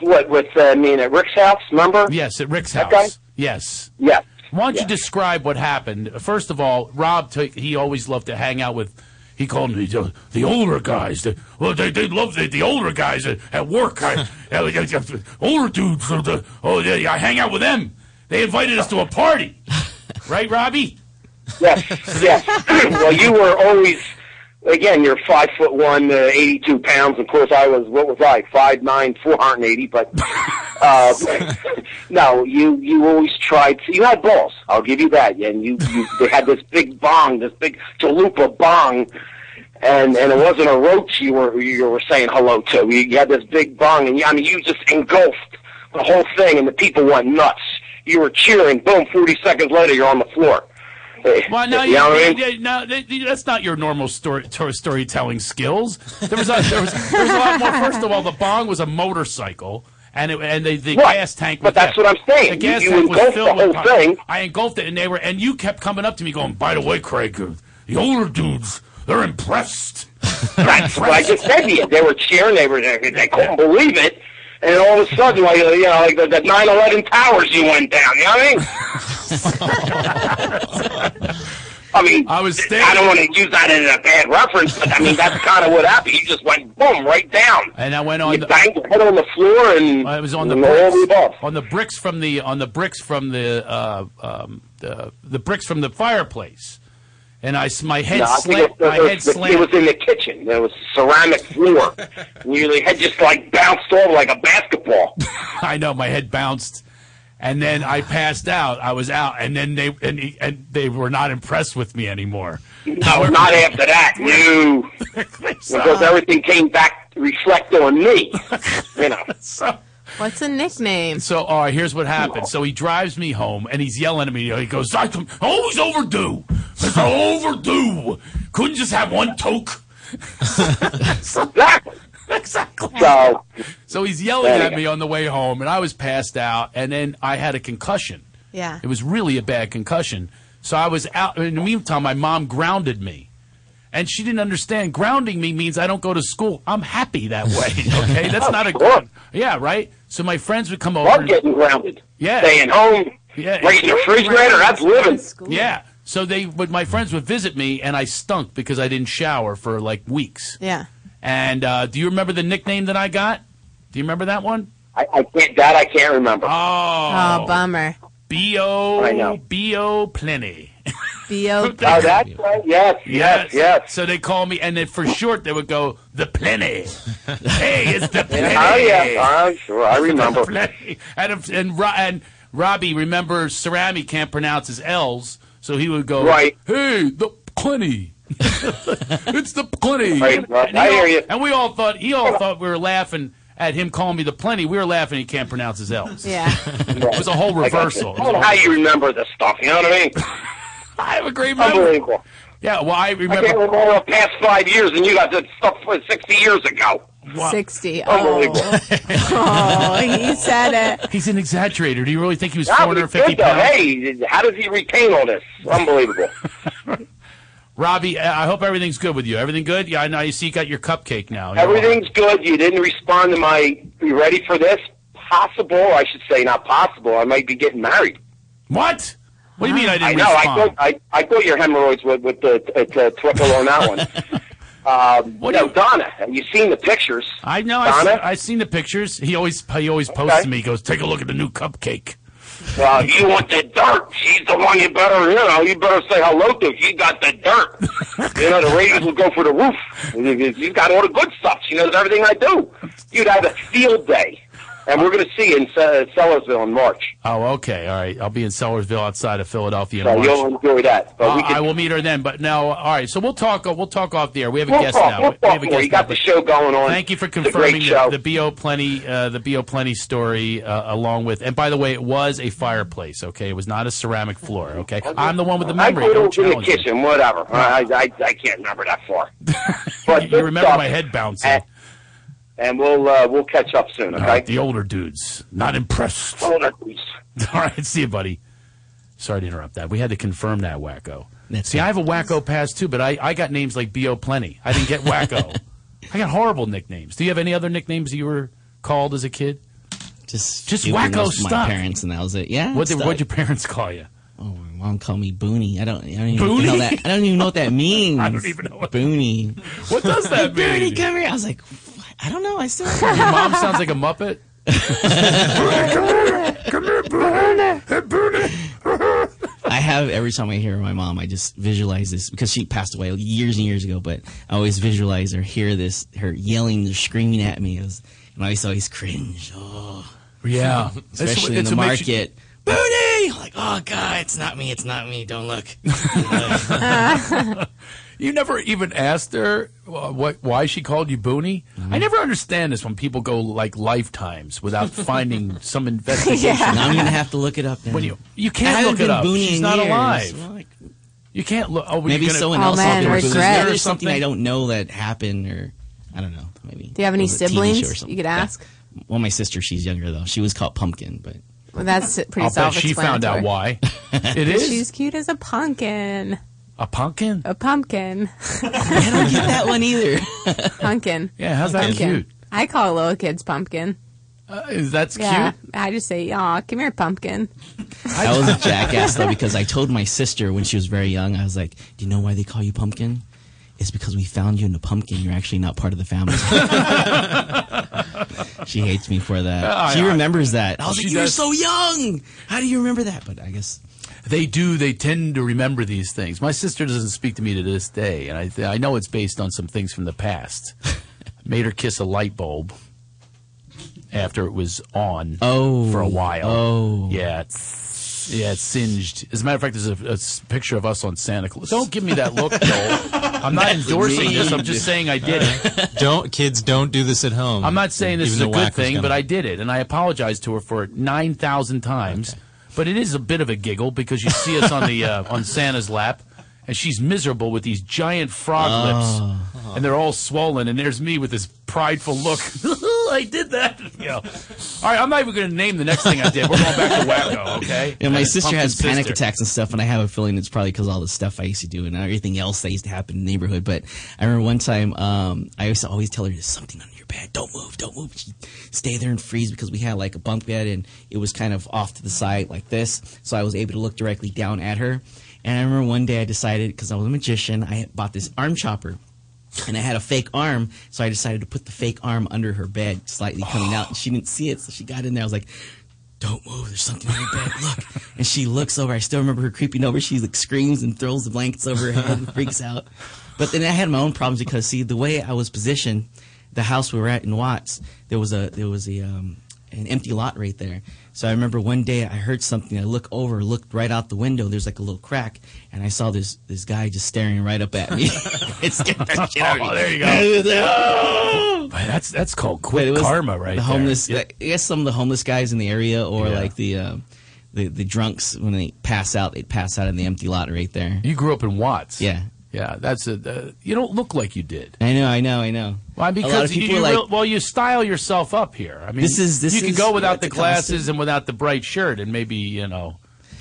Speaker 18: what with uh, I mean at Rick's house? Remember?
Speaker 7: Yes, at Rick's
Speaker 18: That guy?
Speaker 7: house. Yes.
Speaker 18: Yes.
Speaker 7: Why don't you describe what happened? First of all, Rob, t- he always loved to hang out with. He called me the, the older guys. The, well, they, they love the, the older guys at, at work. I, uh, yeah, yeah, older dudes. uh, the- oh, yeah, yeah, I hang out with them. They invited us to a party, right, Robbie?
Speaker 18: Yes. yes. well, you were always again. You're five foot one, uh, eighty two pounds. Of course, I was. What was I? Five nine, four hundred eighty. But uh, no, you you always tried. To, you had balls. I'll give you that. And you, you they had this big bong, this big chalupa bong. And and it wasn't a roach you were you were saying hello to. You, you had this big bong, and you, I mean you just engulfed the whole thing, and the people went nuts. You were cheering. Boom! Forty seconds later, you're on the floor.
Speaker 7: Well, Uh, no,
Speaker 18: you
Speaker 7: you,
Speaker 18: know what I mean?
Speaker 7: you- no, th- th- that's not your normal story, to- storytelling skills. There was, a, there, was, there was a lot more. First of all, the bong was a motorcycle, and it, and the, the
Speaker 18: Right.
Speaker 7: gas tank. was
Speaker 18: But that's
Speaker 7: that-
Speaker 18: what I'm saying.
Speaker 7: The gas
Speaker 18: You- you
Speaker 7: tank was
Speaker 18: engulfed
Speaker 7: filled
Speaker 18: the
Speaker 7: with
Speaker 18: whole
Speaker 7: pop-
Speaker 18: thing.
Speaker 7: I engulfed it, and they were, and you kept coming up to me going, "By the way, Craig, uh, the older dudes, they're impressed."
Speaker 18: That's what I just said to you. They were cheering. They were. They, they couldn't believe it. And all of a sudden, like you know, like the, the 9/11 towers, you went down. You know what I mean? I mean, I was. I don't want to use that as a bad reference, but I mean that's kind of what happened. You just went boom right down.
Speaker 7: And I went on.
Speaker 18: You banged your head on the floor, and
Speaker 7: I was on the
Speaker 18: and all
Speaker 7: bricks,
Speaker 18: the above.
Speaker 7: on the bricks from the on the bricks from the uh, um, the, the bricks from the fireplace, and I s- my head
Speaker 18: No, I think
Speaker 7: slammed.
Speaker 18: it was-
Speaker 7: My
Speaker 18: it was-
Speaker 7: head slammed.
Speaker 18: It was in the kitchen. There was ceramic floor. Your head just like bounced over like a basketball.
Speaker 7: I know my head bounced, and then I passed out. I was out, and then they and, he- and they were not impressed with me anymore.
Speaker 18: No, not after that. No. because everything came back to reflect on me. You know.
Speaker 11: What's a nickname?
Speaker 7: So, all right, here's what happened. So he drives me home, and he's yelling at me. He goes, oh, "I com- always overdue. It's overdue. Couldn't just have one toke."
Speaker 18: exactly.
Speaker 7: Exactly.
Speaker 18: So,
Speaker 7: he's yelling
Speaker 11: There you
Speaker 7: at me on the way home, and I was passed out, and then I had a concussion.
Speaker 11: Yeah.
Speaker 7: It was really a bad concussion. So I was out. In the meantime, my mom grounded me. And she didn't understand. Grounding me means I don't go to school. I'm happy that way. Okay, that's not a good. Yeah, right. So my friends would come over.
Speaker 18: Love getting grounded.
Speaker 7: Yeah,
Speaker 18: Staying home,
Speaker 7: Yeah,
Speaker 18: raising the refrigerator. That's living.
Speaker 7: Yeah. So they, but my friends would visit me, and I stunk because I didn't shower for like weeks.
Speaker 11: Yeah.
Speaker 7: And uh, do you remember the nickname that I got? Do you remember that one?
Speaker 18: I, I can't. That I can't remember.
Speaker 7: Oh,
Speaker 11: Oh, bummer.
Speaker 7: B.O.
Speaker 18: I know.
Speaker 7: B.O. Plenty.
Speaker 11: B.O.
Speaker 7: Oh,
Speaker 18: that's right. Yes,
Speaker 7: yes, yes. So they call me, and then for short, they would go, The Plenty. hey, it's The Plenty.
Speaker 18: Oh yeah, I'm sure. I remember.
Speaker 7: Plenty. And, if- and, Ro- and Robbie, remember, Cerami can't pronounce his L's, so he would go,
Speaker 18: Right.
Speaker 7: Hey, The Plenty. it's The Plenty.
Speaker 18: Right, right.
Speaker 7: he
Speaker 18: I hear
Speaker 7: all-
Speaker 18: you.
Speaker 7: And we all thought, he all thought we were laughing at him calling me The Plenty. We were laughing he can't pronounce his L's.
Speaker 11: Yeah.
Speaker 7: It was a whole
Speaker 18: I got you.
Speaker 7: reversal.
Speaker 18: I don't know how you remember this stuff. You know what I mean?
Speaker 7: I have a great memory.
Speaker 18: Unbelievable.
Speaker 7: Yeah, well, I
Speaker 18: I
Speaker 7: remember.
Speaker 18: can't remember the past five years, and you got this stuff from sixty years ago.
Speaker 11: 60.
Speaker 18: Unbelievable.
Speaker 11: Oh, he said it.
Speaker 7: He's an exaggerator. Do you really think he was
Speaker 18: Yeah, but it's
Speaker 7: 450
Speaker 18: good, though.
Speaker 7: pounds?
Speaker 18: Hey, how does he retain all this? Unbelievable.
Speaker 7: Robbie, uh, I I hope everything's good with you. Everything good? Yeah, I know. You see, you got your cupcake now. You're
Speaker 18: Everything's good. You didn't respond to my. You ready for this? Possible, I should say, not possible. I might be getting married.
Speaker 7: What? What do you mean I didn't
Speaker 18: I know.
Speaker 7: respond?
Speaker 18: I thought I, I thought your hemorrhoids would with the uh, uh, twinkle on that one. Um, what no, Donna, you've seen the pictures.
Speaker 7: I know. I see,
Speaker 18: Donna?
Speaker 7: I've seen the pictures. He always he always posts to me. He goes, "Take a look at the new cupcake."
Speaker 18: Well, you want the dirt. She's the one you better, you know, you better say hello to. She got the dirt. you know, the Raiders will go for the roof. She's got all the good stuff. She knows everything I do. You'd have a field day. And we're going to see you in Se- Sellersville in March.
Speaker 7: Oh, okay. All right. I'll be in Sellersville outside of Philadelphia. in
Speaker 18: So
Speaker 7: March.
Speaker 18: you'll enjoy that. But
Speaker 7: Uh,
Speaker 18: we can,
Speaker 7: I will meet her then. But now, all right. So we'll talk. uh, We'll talk off the air. We have a
Speaker 18: we'll
Speaker 7: guest
Speaker 18: talk,
Speaker 7: now.
Speaker 18: We'll
Speaker 7: We- we
Speaker 18: talk
Speaker 7: have a
Speaker 18: more.
Speaker 7: guest
Speaker 18: You got
Speaker 7: now.
Speaker 18: the show going on.
Speaker 7: Thank you for
Speaker 18: It's a
Speaker 7: confirming
Speaker 18: great show.
Speaker 7: the, the bo plenty uh, the bo plenty story uh, along with. And by the way, it was a fireplace. Okay, it was not a ceramic floor. Okay, I'm the one with the memory.
Speaker 18: I thought it
Speaker 7: Don't
Speaker 18: was in the
Speaker 7: challenge me.
Speaker 18: kitchen, whatever. I, I, I can't remember that far. But
Speaker 7: You remember my head bouncing.
Speaker 18: and we'll uh, we'll catch up soon. Okay.
Speaker 7: All right, the older dudes, not impressed.
Speaker 18: Older dudes.
Speaker 7: All right, see you, buddy. Sorry to interrupt that. We had to confirm that wacko. see, I have a wacko pass too, but I, I got names like B.O. Plenty. I didn't get wacko. I got horrible nicknames. Do you have any other nicknames you were called as a kid?
Speaker 17: Just
Speaker 7: Just
Speaker 17: stupid
Speaker 7: wacko
Speaker 17: was
Speaker 7: stuff.
Speaker 17: My parents and that was it. Yeah.
Speaker 7: What did-
Speaker 17: stuff.
Speaker 7: what'd your parents call you?
Speaker 17: Oh, my mom called me Booney. I don't. I don't even know
Speaker 7: Booney?
Speaker 17: that. I don't even know what that means. I don't even know what Booney.
Speaker 7: What does that
Speaker 17: Hey,
Speaker 7: mean?
Speaker 17: Booney, come here. I was like, "What? I don't know. I still.
Speaker 7: Your mom sounds like a muppet.
Speaker 17: I have every time I hear my mom, I just visualize this because she passed away years and years ago. But I always visualize her, hear this, her yelling, or screaming at me. It was, and I always always cringe. Oh,
Speaker 7: Yeah. That's what-
Speaker 17: especially in
Speaker 7: that's
Speaker 17: the
Speaker 7: what makes
Speaker 17: market.
Speaker 7: you-
Speaker 17: Booty! I'm like, oh god, it's not me. It's not me. Don't look.
Speaker 7: You never even asked her uh, what why she called you Booney. I never understand this when people go like lifetimes without finding some investigation.
Speaker 17: Yeah. Now I'm gonna have to look it up. Now.
Speaker 7: When you you
Speaker 17: I
Speaker 7: can't
Speaker 17: haven't
Speaker 7: look
Speaker 17: been
Speaker 7: it up.
Speaker 17: Booney
Speaker 7: She's
Speaker 17: in
Speaker 7: not
Speaker 17: years.
Speaker 7: alive. You can't look. Oh, were you
Speaker 17: maybe
Speaker 7: gonna-
Speaker 17: someone else. out there was just- There's something I don't know that happened, or I don't know. Maybe.
Speaker 11: Do you have any
Speaker 17: It was a TV show or
Speaker 11: siblings?
Speaker 17: something.
Speaker 11: You could
Speaker 17: Yeah.
Speaker 11: ask.
Speaker 17: Well, my sister, she's younger though. She was called Pumpkin, but
Speaker 11: Well, that's pretty
Speaker 17: I'll bet she
Speaker 11: self-explanatory.
Speaker 17: found out
Speaker 7: why. it
Speaker 11: She's cute as a pumpkin.
Speaker 7: A pumpkin?
Speaker 11: A pumpkin.
Speaker 17: I don't get that one either.
Speaker 11: pumpkin.
Speaker 7: Yeah, how's that
Speaker 11: Pumpkin.
Speaker 7: cute?
Speaker 11: I call little kids pumpkin.
Speaker 7: Uh, is that's
Speaker 11: yeah,
Speaker 7: cute.
Speaker 11: I just say, "Aw, come here, pumpkin."
Speaker 17: I was a jackass though because I told my sister when she was very young. I was like, "Do you know why they call you Pumpkin? It's because we found you in a pumpkin. You're actually not part of the family." she hates me for that.
Speaker 7: I-
Speaker 17: she
Speaker 7: I-
Speaker 17: remembers that. Uh, I was
Speaker 7: She
Speaker 17: like, "You were
Speaker 7: does.
Speaker 17: so young. How do you remember that?" But I guess
Speaker 7: They do. They tend to remember these things. My sister doesn't speak to me to this day, and I th- I know it's based on some things from the past. Made her kiss a light bulb after it was on.
Speaker 17: Oh,
Speaker 7: for a while.
Speaker 17: Oh,
Speaker 7: yeah, it's, yeah, it's singed. As a matter of fact, there's a, a s- picture of us on Santa Claus. Don't give me that look, Joel. I'm not
Speaker 12: That's
Speaker 7: endorsing this. I'm
Speaker 12: mean.
Speaker 7: just saying I did it.
Speaker 12: Don't kids don't do this at home.
Speaker 7: I'm not saying this
Speaker 12: Even
Speaker 7: is a
Speaker 12: though
Speaker 7: good
Speaker 12: Wacko's
Speaker 7: thing,
Speaker 12: gonna-
Speaker 7: but I did it, and I apologize to her for it nine thousand times. But it is a bit of a giggle because you see us on the uh, on Santa's lap, and she's miserable with these giant frog
Speaker 17: Oh.
Speaker 7: lips, and they're all swollen. And there's me with this prideful look. I did that. You know. All right, I'm not even going to name the next thing I did. We're going back to Wacko, okay?
Speaker 17: Yeah, my
Speaker 7: Uh,
Speaker 17: sister
Speaker 7: Pumpkin
Speaker 17: has panic
Speaker 7: sister.
Speaker 17: attacks and stuff, and I have a feeling it's probably because all the stuff I used to do and everything else that used to happen in the neighborhood. But I remember one time, um, I used to always tell her, "There's something under your bed. Don't move. Don't move. She'd stay there and freeze." Because we had like a bunk bed, and it was kind of off to the side like this, so I was able to look directly down at her. And I remember one day I decided because I was a magician, I had bought this arm chopper and I had a fake arm, so I decided to put the fake arm under her bed, slightly coming out. And she didn't see it, so she got in there. I was like, "Don't move! There's something in your bed. Look!" and she looks over. I still remember her creeping over. She like screams and throws the blankets over her head and freaks out. But then I had my own problems because see the way I was positioned, the house we were at in Watts, there was a there was a um, an empty lot right there. So I remember one day I heard something. I look over, looked right out the window. There's like a little crack, and I saw this this guy just staring right up at me. it scared the shit out of me.
Speaker 7: Oh, there you go.
Speaker 17: I was like, "Oh!"
Speaker 7: Man, that's that's called
Speaker 17: But it
Speaker 7: quick
Speaker 17: was
Speaker 7: karma, right?
Speaker 17: The
Speaker 7: there.
Speaker 17: homeless,
Speaker 7: Yeah.
Speaker 17: I guess some of the homeless guys in the area, or
Speaker 7: Yeah.
Speaker 17: like the, uh, the the drunks when they pass out, they pass out in the empty lot right there.
Speaker 7: You grew up in Watts.
Speaker 17: Yeah,
Speaker 7: yeah. That's a. Uh, you don't look like you did.
Speaker 17: I know, I know, I know.
Speaker 7: Why?
Speaker 17: a lot of
Speaker 7: Because you,
Speaker 17: people
Speaker 7: you
Speaker 17: are like,
Speaker 7: real- well, you style yourself up here. I mean,
Speaker 17: This is- this
Speaker 7: you could
Speaker 17: is-
Speaker 7: go without
Speaker 17: it's
Speaker 7: the
Speaker 17: a
Speaker 7: glasses
Speaker 17: constant.
Speaker 7: and without the bright shirt, and maybe you know,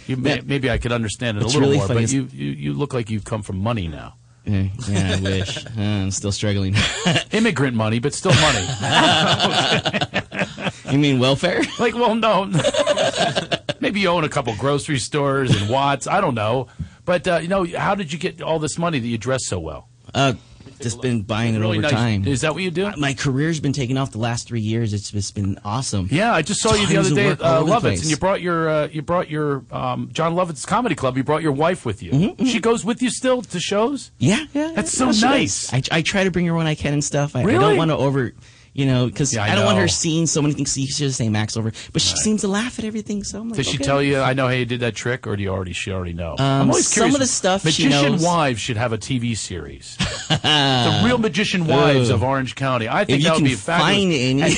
Speaker 7: you may,
Speaker 17: Man,
Speaker 7: maybe I could understand it a
Speaker 17: what's
Speaker 7: little
Speaker 17: really
Speaker 7: more.
Speaker 17: funny
Speaker 7: But
Speaker 17: is-
Speaker 7: you, you you look like you come from money now,
Speaker 17: yeah, yeah, I wish. Uh, I'm still struggling.
Speaker 7: immigrant money, but still money.
Speaker 17: you mean welfare?
Speaker 7: like, well, no, maybe you own a couple grocery stores and Watts. I don't know, but uh, you know, how did you get all this money that you dress so well?
Speaker 17: Uh, just been buying it
Speaker 7: Really
Speaker 17: over
Speaker 7: nice-
Speaker 17: time.
Speaker 7: Is that what you do?
Speaker 17: My career's been taking off the last three years. It's just been awesome.
Speaker 7: Yeah, I just saw you the
Speaker 17: Tons
Speaker 7: other day
Speaker 17: of
Speaker 7: at
Speaker 17: work all
Speaker 7: uh,
Speaker 17: over the
Speaker 7: Lovitz,
Speaker 17: place.
Speaker 7: and you brought your uh, you brought your um, John Lovitz Comedy Club. You brought your wife with you. She goes with you still to shows.
Speaker 17: Yeah, yeah.
Speaker 7: That's so
Speaker 17: yeah, she
Speaker 7: nice.
Speaker 17: does. I, I try to bring her when I can and stuff. I, I
Speaker 7: Really?
Speaker 17: don't want to over, you know, because
Speaker 7: Yeah, I
Speaker 17: I, don't want
Speaker 7: know.
Speaker 17: her seeing so many things. She should just say Max over, but she seems to laugh at everything. So I'm like,
Speaker 7: Does she
Speaker 17: okay.
Speaker 7: tell you? I know how you did that trick, or do you already? She already know.
Speaker 17: Um,
Speaker 7: I'm always
Speaker 17: some
Speaker 7: curious.
Speaker 17: of the stuff she
Speaker 7: magician
Speaker 17: knows.
Speaker 7: wives should have a TV series. the real magician wives
Speaker 17: Ooh.
Speaker 7: of Orange County. I think
Speaker 17: Oh. If you
Speaker 7: that would
Speaker 17: can
Speaker 7: be fabulous.
Speaker 17: find any.
Speaker 7: And,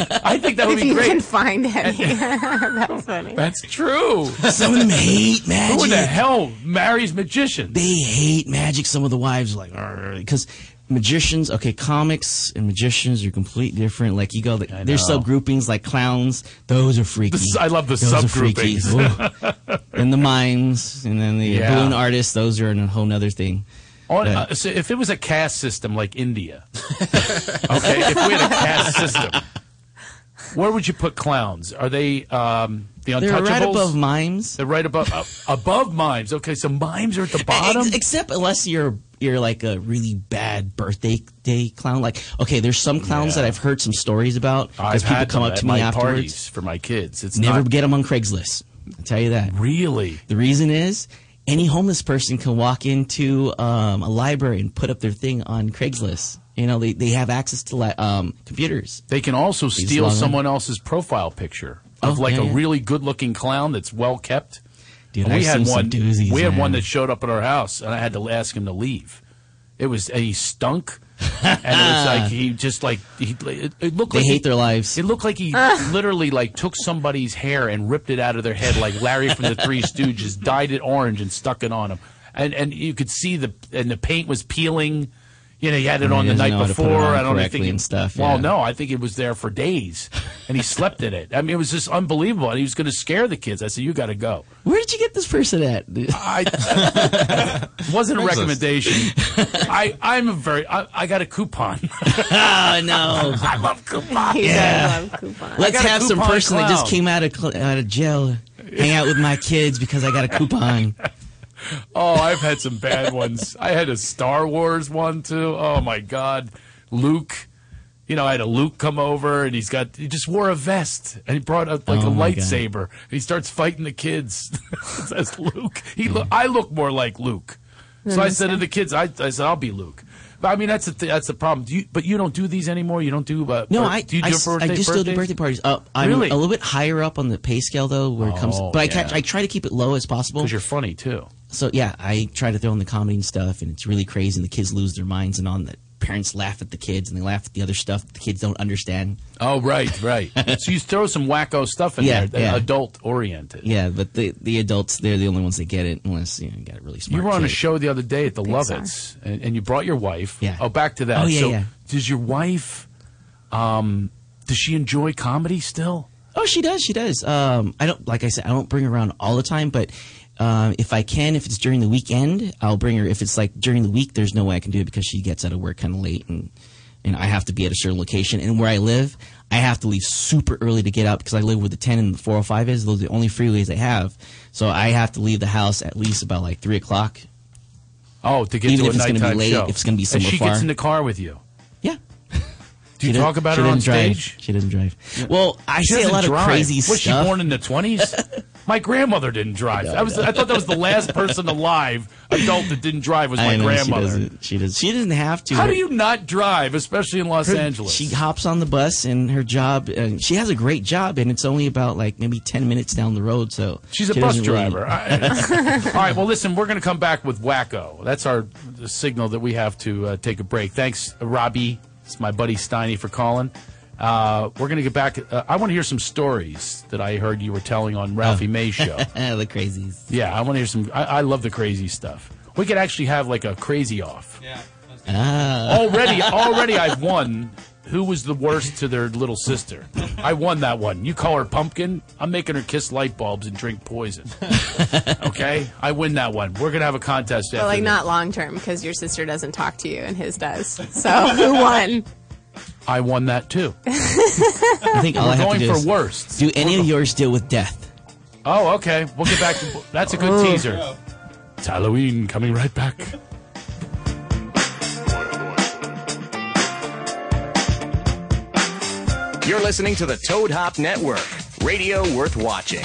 Speaker 7: and then, I think that would
Speaker 11: if
Speaker 7: be
Speaker 11: you
Speaker 7: great.
Speaker 11: can find any. that's funny.
Speaker 7: That's true.
Speaker 17: Some of them hate magic.
Speaker 7: Who in the hell marries magicians?
Speaker 17: They hate magic. Some of the wives are like because magicians, okay, comics and magicians are completely different. Like you go, there's
Speaker 7: know.
Speaker 17: subgroupings like clowns. Those are freaky.
Speaker 7: This- I love the
Speaker 17: Those are freaky.
Speaker 7: subgroupings.
Speaker 17: Ooh. and the mimes, and then the
Speaker 7: Yeah.
Speaker 17: balloon artists. Those are a whole nother thing.
Speaker 7: On,
Speaker 17: But-
Speaker 7: uh, so if it was a caste system like India, okay, if we had a caste system, where would you put clowns? Are they um, the untouchables?
Speaker 17: They're right above mimes.
Speaker 7: They're right above uh, above mimes. Okay, so mimes are at the bottom.
Speaker 17: Ex- except unless you're you're like a really bad birthday day clown. Like okay, there's some clowns
Speaker 7: Yeah.
Speaker 17: that I've heard some stories about
Speaker 7: I've
Speaker 17: because people
Speaker 7: had
Speaker 17: come
Speaker 7: them
Speaker 17: up
Speaker 7: at
Speaker 17: to
Speaker 7: my
Speaker 17: me afterwards.
Speaker 7: parties for my kids. It's
Speaker 17: Never
Speaker 7: not,
Speaker 17: get them on Craigslist. I tell you that.
Speaker 7: Really?
Speaker 17: The reason is any homeless person can walk into um, a library and put up their thing on Craigslist. You know, they, they have access to li- um, computers.
Speaker 7: They can also
Speaker 17: These
Speaker 7: steal
Speaker 17: long-
Speaker 7: someone else's profile picture of
Speaker 17: Oh,
Speaker 7: like
Speaker 17: yeah,
Speaker 7: a
Speaker 17: yeah.
Speaker 7: really good-looking clown that's well kept.
Speaker 17: Dude,
Speaker 7: we
Speaker 17: I've
Speaker 7: had
Speaker 17: seen some
Speaker 7: one.
Speaker 17: doozies,
Speaker 7: we had one
Speaker 17: man.
Speaker 7: that showed up at our house, and I had to ask him to leave. It was he stunk, and it was like he just like he. It, it looked
Speaker 17: Ah. They
Speaker 7: like
Speaker 17: hate
Speaker 7: he-
Speaker 17: their lives.
Speaker 7: It looked like he literally like took somebody's hair and ripped it out of their head, like Larry from the Three Stooges, dyed it orange and stuck it on him. And and you could see the and the paint was peeling. You know, he had it
Speaker 17: And
Speaker 7: on
Speaker 17: Mm,
Speaker 7: the
Speaker 17: he doesn't
Speaker 7: night
Speaker 17: know how to put it
Speaker 7: before.
Speaker 17: on
Speaker 7: I don't even
Speaker 17: correctly
Speaker 7: think. It,
Speaker 17: and stuff,
Speaker 7: well,
Speaker 17: yeah.
Speaker 7: no, I think it was there for days, and he slept in it. I mean, it was just unbelievable. And he was going to scare the kids. I said, "You got to go."
Speaker 17: Where did you get this person at?
Speaker 7: wasn't a
Speaker 17: Craigslist.
Speaker 7: recommendation. I I'm a very I, I got a coupon.
Speaker 17: oh no!
Speaker 7: I love coupons.
Speaker 17: Yeah.
Speaker 7: I
Speaker 17: Let's
Speaker 7: got a
Speaker 17: have some
Speaker 7: coupon
Speaker 17: person that just
Speaker 7: clown.
Speaker 17: came out of cl- out of jail, hang out with my kids because I got a coupon.
Speaker 7: Oh, I've had some bad ones. I had a Star Wars one too. Oh my God, Luke. You know, I had a Luke come over, and he's got he just wore a vest, and he brought up like
Speaker 17: Oh,
Speaker 7: a
Speaker 17: my God.
Speaker 7: lightsaber, and he starts fighting the kids. It Says Luke, he lo- I look more like Luke, so I said to the kids, I, I said I'll be Luke. But I mean, that's the th- that's the problem. Do you, but you don't do these anymore. You don't do. Uh,
Speaker 17: No,
Speaker 7: bir-
Speaker 17: I
Speaker 7: do you do
Speaker 17: I, s-
Speaker 7: birthday,
Speaker 17: I just still do
Speaker 7: birthdays?
Speaker 17: birthday parties. Uh, I'm
Speaker 7: Really?
Speaker 17: a little bit higher up on the pay scale though, where it comes.
Speaker 7: Oh,
Speaker 17: But I
Speaker 7: yeah.
Speaker 17: catch, I try to keep it low as possible
Speaker 7: 'Cause you're funny too.
Speaker 17: So yeah, I try to throw in the comedy and stuff, and it's really crazy. And the kids lose their minds, and on the parents laugh at the kids, and they laugh at the other stuff that the kids don't understand.
Speaker 7: Oh right, right. so you throw some wacko stuff in
Speaker 17: Yeah,
Speaker 7: there, that
Speaker 17: yeah.
Speaker 7: adult oriented.
Speaker 17: Yeah, but the the adults they're the only ones that get it, unless you, know, you got a really smart.
Speaker 7: You were on a
Speaker 17: kid.
Speaker 7: show the other day at the
Speaker 17: Pixar.
Speaker 7: Lovitz, and, and you brought your wife.
Speaker 17: Yeah.
Speaker 7: Oh, back to that.
Speaker 17: Oh, yeah,
Speaker 7: so
Speaker 17: yeah.
Speaker 7: does your wife? Um, does she enjoy comedy still?
Speaker 17: Oh, she does. She does. Um, I don't like I said. I don't bring her around all the time, but um, if I can, if it's during the weekend, I'll bring her. If it's like during the week, there's no way I can do it because she gets out of work kind of late, and and I have to be at a certain location. And where I live, I have to leave super early to get out because I live where the 10 and the 405 is. Those are the only freeways they have. So I have to leave the house at least about like three o'clock.
Speaker 7: Oh, to get
Speaker 17: Even
Speaker 7: to a
Speaker 17: if it's gonna be
Speaker 7: nighttime
Speaker 17: late,
Speaker 7: show.
Speaker 17: if it's gonna be
Speaker 7: and
Speaker 17: somewhere
Speaker 7: she
Speaker 17: far.
Speaker 7: gets in the car with you.
Speaker 17: Yeah.
Speaker 7: Do you
Speaker 17: She
Speaker 7: talk
Speaker 17: doesn't-
Speaker 7: about
Speaker 17: she
Speaker 7: her on
Speaker 17: doesn't drive.
Speaker 7: stage?
Speaker 17: She doesn't drive. Well, I
Speaker 7: She
Speaker 17: say a
Speaker 7: doesn't
Speaker 17: lot
Speaker 7: drive.
Speaker 17: of crazy
Speaker 7: Was
Speaker 17: stuff.
Speaker 7: she born in the twenties? My grandmother didn't drive. I was. I thought that was the last person alive adult that didn't drive was my
Speaker 17: I know, She
Speaker 7: grandmother.
Speaker 17: doesn't, she does. She doesn't have to.
Speaker 7: How do you not drive, especially in Los
Speaker 17: Her-
Speaker 7: Angeles?
Speaker 17: She hops on the bus and her job. And she has a great job, and it's only about like maybe ten minutes down the road. So
Speaker 7: She's a
Speaker 17: she
Speaker 7: bus
Speaker 17: doesn't really-
Speaker 7: driver. I- All right. Well, listen, we're going to come back with Wacko. That's our signal that we have to uh, take a break. Thanks, Robbie. It's my buddy Steiny for calling. Uh, we're going to get back. Uh, I want to hear some stories that I heard you were telling on Ralphie May's show.
Speaker 17: Oh. the crazies.
Speaker 7: Yeah, I want to hear some. I, I love the crazy stuff. We could actually have like a crazy off. Yeah.
Speaker 17: Ah.
Speaker 7: Already, already, I've won. Who was the worst to their little sister? I won that one. You call her pumpkin. I'm making her kiss light bulbs and drink poison. Okay, I win that one. We're gonna have a contest.
Speaker 11: But
Speaker 7: after
Speaker 11: like
Speaker 7: this.
Speaker 11: not long term because your sister doesn't talk to you and his does. So who won?
Speaker 7: I won that too.
Speaker 17: I think all
Speaker 7: We're
Speaker 17: I have
Speaker 7: going
Speaker 17: to do
Speaker 7: for
Speaker 17: is-
Speaker 7: worst.
Speaker 17: Do any of yours deal with death?
Speaker 7: Oh, okay. We'll get back to. That's a good
Speaker 17: Oh.
Speaker 7: teaser. It's Halloween coming right back.
Speaker 3: You're listening to the Toad Hop Network, radio worth watching.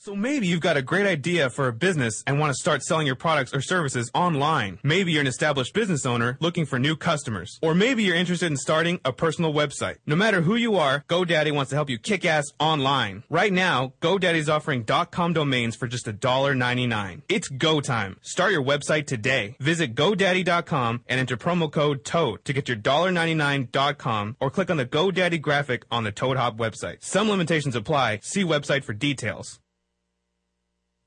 Speaker 5: So maybe you've got a great idea for a business and want to start selling your products or services online. Maybe you're an established business owner looking for new customers. Or maybe you're interested in starting a personal website. No matter who you are, GoDaddy wants to help you kick ass online. Right now, GoDaddy's offering .com domains for just $1.99. It's go time. Start your website today. Visit GoDaddy.com and enter promo code TOAD to get your $1.99.com or click on the GoDaddy graphic on the Toad Hop website. Some limitations apply. See website for details.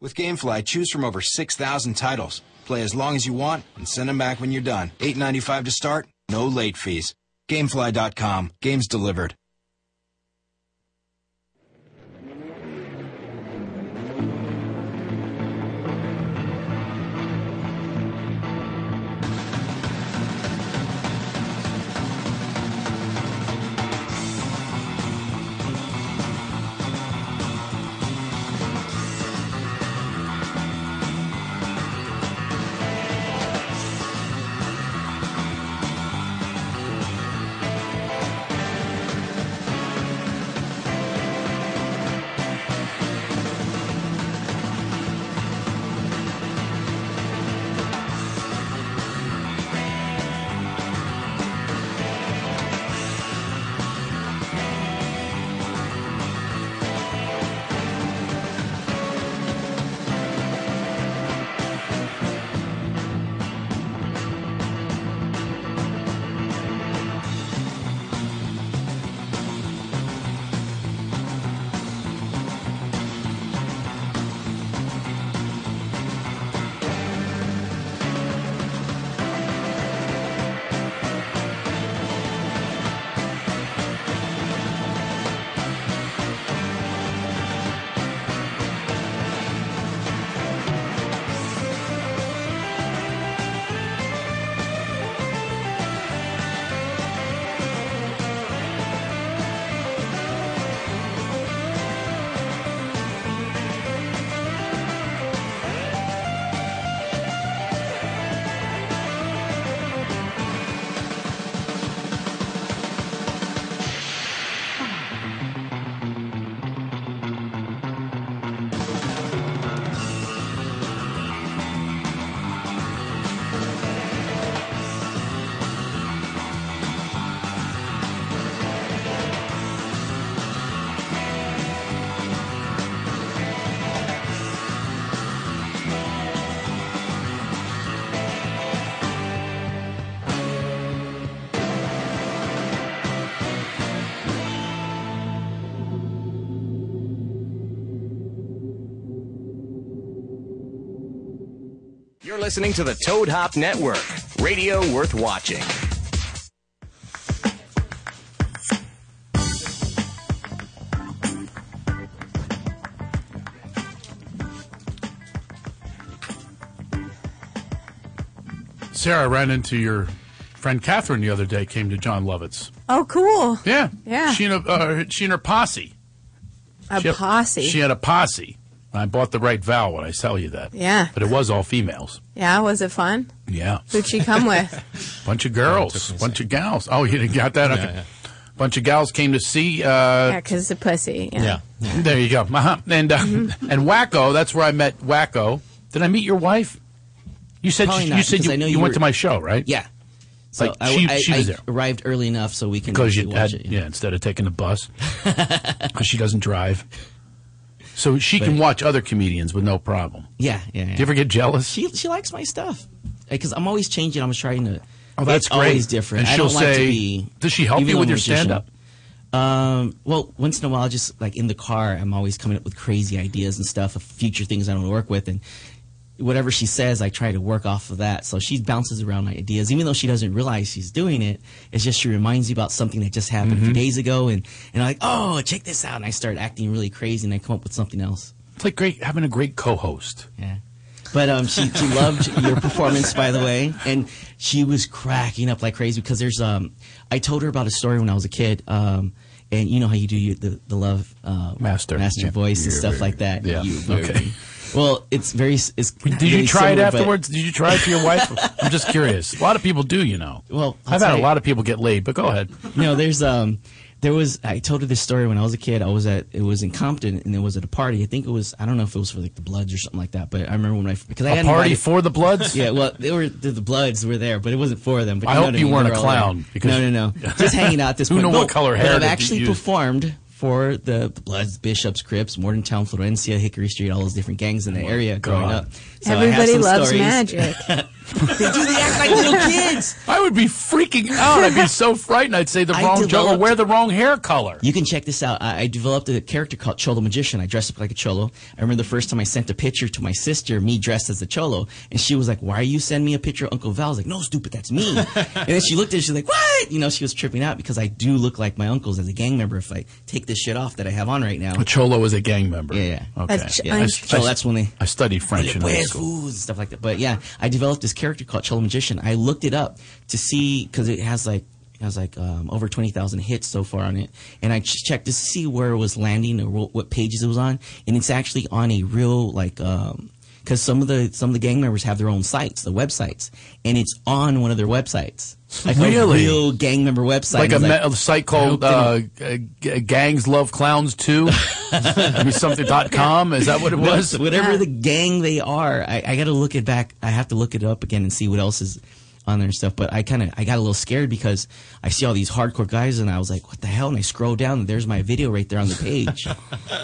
Speaker 10: With GameFly, choose from over 6,000 titles. Play as long as you want and send them back when you're done. $8.95 to start, no late fees. Gamefly.com. Games delivered. You're listening to the Toad Hop Network. Radio worth watching.
Speaker 7: Sarah ran into your friend Catherine the other day. Came to John Lovett's.
Speaker 11: Oh, cool.
Speaker 7: Yeah.
Speaker 11: Yeah.
Speaker 7: She and, a, uh, she and her posse.
Speaker 11: A
Speaker 7: She had-
Speaker 11: posse.
Speaker 7: She had a posse. I bought the right vowel when I tell you that.
Speaker 11: Yeah.
Speaker 7: But it was all females.
Speaker 11: Yeah, was it fun?
Speaker 7: Yeah.
Speaker 11: Who'd she come with?
Speaker 7: Bunch of girls. bunch of gals. Oh, you didn't got that? Okay. Bunch of gals came to see. Uh,
Speaker 11: yeah, because it's a pussy. Yeah.
Speaker 7: yeah. There you go. Uh-huh. And uh,
Speaker 17: Mm-hmm.
Speaker 7: and Wacko, that's where I met Wacko. Did I meet your wife? You said
Speaker 17: Probably
Speaker 7: you,
Speaker 17: not,
Speaker 7: you said
Speaker 17: because
Speaker 7: you,
Speaker 17: I know
Speaker 7: you
Speaker 17: you
Speaker 7: went
Speaker 17: were-
Speaker 7: to my show, right?
Speaker 17: Yeah. So
Speaker 7: like
Speaker 17: I,
Speaker 7: she,
Speaker 17: I-
Speaker 7: she was
Speaker 17: I
Speaker 7: there
Speaker 17: arrived early enough so we can
Speaker 7: because
Speaker 17: actually
Speaker 7: you
Speaker 17: watch
Speaker 7: had,
Speaker 17: it.
Speaker 7: yeah instead of taking the bus because she doesn't drive, so she
Speaker 17: But-
Speaker 7: can watch other comedians with no problem.
Speaker 17: Yeah, yeah, yeah.
Speaker 7: Do you ever get jealous?
Speaker 17: She she likes my stuff. because I'm always changing. I'm trying to.
Speaker 7: Oh, that's
Speaker 17: it's
Speaker 7: great.
Speaker 17: always different.
Speaker 7: And
Speaker 17: I
Speaker 7: she'll
Speaker 17: don't like to
Speaker 7: say-
Speaker 17: be.
Speaker 7: Does she help
Speaker 17: even
Speaker 7: you with
Speaker 17: when
Speaker 7: your
Speaker 17: I'm a musician.
Speaker 7: stand-up?
Speaker 17: Um, well, once in a while, just like in the car, I'm always coming up with crazy ideas and stuff of future things I don't work with, and whatever she says, I try to work off of that. So she bounces around my ideas, even though she doesn't realize she's doing it. It's just she reminds you about something that just happened a few
Speaker 7: Mhm.
Speaker 17: days ago, and and I'm like, oh, check this out, and I start acting really crazy, and I come up with something else.
Speaker 7: It's like great having a great co-host.
Speaker 17: Yeah. But um, she, she loved your performance, by the way, and she was cracking up like crazy because there's um, I told her about a story when I was a kid, um, and you know how you do your, the the love uh, master master
Speaker 7: Yeah.
Speaker 17: voice and
Speaker 7: Yeah,
Speaker 17: stuff
Speaker 7: baby.
Speaker 17: like that.
Speaker 7: Yeah.
Speaker 17: You-
Speaker 7: Okay.
Speaker 17: Well, it's very. s- It's
Speaker 7: Did you try it afterwards? Did you try it for your wife? I'm just curious. A lot of people do, you know.
Speaker 17: Well, I'll
Speaker 7: I've had
Speaker 17: tell
Speaker 7: a
Speaker 17: you-
Speaker 7: lot of people get laid, but go ahead.
Speaker 17: no, there's um, there was I told her this story when I was a kid. I was at it was in Compton and it was at a party. I think it was I don't know if it was for like the Bloods or something like that. But I remember when I because I
Speaker 7: A
Speaker 17: had
Speaker 7: party for the Bloods?
Speaker 17: yeah, well they were the, the Bloods were there, but it wasn't for them. But
Speaker 7: I
Speaker 17: you know
Speaker 7: hope
Speaker 17: what
Speaker 7: you
Speaker 17: mean,
Speaker 7: weren't a
Speaker 17: they were all there.
Speaker 7: clown, because-
Speaker 17: no, no, no, just hanging out at this
Speaker 7: Who
Speaker 17: point.
Speaker 7: know
Speaker 17: No,
Speaker 7: what color
Speaker 17: but
Speaker 7: hair
Speaker 17: I've
Speaker 7: that you
Speaker 17: actually
Speaker 7: used.
Speaker 17: performed for the, the Bloods, Bishops, Crips, Morgantown, Florencia, Hickory Street, all those different gangs in the area growing
Speaker 7: Oh God.
Speaker 17: up. I have
Speaker 11: Everybody
Speaker 17: some
Speaker 11: loves
Speaker 17: stories.
Speaker 11: magic.
Speaker 17: they do. They act like little kids.
Speaker 7: I would be freaking out. I'd be so frightened. I'd say the
Speaker 17: I
Speaker 7: wrong joke or
Speaker 17: developed-
Speaker 7: wear the wrong hair color.
Speaker 17: You can check this out. I, I developed a character called Cholo Magician. I dressed up like a cholo. I remember the first time I sent a picture to my sister, me dressed as a cholo, and she was like, "Why are you sending me a picture of Uncle Val?" I was like, "No, stupid, that's me." and then she looked at it. She's like, "What?" You know, she was tripping out because I do look like my uncles as a gang member if I take this shit off that I have on right now.
Speaker 7: A cholo is a gang member. Yeah. yeah. Okay.
Speaker 17: That's-
Speaker 7: Yeah. I,
Speaker 17: I'm-
Speaker 7: st- I,
Speaker 17: So that's when they.
Speaker 7: I studied French in
Speaker 17: Where's
Speaker 7: high school.
Speaker 17: foods and stuff like that. But yeah, I developed this character called Cholo Magician. I looked it up to see because it has like it has like um, over twenty thousand hits so far on it, and I ch- checked to see where it was landing or wh- what pages it was on, and it's actually on a real like. Um, because some of the some of the gang members have their own sites, the websites, and it's on one of their websites, like a
Speaker 7: Really?
Speaker 17: real gang member website.
Speaker 7: Like
Speaker 17: I
Speaker 7: a,
Speaker 17: was
Speaker 7: me- a site called
Speaker 17: I
Speaker 7: uh,
Speaker 17: hope
Speaker 7: g- g- Gangs Love Clowns Too. Maybe something dot com. Is that what it
Speaker 17: No,
Speaker 7: was?
Speaker 17: whatever the gang they are, I, I got to look it back. I have to look it up again and see what else is on there and stuff. But I kind of I got a little scared because I see all these hardcore guys and I was like, what the hell? And I scroll down and there's my video right there on the page.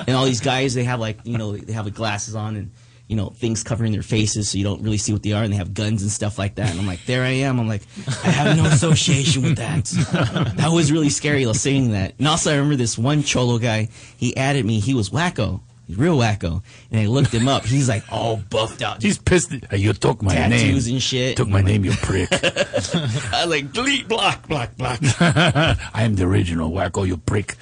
Speaker 17: and all these guys, they have like you know they have like glasses on and you know things covering their faces so you don't really see what they are and they have guns and stuff like that. And I'm like, there I am. I'm like, I have no association with that. that was really scary like, seeing that. And also I remember this one cholo guy. He added me. He was wacko. He's real wacko. And I looked him up. He's like all buffed out.
Speaker 7: He's pissed. Hey, you took my
Speaker 17: tattoos
Speaker 7: name.
Speaker 17: and shit.
Speaker 7: Took my name, you prick.
Speaker 17: I was like delete block block block.
Speaker 7: I am the original wacko, you prick.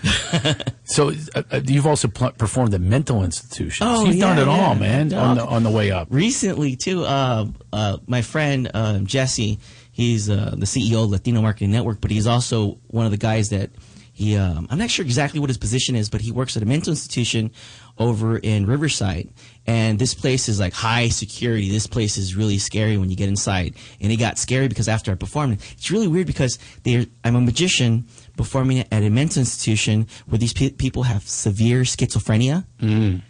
Speaker 7: so uh, uh, you've also pl- performed at mental institutions.
Speaker 17: Oh,
Speaker 7: you've done
Speaker 17: yeah,
Speaker 7: it all,
Speaker 17: yeah.
Speaker 7: man.
Speaker 17: Done
Speaker 7: On the
Speaker 17: all-
Speaker 7: on the way up.
Speaker 17: Recently, too, uh, uh, my friend uh, Jesse, he's uh, the CEO of Latino Marketing Network, but he's also one of the guys that he, um, I'm not sure exactly what his position is, but he works at a mental institution over in Riverside. And this place is like high security. This place is really scary when you get inside. And it got scary because after I performed, it's really weird because they're, I'm a magician performing at a mental institution where these pe- people have severe schizophrenia.
Speaker 7: Mm.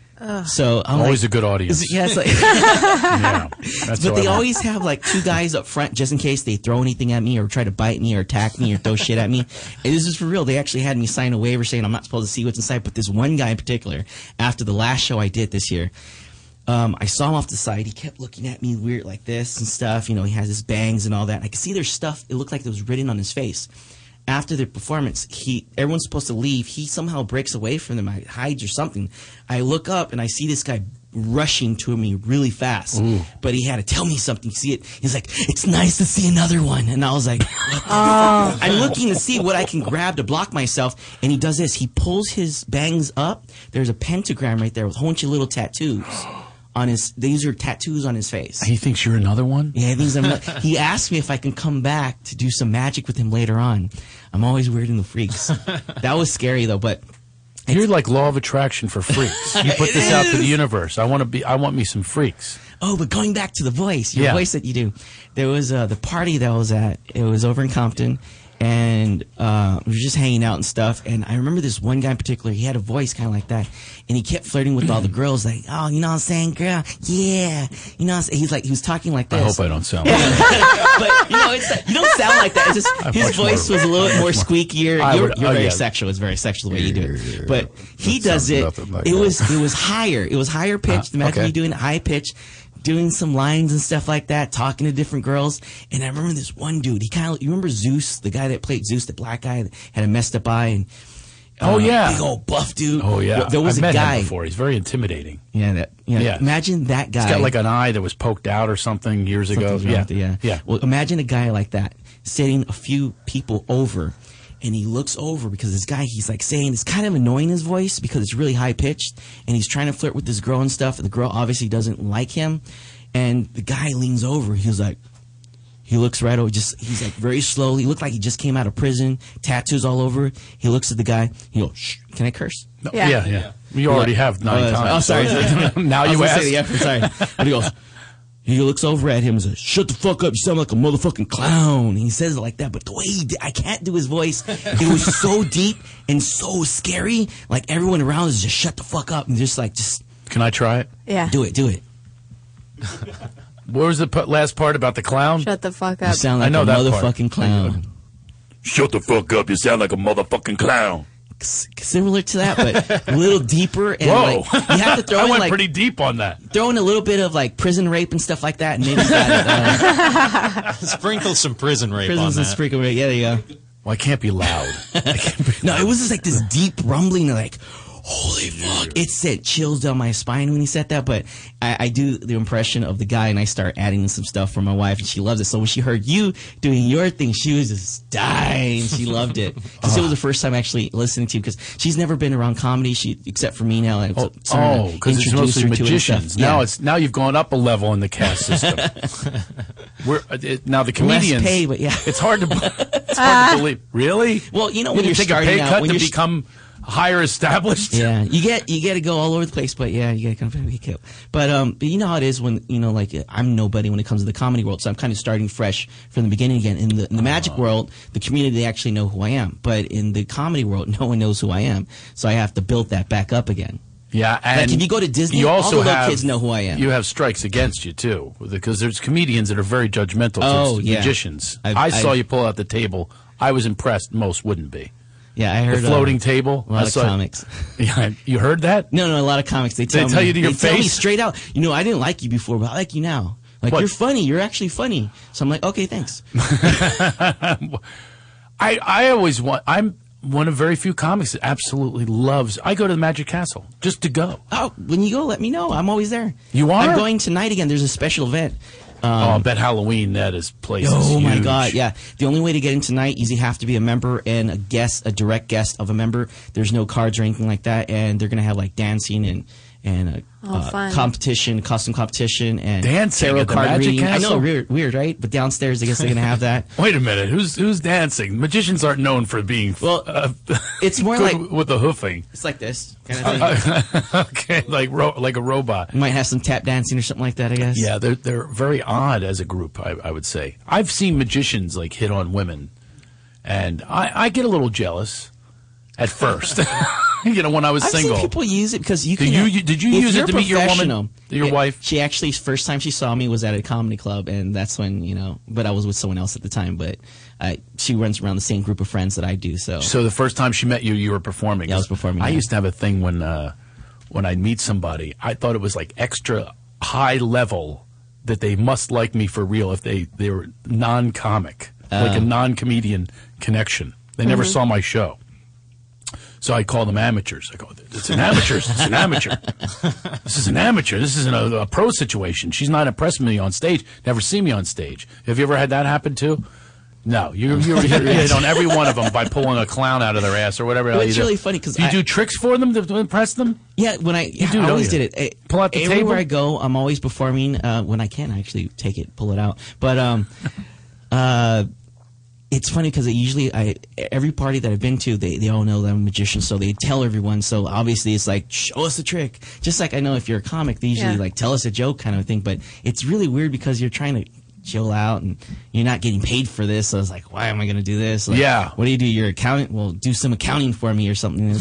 Speaker 17: So I'm
Speaker 7: Always
Speaker 17: like-
Speaker 7: a good audience.
Speaker 17: Yeah, it's like-
Speaker 7: That's
Speaker 17: but
Speaker 7: what I want.
Speaker 17: they always have like two guys up front just in case they throw anything at me or try to bite me or attack me or throw shit at me. And this is for real. They actually had me sign a waiver saying I'm not supposed to see what's inside. But this one guy in particular, after the last show I did this year, um, I saw him off the side. He kept looking at me weird like this and stuff. You know, he has his bangs and all that. I could see there's stuff. It looked like it was written on his face. After the performance, he everyone's supposed to leave. He somehow breaks away from them, I hides or something. I look up and I see this guy rushing to me really fast.
Speaker 7: Ooh.
Speaker 17: But he had to tell me something. See it? He's like, "It's nice to see another one." And I was like, what the
Speaker 11: Oh.
Speaker 17: I'm looking to see what I can grab to block myself. And he does this. He pulls his bangs up. There's a pentagram right there with a whole bunch of little tattoos on his. These are tattoos on his face.
Speaker 7: He thinks you're another one.
Speaker 17: Yeah, he thinks I'm. not- he asked me if I can come back to do some magic with him later on. I'm always weirding the freaks. that was scary though, but.
Speaker 7: You're like law of attraction for freaks. You put
Speaker 17: It
Speaker 7: this out to the
Speaker 17: is.
Speaker 7: universe. I want to be. I want me some freaks.
Speaker 17: Oh, but going back to the voice, your
Speaker 7: Yeah.
Speaker 17: voice that you do. There was uh, the party that I was at. It was over in Compton, and uh, we were just hanging out and stuff. And I remember this one guy in particular. He had a voice kind of like that, and he kept flirting with all the girls. Like, oh, you know what I'm saying, girl? Yeah, you know. What I'm saying? He's like, he was talking like
Speaker 7: I
Speaker 17: this.
Speaker 7: hope I don't sound.
Speaker 17: but you know, it's not- you don't sound like that. It's just
Speaker 7: I'm
Speaker 17: his
Speaker 7: much more-
Speaker 17: voice was a little bit more squeakier.
Speaker 7: I
Speaker 17: You're,
Speaker 7: would-
Speaker 17: you're
Speaker 7: oh,
Speaker 17: very
Speaker 7: yeah.
Speaker 17: sexual. It's very sexual the way you do it. But he does it.
Speaker 7: nothing like
Speaker 17: it
Speaker 7: that.
Speaker 17: was it was higher. It was higher pitched.
Speaker 7: Ah,
Speaker 17: Imagine
Speaker 7: okay.
Speaker 17: me doing high pitch. doing some lines and stuff like that, talking to different girls. And I remember this one dude. He kind of you remember Zeus, the guy that played Zeus, the black guy that had a messed up eye and
Speaker 7: Oh, yeah.
Speaker 17: Uh, big old buff dude.
Speaker 7: Oh yeah,
Speaker 17: There- there was
Speaker 7: I've
Speaker 17: a
Speaker 7: met him
Speaker 17: guy.
Speaker 7: before. He's very intimidating.
Speaker 17: Yeah, that, yeah.
Speaker 7: Yeah.
Speaker 17: Imagine that guy.
Speaker 7: He's got like an eye that was poked out or something years ago.
Speaker 17: Something's wrong
Speaker 7: Yeah.
Speaker 17: with it, yeah. Well, imagine a guy like that sitting a few people over, and he looks over because this guy he's like saying it's kind of annoying his voice because it's really high pitched, and he's trying to flirt with this girl and stuff, and the girl obviously doesn't like him, and the guy leans over, he's like. He looks right over, just he's like very slowly. He looked like he just came out of prison, tattoos all over. He looks at the guy. He goes, Shh, "Can I curse?"
Speaker 7: No, Yeah. yeah, yeah. We already have nine
Speaker 17: Oh,
Speaker 7: times.
Speaker 17: sorry. Oh, sorry.
Speaker 7: Now
Speaker 17: I was
Speaker 7: you
Speaker 17: gonna Say the
Speaker 7: ask.
Speaker 17: F, sorry. But he goes, he looks over at him and says, "Shut the fuck up! You sound like a motherfucking clown." And he says it like that, but the way he did, I can't do his voice. It was so deep and so scary. Like everyone around is just shut the fuck up and just like just.
Speaker 7: Can I try it?
Speaker 11: Yeah.
Speaker 17: Do it. Do it.
Speaker 7: What was the p- last part about the clown?
Speaker 11: Shut the fuck up.
Speaker 7: I know that part.
Speaker 8: Shut the fuck up. You sound like a motherfucking clown.
Speaker 17: Similar to that, but a little deeper. And
Speaker 8: Whoa.
Speaker 17: like, you have to throw
Speaker 7: I
Speaker 17: in
Speaker 7: went
Speaker 17: like
Speaker 7: pretty deep on that.
Speaker 17: throw in a little bit of like prison rape and stuff like that, and maybe you got uh,
Speaker 12: Sprinkle some prison rape
Speaker 17: Prisons
Speaker 12: on
Speaker 17: and
Speaker 12: that.
Speaker 17: sprinkle rape. Yeah, there you go.
Speaker 7: Well, I can't be loud.
Speaker 17: no, it was just like this deep rumbling, like, holy fuck. It sent chills down my spine when he said that, but I, I do the impression of the guy and I start adding in some stuff for my wife and she loves it. So when she heard you doing your thing, she was just dying. She loved it. Because it was the first time actually listening to because she's never been around comedy, she except for me now. Like, oh,
Speaker 7: Oh, because it's mostly magicians. Now it's now you've gone up a level in the cast system. We're uh, it, now the
Speaker 17: Less
Speaker 7: comedians.
Speaker 17: pay, but yeah.
Speaker 7: it's hard to it's hard to believe. Really?
Speaker 17: Well, you know,
Speaker 7: you
Speaker 17: when
Speaker 7: can
Speaker 17: you're
Speaker 7: take a
Speaker 17: starting
Speaker 7: pay
Speaker 17: out,
Speaker 7: cut
Speaker 17: when
Speaker 7: to
Speaker 17: you're s-
Speaker 7: become higher established.
Speaker 17: Yeah, you get you got to go all over the place, but yeah, you got to kind of be careful. But um, but you know how it is when you know like I'm nobody when it comes to the comedy world, so I'm kind of starting fresh from the beginning again. In the, in the magic
Speaker 7: Uh-huh.
Speaker 17: world, the community they actually know who I am, but in the comedy world, no one knows who I am, so I have to build that back up again.
Speaker 7: Yeah, and
Speaker 17: like if you go to Disney,
Speaker 7: you
Speaker 17: all the
Speaker 7: also
Speaker 17: little
Speaker 7: have,
Speaker 17: kids know who I am.
Speaker 7: You have strikes against you too, because there's comedians that are very judgmental.
Speaker 17: Oh,
Speaker 7: towards
Speaker 17: yeah.
Speaker 7: magicians.
Speaker 17: I've-
Speaker 7: I saw
Speaker 17: I've-
Speaker 7: you pull out the table. I was impressed. Most wouldn't be.
Speaker 17: Yeah, I heard
Speaker 7: the floating
Speaker 17: uh,
Speaker 7: table.
Speaker 17: A lot
Speaker 7: I
Speaker 17: of
Speaker 7: saw-
Speaker 17: comics.
Speaker 7: Yeah, you heard that?
Speaker 17: No, no, a lot of comics. They
Speaker 7: They
Speaker 17: tell,
Speaker 7: tell
Speaker 17: me,
Speaker 7: you to your
Speaker 17: they tell me
Speaker 7: face?
Speaker 17: straight out. You know, I didn't like you before, but I like you now. Like
Speaker 7: What?
Speaker 17: you're funny. You're actually funny. So I'm like, okay, thanks.
Speaker 7: I, I always want. I'm one of very few comics that absolutely loves. I go to the Magic Castle just to go.
Speaker 17: Oh, when you go, let me know. I'm always there.
Speaker 7: You are?
Speaker 17: I'm going tonight again. There's a special event.
Speaker 7: oh, I bet Halloween that is place. is
Speaker 17: Um, oh my
Speaker 7: huge.
Speaker 17: god, yeah. The only way to get in tonight is you have to be a member and a guest, a direct guest of a member. There's no cards or anything like that, and they're gonna have like dancing and and a uh,
Speaker 11: Oh, fun.
Speaker 17: competition, costume competition, and
Speaker 7: Dancing
Speaker 17: tarot
Speaker 7: at the
Speaker 17: card
Speaker 7: Magic
Speaker 17: reading. I
Speaker 7: Castle?
Speaker 17: know, weird, weird, right? But downstairs, I guess they're gonna have that.
Speaker 7: Wait a minute. Who's who's dancing? Magicians aren't known for being well. Uh,
Speaker 17: it's more
Speaker 7: good
Speaker 17: like-
Speaker 7: with the hoofing.
Speaker 17: It's like this.
Speaker 7: okay, like ro- like a robot.
Speaker 17: Might have some tap dancing or something like that. I guess.
Speaker 7: Yeah, they're they're very odd as a group. I, I would say I've seen magicians like hit on women, and I, I get a little jealous at first. you know, when I was
Speaker 17: I've
Speaker 7: single,
Speaker 17: seen people use it because you
Speaker 7: Did
Speaker 17: can.
Speaker 7: you- you- did you
Speaker 17: if
Speaker 7: use it
Speaker 17: you're
Speaker 7: to meet your woman?
Speaker 17: professional-
Speaker 7: Your wife?
Speaker 17: She actually first time she saw me was at a comedy club, and that's when you know. But I was with someone else at the time. But I, she runs around the same group of friends that I do. So
Speaker 7: So the first time she met you, you were performing.
Speaker 17: Yeah, I was performing,
Speaker 7: I
Speaker 17: yeah.
Speaker 7: used to have a thing when uh, when I'd meet somebody, I thought it was like extra high level that they must like me for real if they they were non comic, like a
Speaker 12: Oh.
Speaker 7: non comedian connection. They never
Speaker 12: Mhm.
Speaker 7: saw my show. So I call them amateurs. I go, it's an amateur. it's an amateur. This is an amateur. This isn't a, a pro situation. She's not impressed with me on stage. Never seen me on stage. Have you ever had that happen too? No, you you you hit on every one of them by pulling a clown out of their ass or whatever. the hell
Speaker 17: Well, it's
Speaker 7: you do.
Speaker 17: really funny 'cause
Speaker 7: you
Speaker 17: I-
Speaker 7: do tricks for them to, to impress them.
Speaker 17: Yeah, when I,
Speaker 7: You do,
Speaker 17: I
Speaker 7: don't
Speaker 17: always
Speaker 7: you?
Speaker 17: did it. I-
Speaker 7: Pull out the
Speaker 17: everywhere
Speaker 7: table?
Speaker 17: I go, I'm always performing uh, when I can. I actually take it, pull it out. But um, uh, it's funny because usually I every party that I've been to, they they all know that I'm a magician, so they tell everyone. So obviously it's like show us a trick, just like I know if you're a comic, they usually
Speaker 11: Yeah.
Speaker 17: like tell us a joke kind of thing. But it's really weird because you're trying to chill out and you're not getting paid for this. So it's like, why am I going to do this? Like,
Speaker 7: Yeah.
Speaker 17: What do you do? Your accountant? Well, do some accounting for me or something.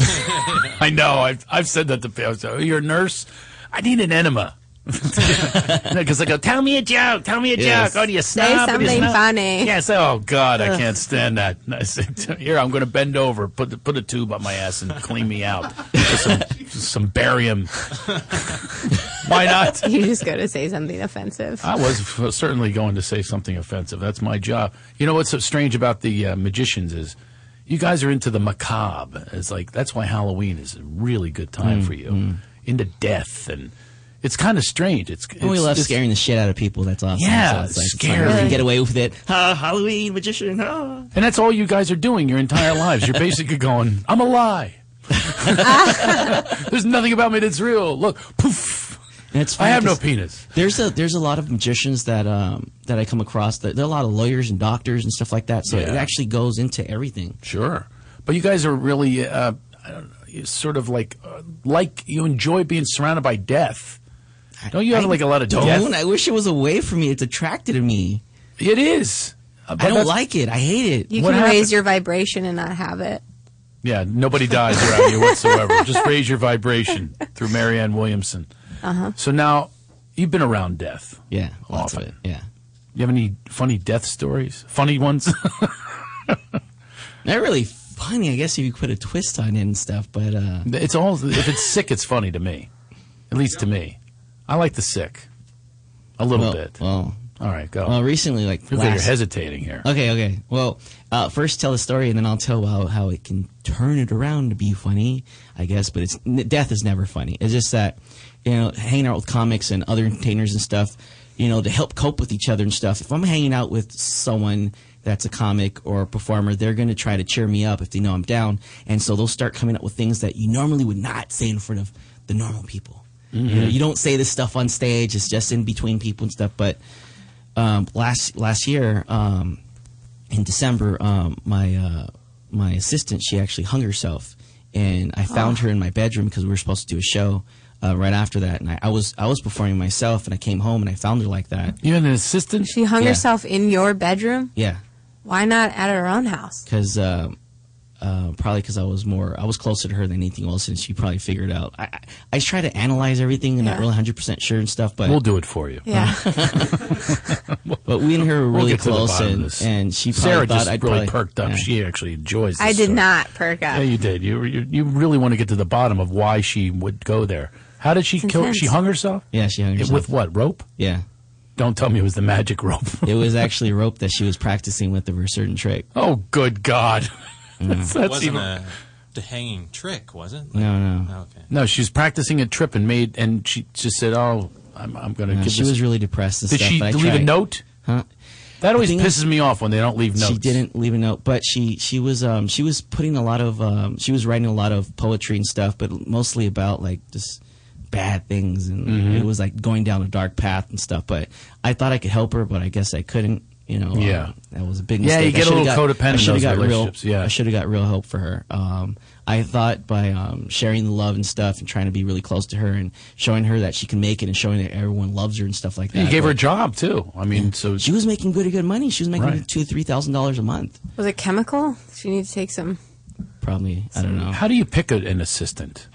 Speaker 7: I know. I've I've said that to people. So, You're a nurse. I need an enema. Because I go, tell me a joke. Tell me a
Speaker 11: Yes.
Speaker 7: joke. Oh, do you
Speaker 11: Say
Speaker 7: snob? Do you
Speaker 11: something
Speaker 7: snob?
Speaker 11: funny.
Speaker 7: Yes. Oh God, I
Speaker 11: Ugh.
Speaker 7: can't stand that. And I said, Here, I'm going to bend over, put the, put a tube on my ass, and clean me out with some, some barium. Why not?
Speaker 11: You're just going to say something offensive.
Speaker 7: I was f- certainly going to say something offensive. That's my job. You know what's so strange about the uh, magicians is you guys are into the macabre. It's like that's why Halloween is a really good time
Speaker 17: Mm,
Speaker 7: for you. Into death and it's kind of strange. It's, it's
Speaker 17: we love
Speaker 7: it's-
Speaker 17: scaring the shit out of people. That's awesome.
Speaker 7: Yeah,
Speaker 17: so it's like, it's
Speaker 7: scary.
Speaker 17: like we can get away with it.
Speaker 7: Ha, Halloween magician. ha. And that's all you guys are doing your entire lives. You're basically going, I'm a lie. There's nothing about me that's real. Look, poof.
Speaker 17: And it's
Speaker 7: I have no
Speaker 17: 'cause
Speaker 7: penis.
Speaker 17: There's a there's a lot of magicians that um that I come across. That, there are a lot of lawyers and doctors and stuff like that. So
Speaker 7: Yeah.
Speaker 17: it actually goes into everything.
Speaker 7: Sure, but you guys are really, uh, I don't know, you're sort of like, uh, like you enjoy being surrounded by death. Don't you have
Speaker 17: I
Speaker 7: like a lot of
Speaker 17: don't.
Speaker 7: death?
Speaker 17: I wish it was away from me. It's attracted to me.
Speaker 7: It is. Uh,
Speaker 17: I don't like it. I hate it.
Speaker 11: You can raise your vibration and not have it.
Speaker 7: Yeah, nobody dies around you whatsoever. Just raise your vibration through Marianne Williamson.
Speaker 11: Uh huh.
Speaker 7: So now you've been around death.
Speaker 17: Uh-huh. Yeah, lots
Speaker 7: often.
Speaker 17: of it. Yeah.
Speaker 7: You have any funny death stories? Funny ones?
Speaker 17: Not really funny, I guess, if you put a twist on it and stuff. But uh,
Speaker 7: it's all if it's sick, it's funny to me. At least to me, I like the sick a little
Speaker 17: Well,
Speaker 7: bit.
Speaker 17: Well,
Speaker 7: all right, go.
Speaker 17: Well, recently, like
Speaker 7: Look,
Speaker 17: last-
Speaker 7: you're hesitating here.
Speaker 17: Okay, okay. Well, uh, first tell the story, and then I'll tell how, how it can turn it around to be funny, I guess. But it's n- death is never funny. It's just that you know, hanging out with comics and other entertainers and stuff, you know, to help cope with each other and stuff. If I'm hanging out with someone that's a comic or a performer, they're going to try to cheer me up if they know I'm down, and so they'll start coming up with things that you normally would not say in front of the normal people.
Speaker 7: Mm-hmm.
Speaker 17: You, know,
Speaker 6: Mhm.
Speaker 17: you don't say this stuff on stage. It's just in between people and stuff. But um, last last year um, in December, um, my uh, my assistant she actually hung herself, and I found
Speaker 11: Ah.
Speaker 17: her in my bedroom because we were supposed to do a show uh, right after that. And I, I was I was performing myself, and I came home and I found her like that.
Speaker 7: You had an assistant?
Speaker 11: She hung
Speaker 17: Yeah.
Speaker 11: herself in your bedroom.
Speaker 17: Yeah,
Speaker 11: Why not at her own house?
Speaker 17: because. um uh, probably because I was more, I was closer to her than anything else, and she probably figured out. I, I, I try to analyze everything and not
Speaker 11: Yeah.
Speaker 17: really 100% sure and stuff, but Uh,
Speaker 7: We'll do it for you.
Speaker 11: Yeah.
Speaker 17: but we and her were
Speaker 7: We'll
Speaker 17: really
Speaker 7: get to the
Speaker 17: close,
Speaker 7: bottom of
Speaker 17: and,
Speaker 7: this.
Speaker 17: and she probably
Speaker 7: Sarah
Speaker 17: thought
Speaker 7: just
Speaker 17: I'd
Speaker 7: really
Speaker 17: probably,
Speaker 7: perked up.
Speaker 17: yeah.
Speaker 7: She actually enjoys. This
Speaker 11: I did
Speaker 7: story.
Speaker 11: not perk up.
Speaker 7: Yeah, you did. You, you you really want to get to the bottom of why she would go there. How did she
Speaker 11: It's
Speaker 7: kill?
Speaker 11: intense.
Speaker 7: She hung herself.
Speaker 17: Yeah, she hung herself.
Speaker 7: With what rope?
Speaker 17: Yeah.
Speaker 7: Don't tell me it was the magic rope.
Speaker 17: it was actually a rope that she was practicing with of her certain trick.
Speaker 7: Oh, good God.
Speaker 12: Mm. It wasn't a, the hanging trick, was it?
Speaker 17: No,
Speaker 12: no.
Speaker 7: No, she was practicing a trip and made, and she just said, "Oh, I'm, I'm going to."
Speaker 17: No,
Speaker 7: give
Speaker 17: she
Speaker 7: this.
Speaker 17: was really depressed and
Speaker 7: Did
Speaker 17: stuff,
Speaker 7: she
Speaker 17: but I
Speaker 7: leave a
Speaker 17: tried.
Speaker 7: note?
Speaker 17: Huh?
Speaker 7: That always
Speaker 17: The thing
Speaker 7: pisses
Speaker 17: is-
Speaker 7: me off when they don't leave notes.
Speaker 17: She didn't leave a note, but she she was um she was putting a lot of um she was writing a lot of poetry and stuff, but mostly about like just bad things and
Speaker 7: Mhm.
Speaker 17: it was like going down a dark path and stuff. But I thought I could help her, but I guess I couldn't. You know, um,
Speaker 7: Yeah.
Speaker 17: that was a big
Speaker 7: Yeah,
Speaker 17: mistake.
Speaker 7: you
Speaker 17: I
Speaker 7: get a
Speaker 17: should've
Speaker 7: little
Speaker 17: got,
Speaker 7: codependent
Speaker 17: I
Speaker 7: in
Speaker 17: should've
Speaker 7: those
Speaker 17: got real.
Speaker 7: relationships, yeah.
Speaker 17: I should have got real help for her. Um, I thought by um, sharing the love and stuff and trying to be really close to her and showing her that she can make it and showing that everyone loves her and stuff like that.
Speaker 7: You gave her a
Speaker 17: but-
Speaker 7: job too. I mean, so
Speaker 17: she was making pretty good money. She was making
Speaker 7: Right.
Speaker 17: two, three thousand dollars a month,
Speaker 11: Was it chemical? She need to take some.
Speaker 17: probably. I don't know. Hmm?
Speaker 7: How do you pick a, an assistant?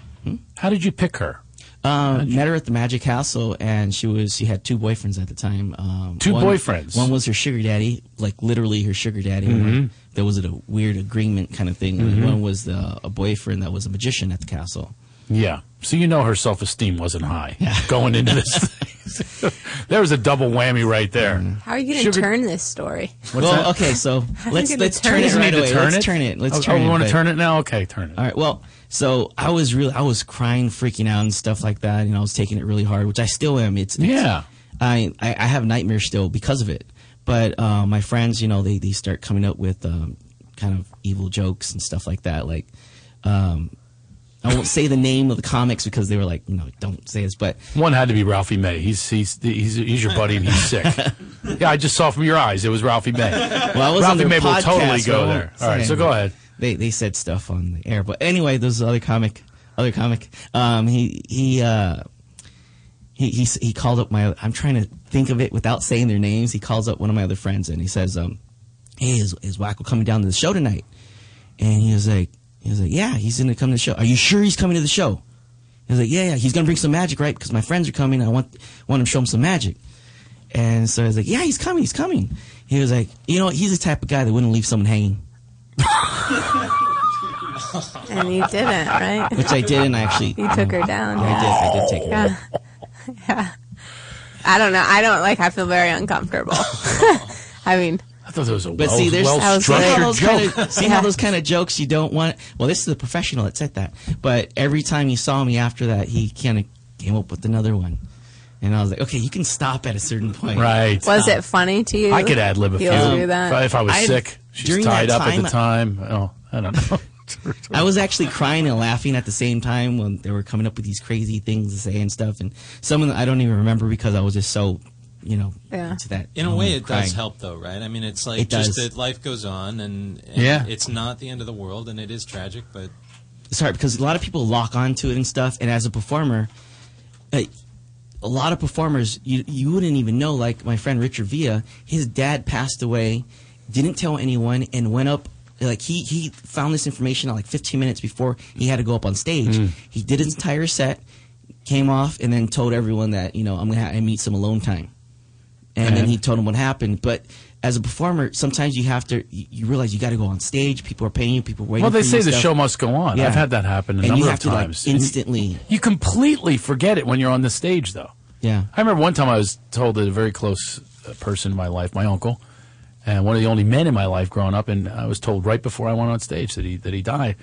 Speaker 7: How did you pick her?
Speaker 17: Um, met her at the Magic Castle, and she was she had two boyfriends at the time. Um,
Speaker 7: Two
Speaker 17: one-
Speaker 7: boyfriends?
Speaker 17: One was her sugar daddy, like literally her sugar daddy. and, like,
Speaker 7: Mhm.
Speaker 17: there was a weird agreement kind of thing. And
Speaker 7: Mhm.
Speaker 17: One was the, a boyfriend that was a magician at the castle.
Speaker 7: Yeah. So you know her self esteem wasn't high going into this. thing. there was a double whammy right there.
Speaker 17: Mm-hmm.
Speaker 11: How are you going to turn this story?
Speaker 17: well, okay, so
Speaker 11: How are you
Speaker 17: let's
Speaker 11: gonna
Speaker 17: let's
Speaker 11: turn
Speaker 17: turn
Speaker 11: it?
Speaker 17: it
Speaker 11: You
Speaker 17: right
Speaker 11: need to
Speaker 17: away.
Speaker 11: turn
Speaker 17: let's
Speaker 11: it?
Speaker 17: turn it. Let's
Speaker 7: Oh,
Speaker 17: turn
Speaker 7: oh,
Speaker 17: it.
Speaker 7: we wanna
Speaker 17: but-
Speaker 7: turn it now? Okay, turn it.
Speaker 17: All right. Well, so I was really I was crying, freaking out, and stuff like that. You know, I was taking it really hard, which I still am. It's, it's-
Speaker 7: Yeah.
Speaker 17: I, I I have nightmares still because of it. But uh, my friends, you know, they they start coming up with um, kind of evil jokes and stuff like that. Like, um, I won't say the name of the comics because they were like, you know, don't say this. But
Speaker 7: One had to be Ralphie May. He's he's he's, he's your buddy and he's sick. yeah, I just saw from your eyes it was Ralphie May.
Speaker 17: well, I was
Speaker 7: Ralphie
Speaker 17: on their
Speaker 7: May will
Speaker 17: podcast,
Speaker 7: totally
Speaker 17: so I
Speaker 7: go
Speaker 17: won't
Speaker 7: there. All right,
Speaker 17: say
Speaker 7: so go
Speaker 17: anything.
Speaker 7: ahead.
Speaker 17: They they said stuff on the air, but anyway, there's other comic, other comic. Um, he he uh, he he s- he called up my. I'm trying to think of it without saying their names. He calls up one of my other friends and he says, um, "Hey, is is Wacko coming down to the show tonight?" And he was like, he was like, "Yeah, he's gonna come to the show. Are you sure he's coming to the show?" He was like, "Yeah, yeah, he's gonna bring some magic, right? Because my friends are coming. I want want him to show him some magic." And so I was like, "Yeah, he's coming. He's coming." He was like, "You know, he's the type of guy that wouldn't leave someone hanging."
Speaker 11: And you didn't, right?
Speaker 17: Which I didn't actually.
Speaker 11: You took her down.
Speaker 17: I did. I did take her.
Speaker 11: Yeah. I don't know. I don't like. I feel very uncomfortable. I mean,
Speaker 7: I thought that was a
Speaker 17: But see, there's
Speaker 11: That was
Speaker 17: see how
Speaker 11: good.
Speaker 17: those kind of see how
Speaker 11: Yeah.
Speaker 17: those kind of jokes you don't want. Well, this is a professional that said that, but every time you saw me after that, he kind of came up with another one, and I was like, okay, you can stop at a certain point,
Speaker 7: Right.
Speaker 11: was it funny to you?
Speaker 17: I could ad-lib a
Speaker 11: You'll
Speaker 17: few.
Speaker 11: do that.
Speaker 7: If I- if I was
Speaker 17: I've-
Speaker 7: sick, she's
Speaker 17: during that
Speaker 7: tied up at the
Speaker 17: time-
Speaker 7: time. Oh, I don't know.
Speaker 17: I was actually crying and laughing at the same time when they were coming up with these crazy things to say and stuff, and some of them I don't even remember because I was just so, you know,
Speaker 11: yeah.
Speaker 17: to that.
Speaker 12: In a way,
Speaker 17: moment
Speaker 12: it
Speaker 17: of crying.
Speaker 12: does help, though, right? I mean, it's like
Speaker 17: It
Speaker 12: just
Speaker 17: does.
Speaker 12: that life goes on, and, and
Speaker 17: Yeah.
Speaker 12: it's not the end of the world, and it is tragic, but
Speaker 17: it's hard because a lot of people lock onto it and stuff. And as a performer, uh, a lot of performers you you wouldn't even know. Like my friend Richard Villa, his dad passed away, didn't tell anyone, and went up. Like he he found this information like 15 minutes before he had to go up on stage.
Speaker 7: Hmm.
Speaker 6: Mm.
Speaker 17: He did his entire set, came off, and then told everyone that you know I'm gonna have, I need some alone time and then
Speaker 7: Uh-huh.
Speaker 6: Yeah.
Speaker 17: he told him what happened. But as a performer, sometimes you have to you you realize you got to go on stage. People are paying you. People are waiting.
Speaker 7: Well, they
Speaker 17: for you
Speaker 7: say
Speaker 17: and
Speaker 7: the
Speaker 17: stuff.
Speaker 7: show must go on.
Speaker 17: Yeah.
Speaker 7: I've had that happen a
Speaker 17: and
Speaker 7: number
Speaker 17: you have
Speaker 7: of
Speaker 17: to, like,
Speaker 7: times.
Speaker 17: instantly.
Speaker 7: you completely forget it when you're on the stage, though.
Speaker 17: Yeah.
Speaker 7: I remember one time I was told that a very close uh, person in my life, my uncle, and one of the only men in my life growing up, and I was told right before I went on stage that he that he died,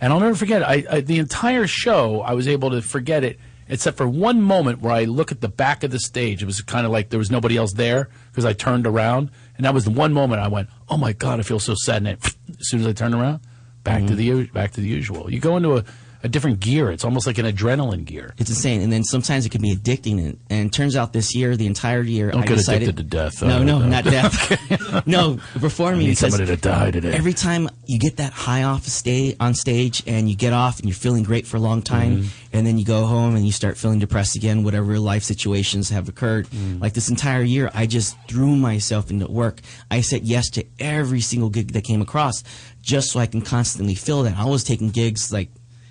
Speaker 7: and I'll never forget. it. I, I the entire show I was able to forget it except for one moment where I look at the back of the stage. It was kind of like there was nobody else there because I turned around, and that was the one moment I went, "Oh my god, I feel so sad." And it, as soon as I turned around, back to the u- back to the usual. You go into a, a different gear. It's almost like an adrenaline gear.
Speaker 17: It's insane, and then sometimes it can be addicting. And, and it turns out this year, the entire year,
Speaker 7: Don't
Speaker 17: I
Speaker 7: get
Speaker 17: decided,
Speaker 7: addicted to death,
Speaker 17: No,
Speaker 7: though.
Speaker 17: no, not death. no,
Speaker 7: I
Speaker 17: performing.
Speaker 7: need
Speaker 17: because
Speaker 7: somebody to die today.
Speaker 17: Every time you get that high off a sta on stage, and you get off, and you're feeling great for a long time,
Speaker 6: Mhm.
Speaker 7: Mm-hmm.
Speaker 17: and then you go home and you start feeling depressed again. Whatever life situations have occurred,
Speaker 7: Mm.
Speaker 17: like this entire year, I just threw myself into work. I said yes to every single gig that came across, just so I can constantly feel that. I was taking gigs like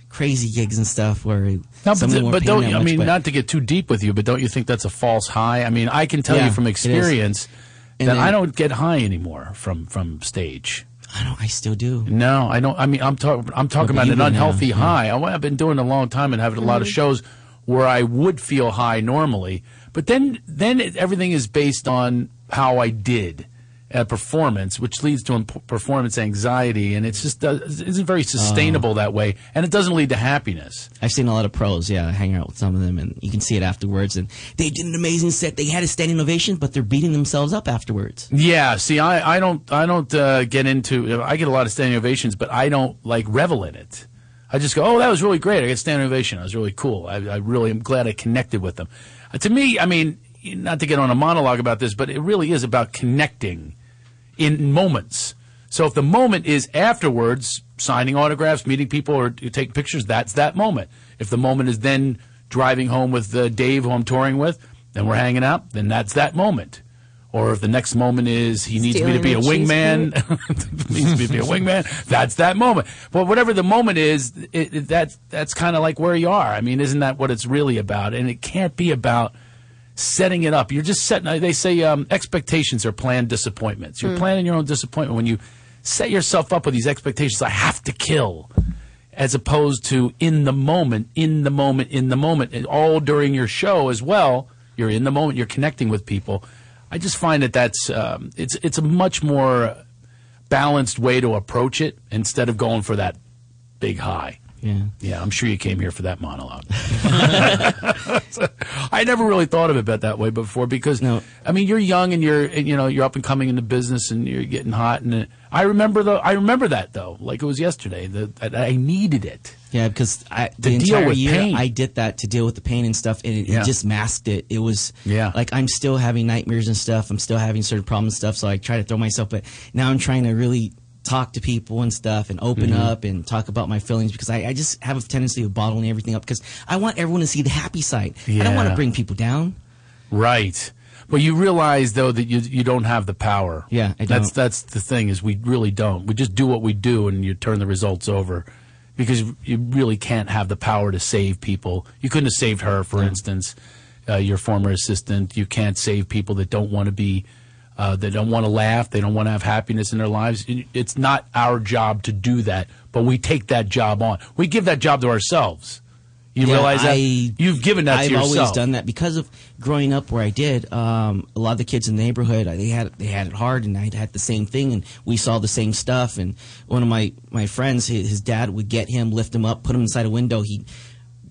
Speaker 17: crazy gigs and stuff where
Speaker 7: No, but,
Speaker 17: some of them
Speaker 7: th-
Speaker 17: weren't
Speaker 7: but
Speaker 17: paying
Speaker 7: don't
Speaker 17: that
Speaker 7: you- I
Speaker 17: much,
Speaker 7: mean
Speaker 17: but-
Speaker 7: not to get too deep with you, but don't you think that's a false high? I mean, I can tell
Speaker 17: Yeah,
Speaker 7: you from
Speaker 17: it is.
Speaker 7: experience that
Speaker 17: And then-
Speaker 7: I don't get high anymore from from stage.
Speaker 17: I don't. I still do.
Speaker 7: No, I don't. I mean, I'm talking. I'm talking
Speaker 17: Well,
Speaker 7: about
Speaker 17: but you
Speaker 7: an
Speaker 17: do now,
Speaker 7: unhealthy
Speaker 17: yeah.
Speaker 7: high. I, have been doing it a long time and having a lot of
Speaker 17: Mhm.
Speaker 7: shows where I would feel high normally, but then then it, everything is based on how I did at performance, which leads to imp- performance anxiety, and it's just uh, isn't very sustainable that way, and it doesn't lead to happiness.
Speaker 17: I've seen a lot of pros, yeah, hang out with some of them, and you can see it afterwards. And they did an amazing set. They had a standing ovation, but they're beating themselves up afterwards.
Speaker 7: Yeah, see, I, I don't I don't uh, get into I get a lot of standing ovations, but I don't like revel in it. I just go, oh, that was really great. I got a standing ovation. That was really cool. I, I really am glad I connected with them. Uh, to me, I mean, not to get on a monologue about this, but it really is about connecting in moments. So if the moment is afterwards, signing autographs, meeting people, or taking pictures, that's that moment. If the moment is then driving home with uh, Dave, who I'm touring with, then we're hanging out, then that's that moment. Or if the next moment is he needs me to
Speaker 6: Stealing
Speaker 7: be a
Speaker 6: a
Speaker 7: wingman, needs me to be a wingman, that's that moment. But whatever the moment is, it, it, that's that's kind of like where you are. I mean, isn't that what it's really about? And it can't be about setting it up. You're just setting. They say um, expectations are planned disappointments. You're
Speaker 6: Mm.
Speaker 7: planning your own disappointment when you set yourself up with these expectations. I have to kill, as opposed to in the moment, in the moment, in the moment, and all during your show as well. You're in the moment. You're connecting with people. I just find that that's um, it's it's a much more balanced way to approach it instead of going for that big high.
Speaker 17: Yeah.
Speaker 7: Yeah, I'm sure you came here for that monologue. I never really thought of it that way before because I mean you're young and you're and, you know you're up and coming in the business and you're getting hot and uh, I remember though I remember that though like it was yesterday that that I needed it.
Speaker 17: Yeah, because I,
Speaker 7: To
Speaker 17: the
Speaker 7: deal
Speaker 17: entire
Speaker 7: with
Speaker 17: year
Speaker 7: pain.
Speaker 17: I did that to deal with the pain and stuff, and it,
Speaker 7: Yeah.
Speaker 17: it just masked it. It was
Speaker 7: Yeah.
Speaker 17: like I'm still having nightmares and stuff. I'm still having certain problems and stuff. So I try to throw myself, but now I'm trying to really talk to people and stuff and open
Speaker 6: Mhm.
Speaker 7: Mm-hmm.
Speaker 17: up and talk about my feelings because I, I just have a tendency of bottling everything up because I want everyone to see the happy side. I don't want
Speaker 7: Yeah.
Speaker 17: to bring people down.
Speaker 7: Right. But you realize though that you you don't have the power.
Speaker 17: Yeah, I
Speaker 7: That's
Speaker 17: don't.
Speaker 7: that's the thing is we really don't. We just do what we do and you turn the results over because you really can't have the power to save people. You couldn't have saved her, for instance, uh, your former assistant. You can't save people that don't want to be. Uh, they don't want to laugh. They don't want to have happiness in their lives. It- It's not our job to do that, but we take that job on. We give that job to ourselves. You
Speaker 17: Yeah,
Speaker 7: realize that
Speaker 17: I-
Speaker 7: you've given that
Speaker 17: I've
Speaker 7: to yourself.
Speaker 17: always done that because of growing up where I did. Um, a lot of the kids in the neighborhood I- they had they had it hard, and I had the same thing, and we saw the same stuff. And one of my my friends, his, his dad would get him, lift him up, put him inside a window. He would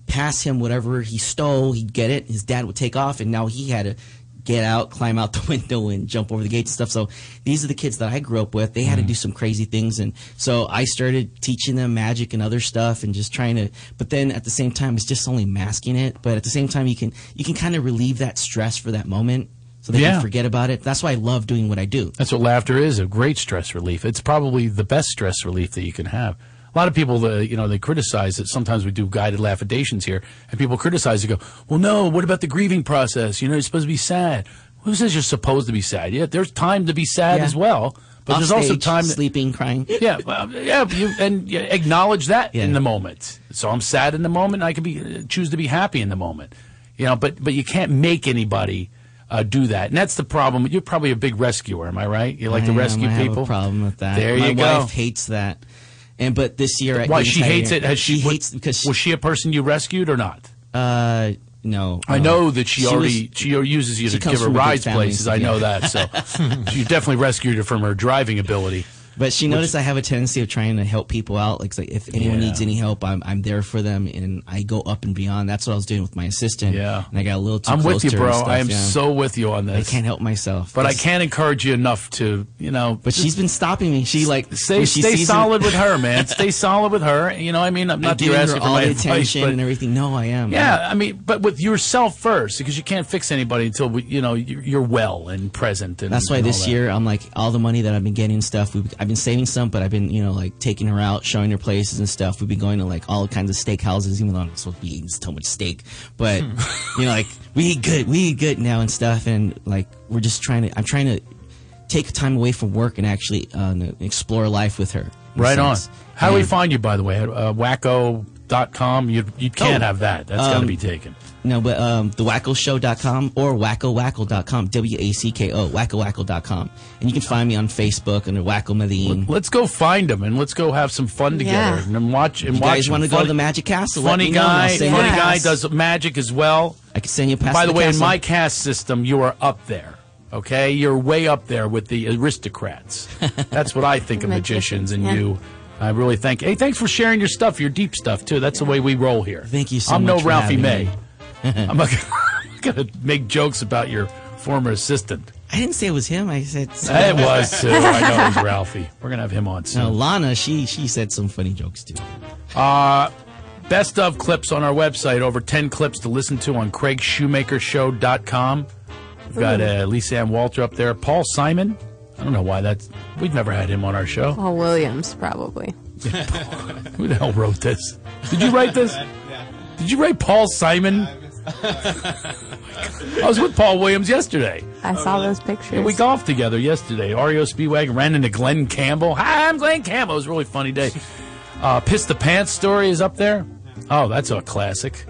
Speaker 17: pass him whatever he stole. He'd get it. His dad would take off, and now he had to get out, climb out the window, and jump over the gates and stuff. So these are the kids that I grew up with. They had to
Speaker 7: Mm.
Speaker 17: do some crazy things, and so I started teaching them magic and other stuff, and just trying to. But then at the same time, it's just only masking it. But at the same time, you can you can kind of relieve that stress for that moment, so they
Speaker 7: Yeah.
Speaker 17: can forget about it. That's why I love doing what I do.
Speaker 7: That's what laughter is—a great stress relief. It's probably the best stress relief that you can have. A lot of people, uh, you know, they criticize that sometimes we do guided lapidations here, and people criticize and go, "Well, no, what about the grieving process? You know, you're supposed to be sad. Who says you're supposed to be sad? Yeah, there's time to be sad
Speaker 17: Yeah.
Speaker 7: as well, but
Speaker 17: Off
Speaker 7: there's also
Speaker 17: stage,
Speaker 7: time
Speaker 17: sleeping, crying.
Speaker 7: Yeah, well, yeah, you, and you acknowledge that in the moment. So I'm sad in the moment. I can be uh, choose to be happy in the moment. You know, but but you can't make anybody uh, do that, and that's the problem. You're probably a big rescuer, am I right? You like
Speaker 17: I
Speaker 7: to
Speaker 17: am.
Speaker 7: rescue
Speaker 17: I have a
Speaker 7: people.
Speaker 17: problem with that.
Speaker 7: There
Speaker 17: My
Speaker 7: you go.
Speaker 17: wife hates that. And but this year, at
Speaker 7: Why
Speaker 17: Game
Speaker 7: she
Speaker 17: Tiger-
Speaker 7: hates it? Has she,
Speaker 17: hates because
Speaker 7: was she a person you rescued or not?
Speaker 17: Uh, no.
Speaker 7: I
Speaker 17: no.
Speaker 7: know that she, already
Speaker 17: was-
Speaker 7: she uses you
Speaker 17: she
Speaker 7: to
Speaker 17: comes
Speaker 7: give her
Speaker 17: from a good
Speaker 7: rides
Speaker 17: family,
Speaker 7: places. I know
Speaker 17: yeah.
Speaker 7: that. So you definitely rescued her from her driving ability.
Speaker 17: But she
Speaker 7: Which-
Speaker 17: noticed I have a tendency of trying to help people out. Like, it's like, if anyone
Speaker 7: Yeah.
Speaker 17: needs any help, I'm I'm there for them, and I go up and beyond. That's what I was doing with my assistant. Yeah, and I got a little too.
Speaker 7: I'm
Speaker 17: close
Speaker 7: with you,
Speaker 17: to her and
Speaker 7: bro.
Speaker 17: stuff,
Speaker 7: I am
Speaker 17: yeah.
Speaker 7: so with you on
Speaker 17: I
Speaker 7: this.
Speaker 17: can't help myself.
Speaker 7: But I
Speaker 17: It's-
Speaker 7: can't encourage you enough to, you know.
Speaker 17: But she's been stopping me. She like
Speaker 7: stay
Speaker 17: when she
Speaker 7: stay
Speaker 17: sees
Speaker 7: solid
Speaker 17: me-
Speaker 7: with her, man. Stay solid with her. You know, I mean, I'm
Speaker 17: I'm
Speaker 7: not that
Speaker 17: giving
Speaker 7: you're
Speaker 17: her
Speaker 7: asking for
Speaker 17: all
Speaker 7: my
Speaker 17: the
Speaker 7: advice,
Speaker 17: attention
Speaker 7: but-
Speaker 17: and everything. No, I am.
Speaker 7: yeah, I mean, but with yourself first, because you can't fix anybody until we, you know you're you're well and present. And
Speaker 17: That's why
Speaker 7: and all
Speaker 17: this
Speaker 7: that.
Speaker 17: year I'm like all the money that I've been getting and stuff. We've, I've been saving some, but I've been you know like taking her out, showing her places and stuff. We've been going to like all kinds of steak houses, even though I'm not supposed to be eating so much steak. But you know like we eat good, we eat good now and stuff, and like we're just trying to. I'm trying to take time away from work and actually uh, explore life with her. in a
Speaker 7: right on.
Speaker 17: sense.
Speaker 7: How do we
Speaker 17: And-
Speaker 7: find you, by the way? At, Uh, wacko.com. You you can't
Speaker 17: Oh,
Speaker 7: have that. That's got to
Speaker 17: um,
Speaker 7: be taken.
Speaker 17: No, but um, thewackoshow.com or wackowackle.com, W-A-C-K-O, wackowackle.com. And you can find me on Facebook under Wacko Medellin.
Speaker 7: Let's go find him and let's go have some fun together
Speaker 17: Yeah.
Speaker 7: and then watch and
Speaker 17: You
Speaker 7: watch.
Speaker 17: guys
Speaker 7: him.
Speaker 17: wanna go to
Speaker 7: Funny-
Speaker 17: the Magic Castle? Let
Speaker 7: Funny
Speaker 17: me know and I'll
Speaker 7: guy,
Speaker 17: send you
Speaker 7: funny
Speaker 17: a
Speaker 7: guy
Speaker 17: pass.
Speaker 7: does magic as well.
Speaker 17: I can send you a pass
Speaker 7: By
Speaker 17: to
Speaker 7: the
Speaker 17: the
Speaker 7: way, in
Speaker 17: castle.
Speaker 7: my cast system, you are up there. Okay, you're way up there with the aristocrats. That's what I think of magicians, and
Speaker 17: yeah.
Speaker 7: you. I really thank. Hey, thanks for sharing your stuff, your deep stuff too. That's the way we roll here.
Speaker 17: Thank you so
Speaker 7: I'm
Speaker 17: much
Speaker 7: no
Speaker 17: for
Speaker 7: Ralphie
Speaker 17: having
Speaker 7: May.
Speaker 17: me.
Speaker 7: I'm not gonna make jokes about your former assistant.
Speaker 17: I didn't say it was him. I said
Speaker 7: It was too. I know it was Ralphie. We're gonna have him on soon.
Speaker 17: No, Lana, she she said some funny jokes too.
Speaker 7: Uh, best of clips on our website. Over 10 clips to listen to on craigshoemakershow.com. We've got uh, Lisa Ann Walter up there. Paul Simon. I don't know why that's. We've never had him on our show.
Speaker 11: Paul Williams, probably.
Speaker 7: Who the hell wrote this? Did you write this? Did you write Paul Simon? I was with Paul Williams yesterday.
Speaker 11: I saw those pictures.
Speaker 7: Yeah, we golfed together yesterday. Ario Speedwagon ran into Glenn Campbell. Hi, I'm Glenn Campbell. It was a really funny day. Uh, Piss the Pants story is up there. Oh, that's a classic.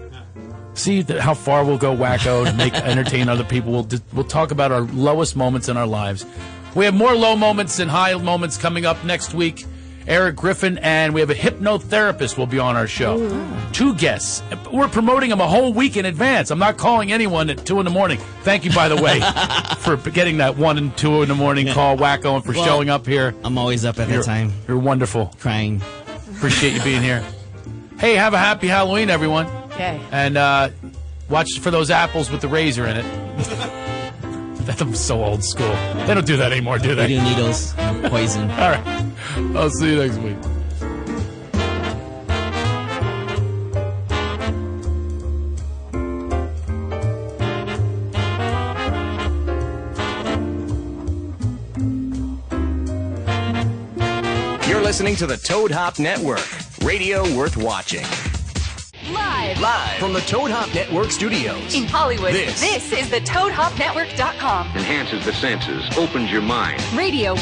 Speaker 7: See th- how far we'll go wacko to make entertain other people. We'll, d- we'll talk about our lowest moments in our lives. We have more low moments and high moments coming up next week. Eric Griffin and we have a hypnotherapist will be on our show. Two guests. We're promoting them a whole week in advance. I'm not calling anyone at two in the morning. Thank you, by the way, for getting that one and two in the morning call, wacko, and for
Speaker 17: Well,
Speaker 7: showing up here.
Speaker 17: I'm always up at that
Speaker 7: You're-
Speaker 17: time.
Speaker 7: You're wonderful.
Speaker 17: Crying.
Speaker 7: Appreciate you being here. Hey, have a happy Halloween, everyone.
Speaker 11: Yay.
Speaker 7: And uh, watch for those apples with the razor in it. That's so old school. They don't do that anymore, do they?
Speaker 17: We do needles, poison.
Speaker 7: All right. I'll see you next week.
Speaker 3: You're listening to the Toad Hop Network, radio worth watching.
Speaker 4: Live.
Speaker 3: Live from the Toad Hop Network studios.
Speaker 4: In Hollywood.
Speaker 3: This.
Speaker 4: is the ToadHopNetwork.com.
Speaker 6: Enhances the senses, opens your mind.
Speaker 4: Radio.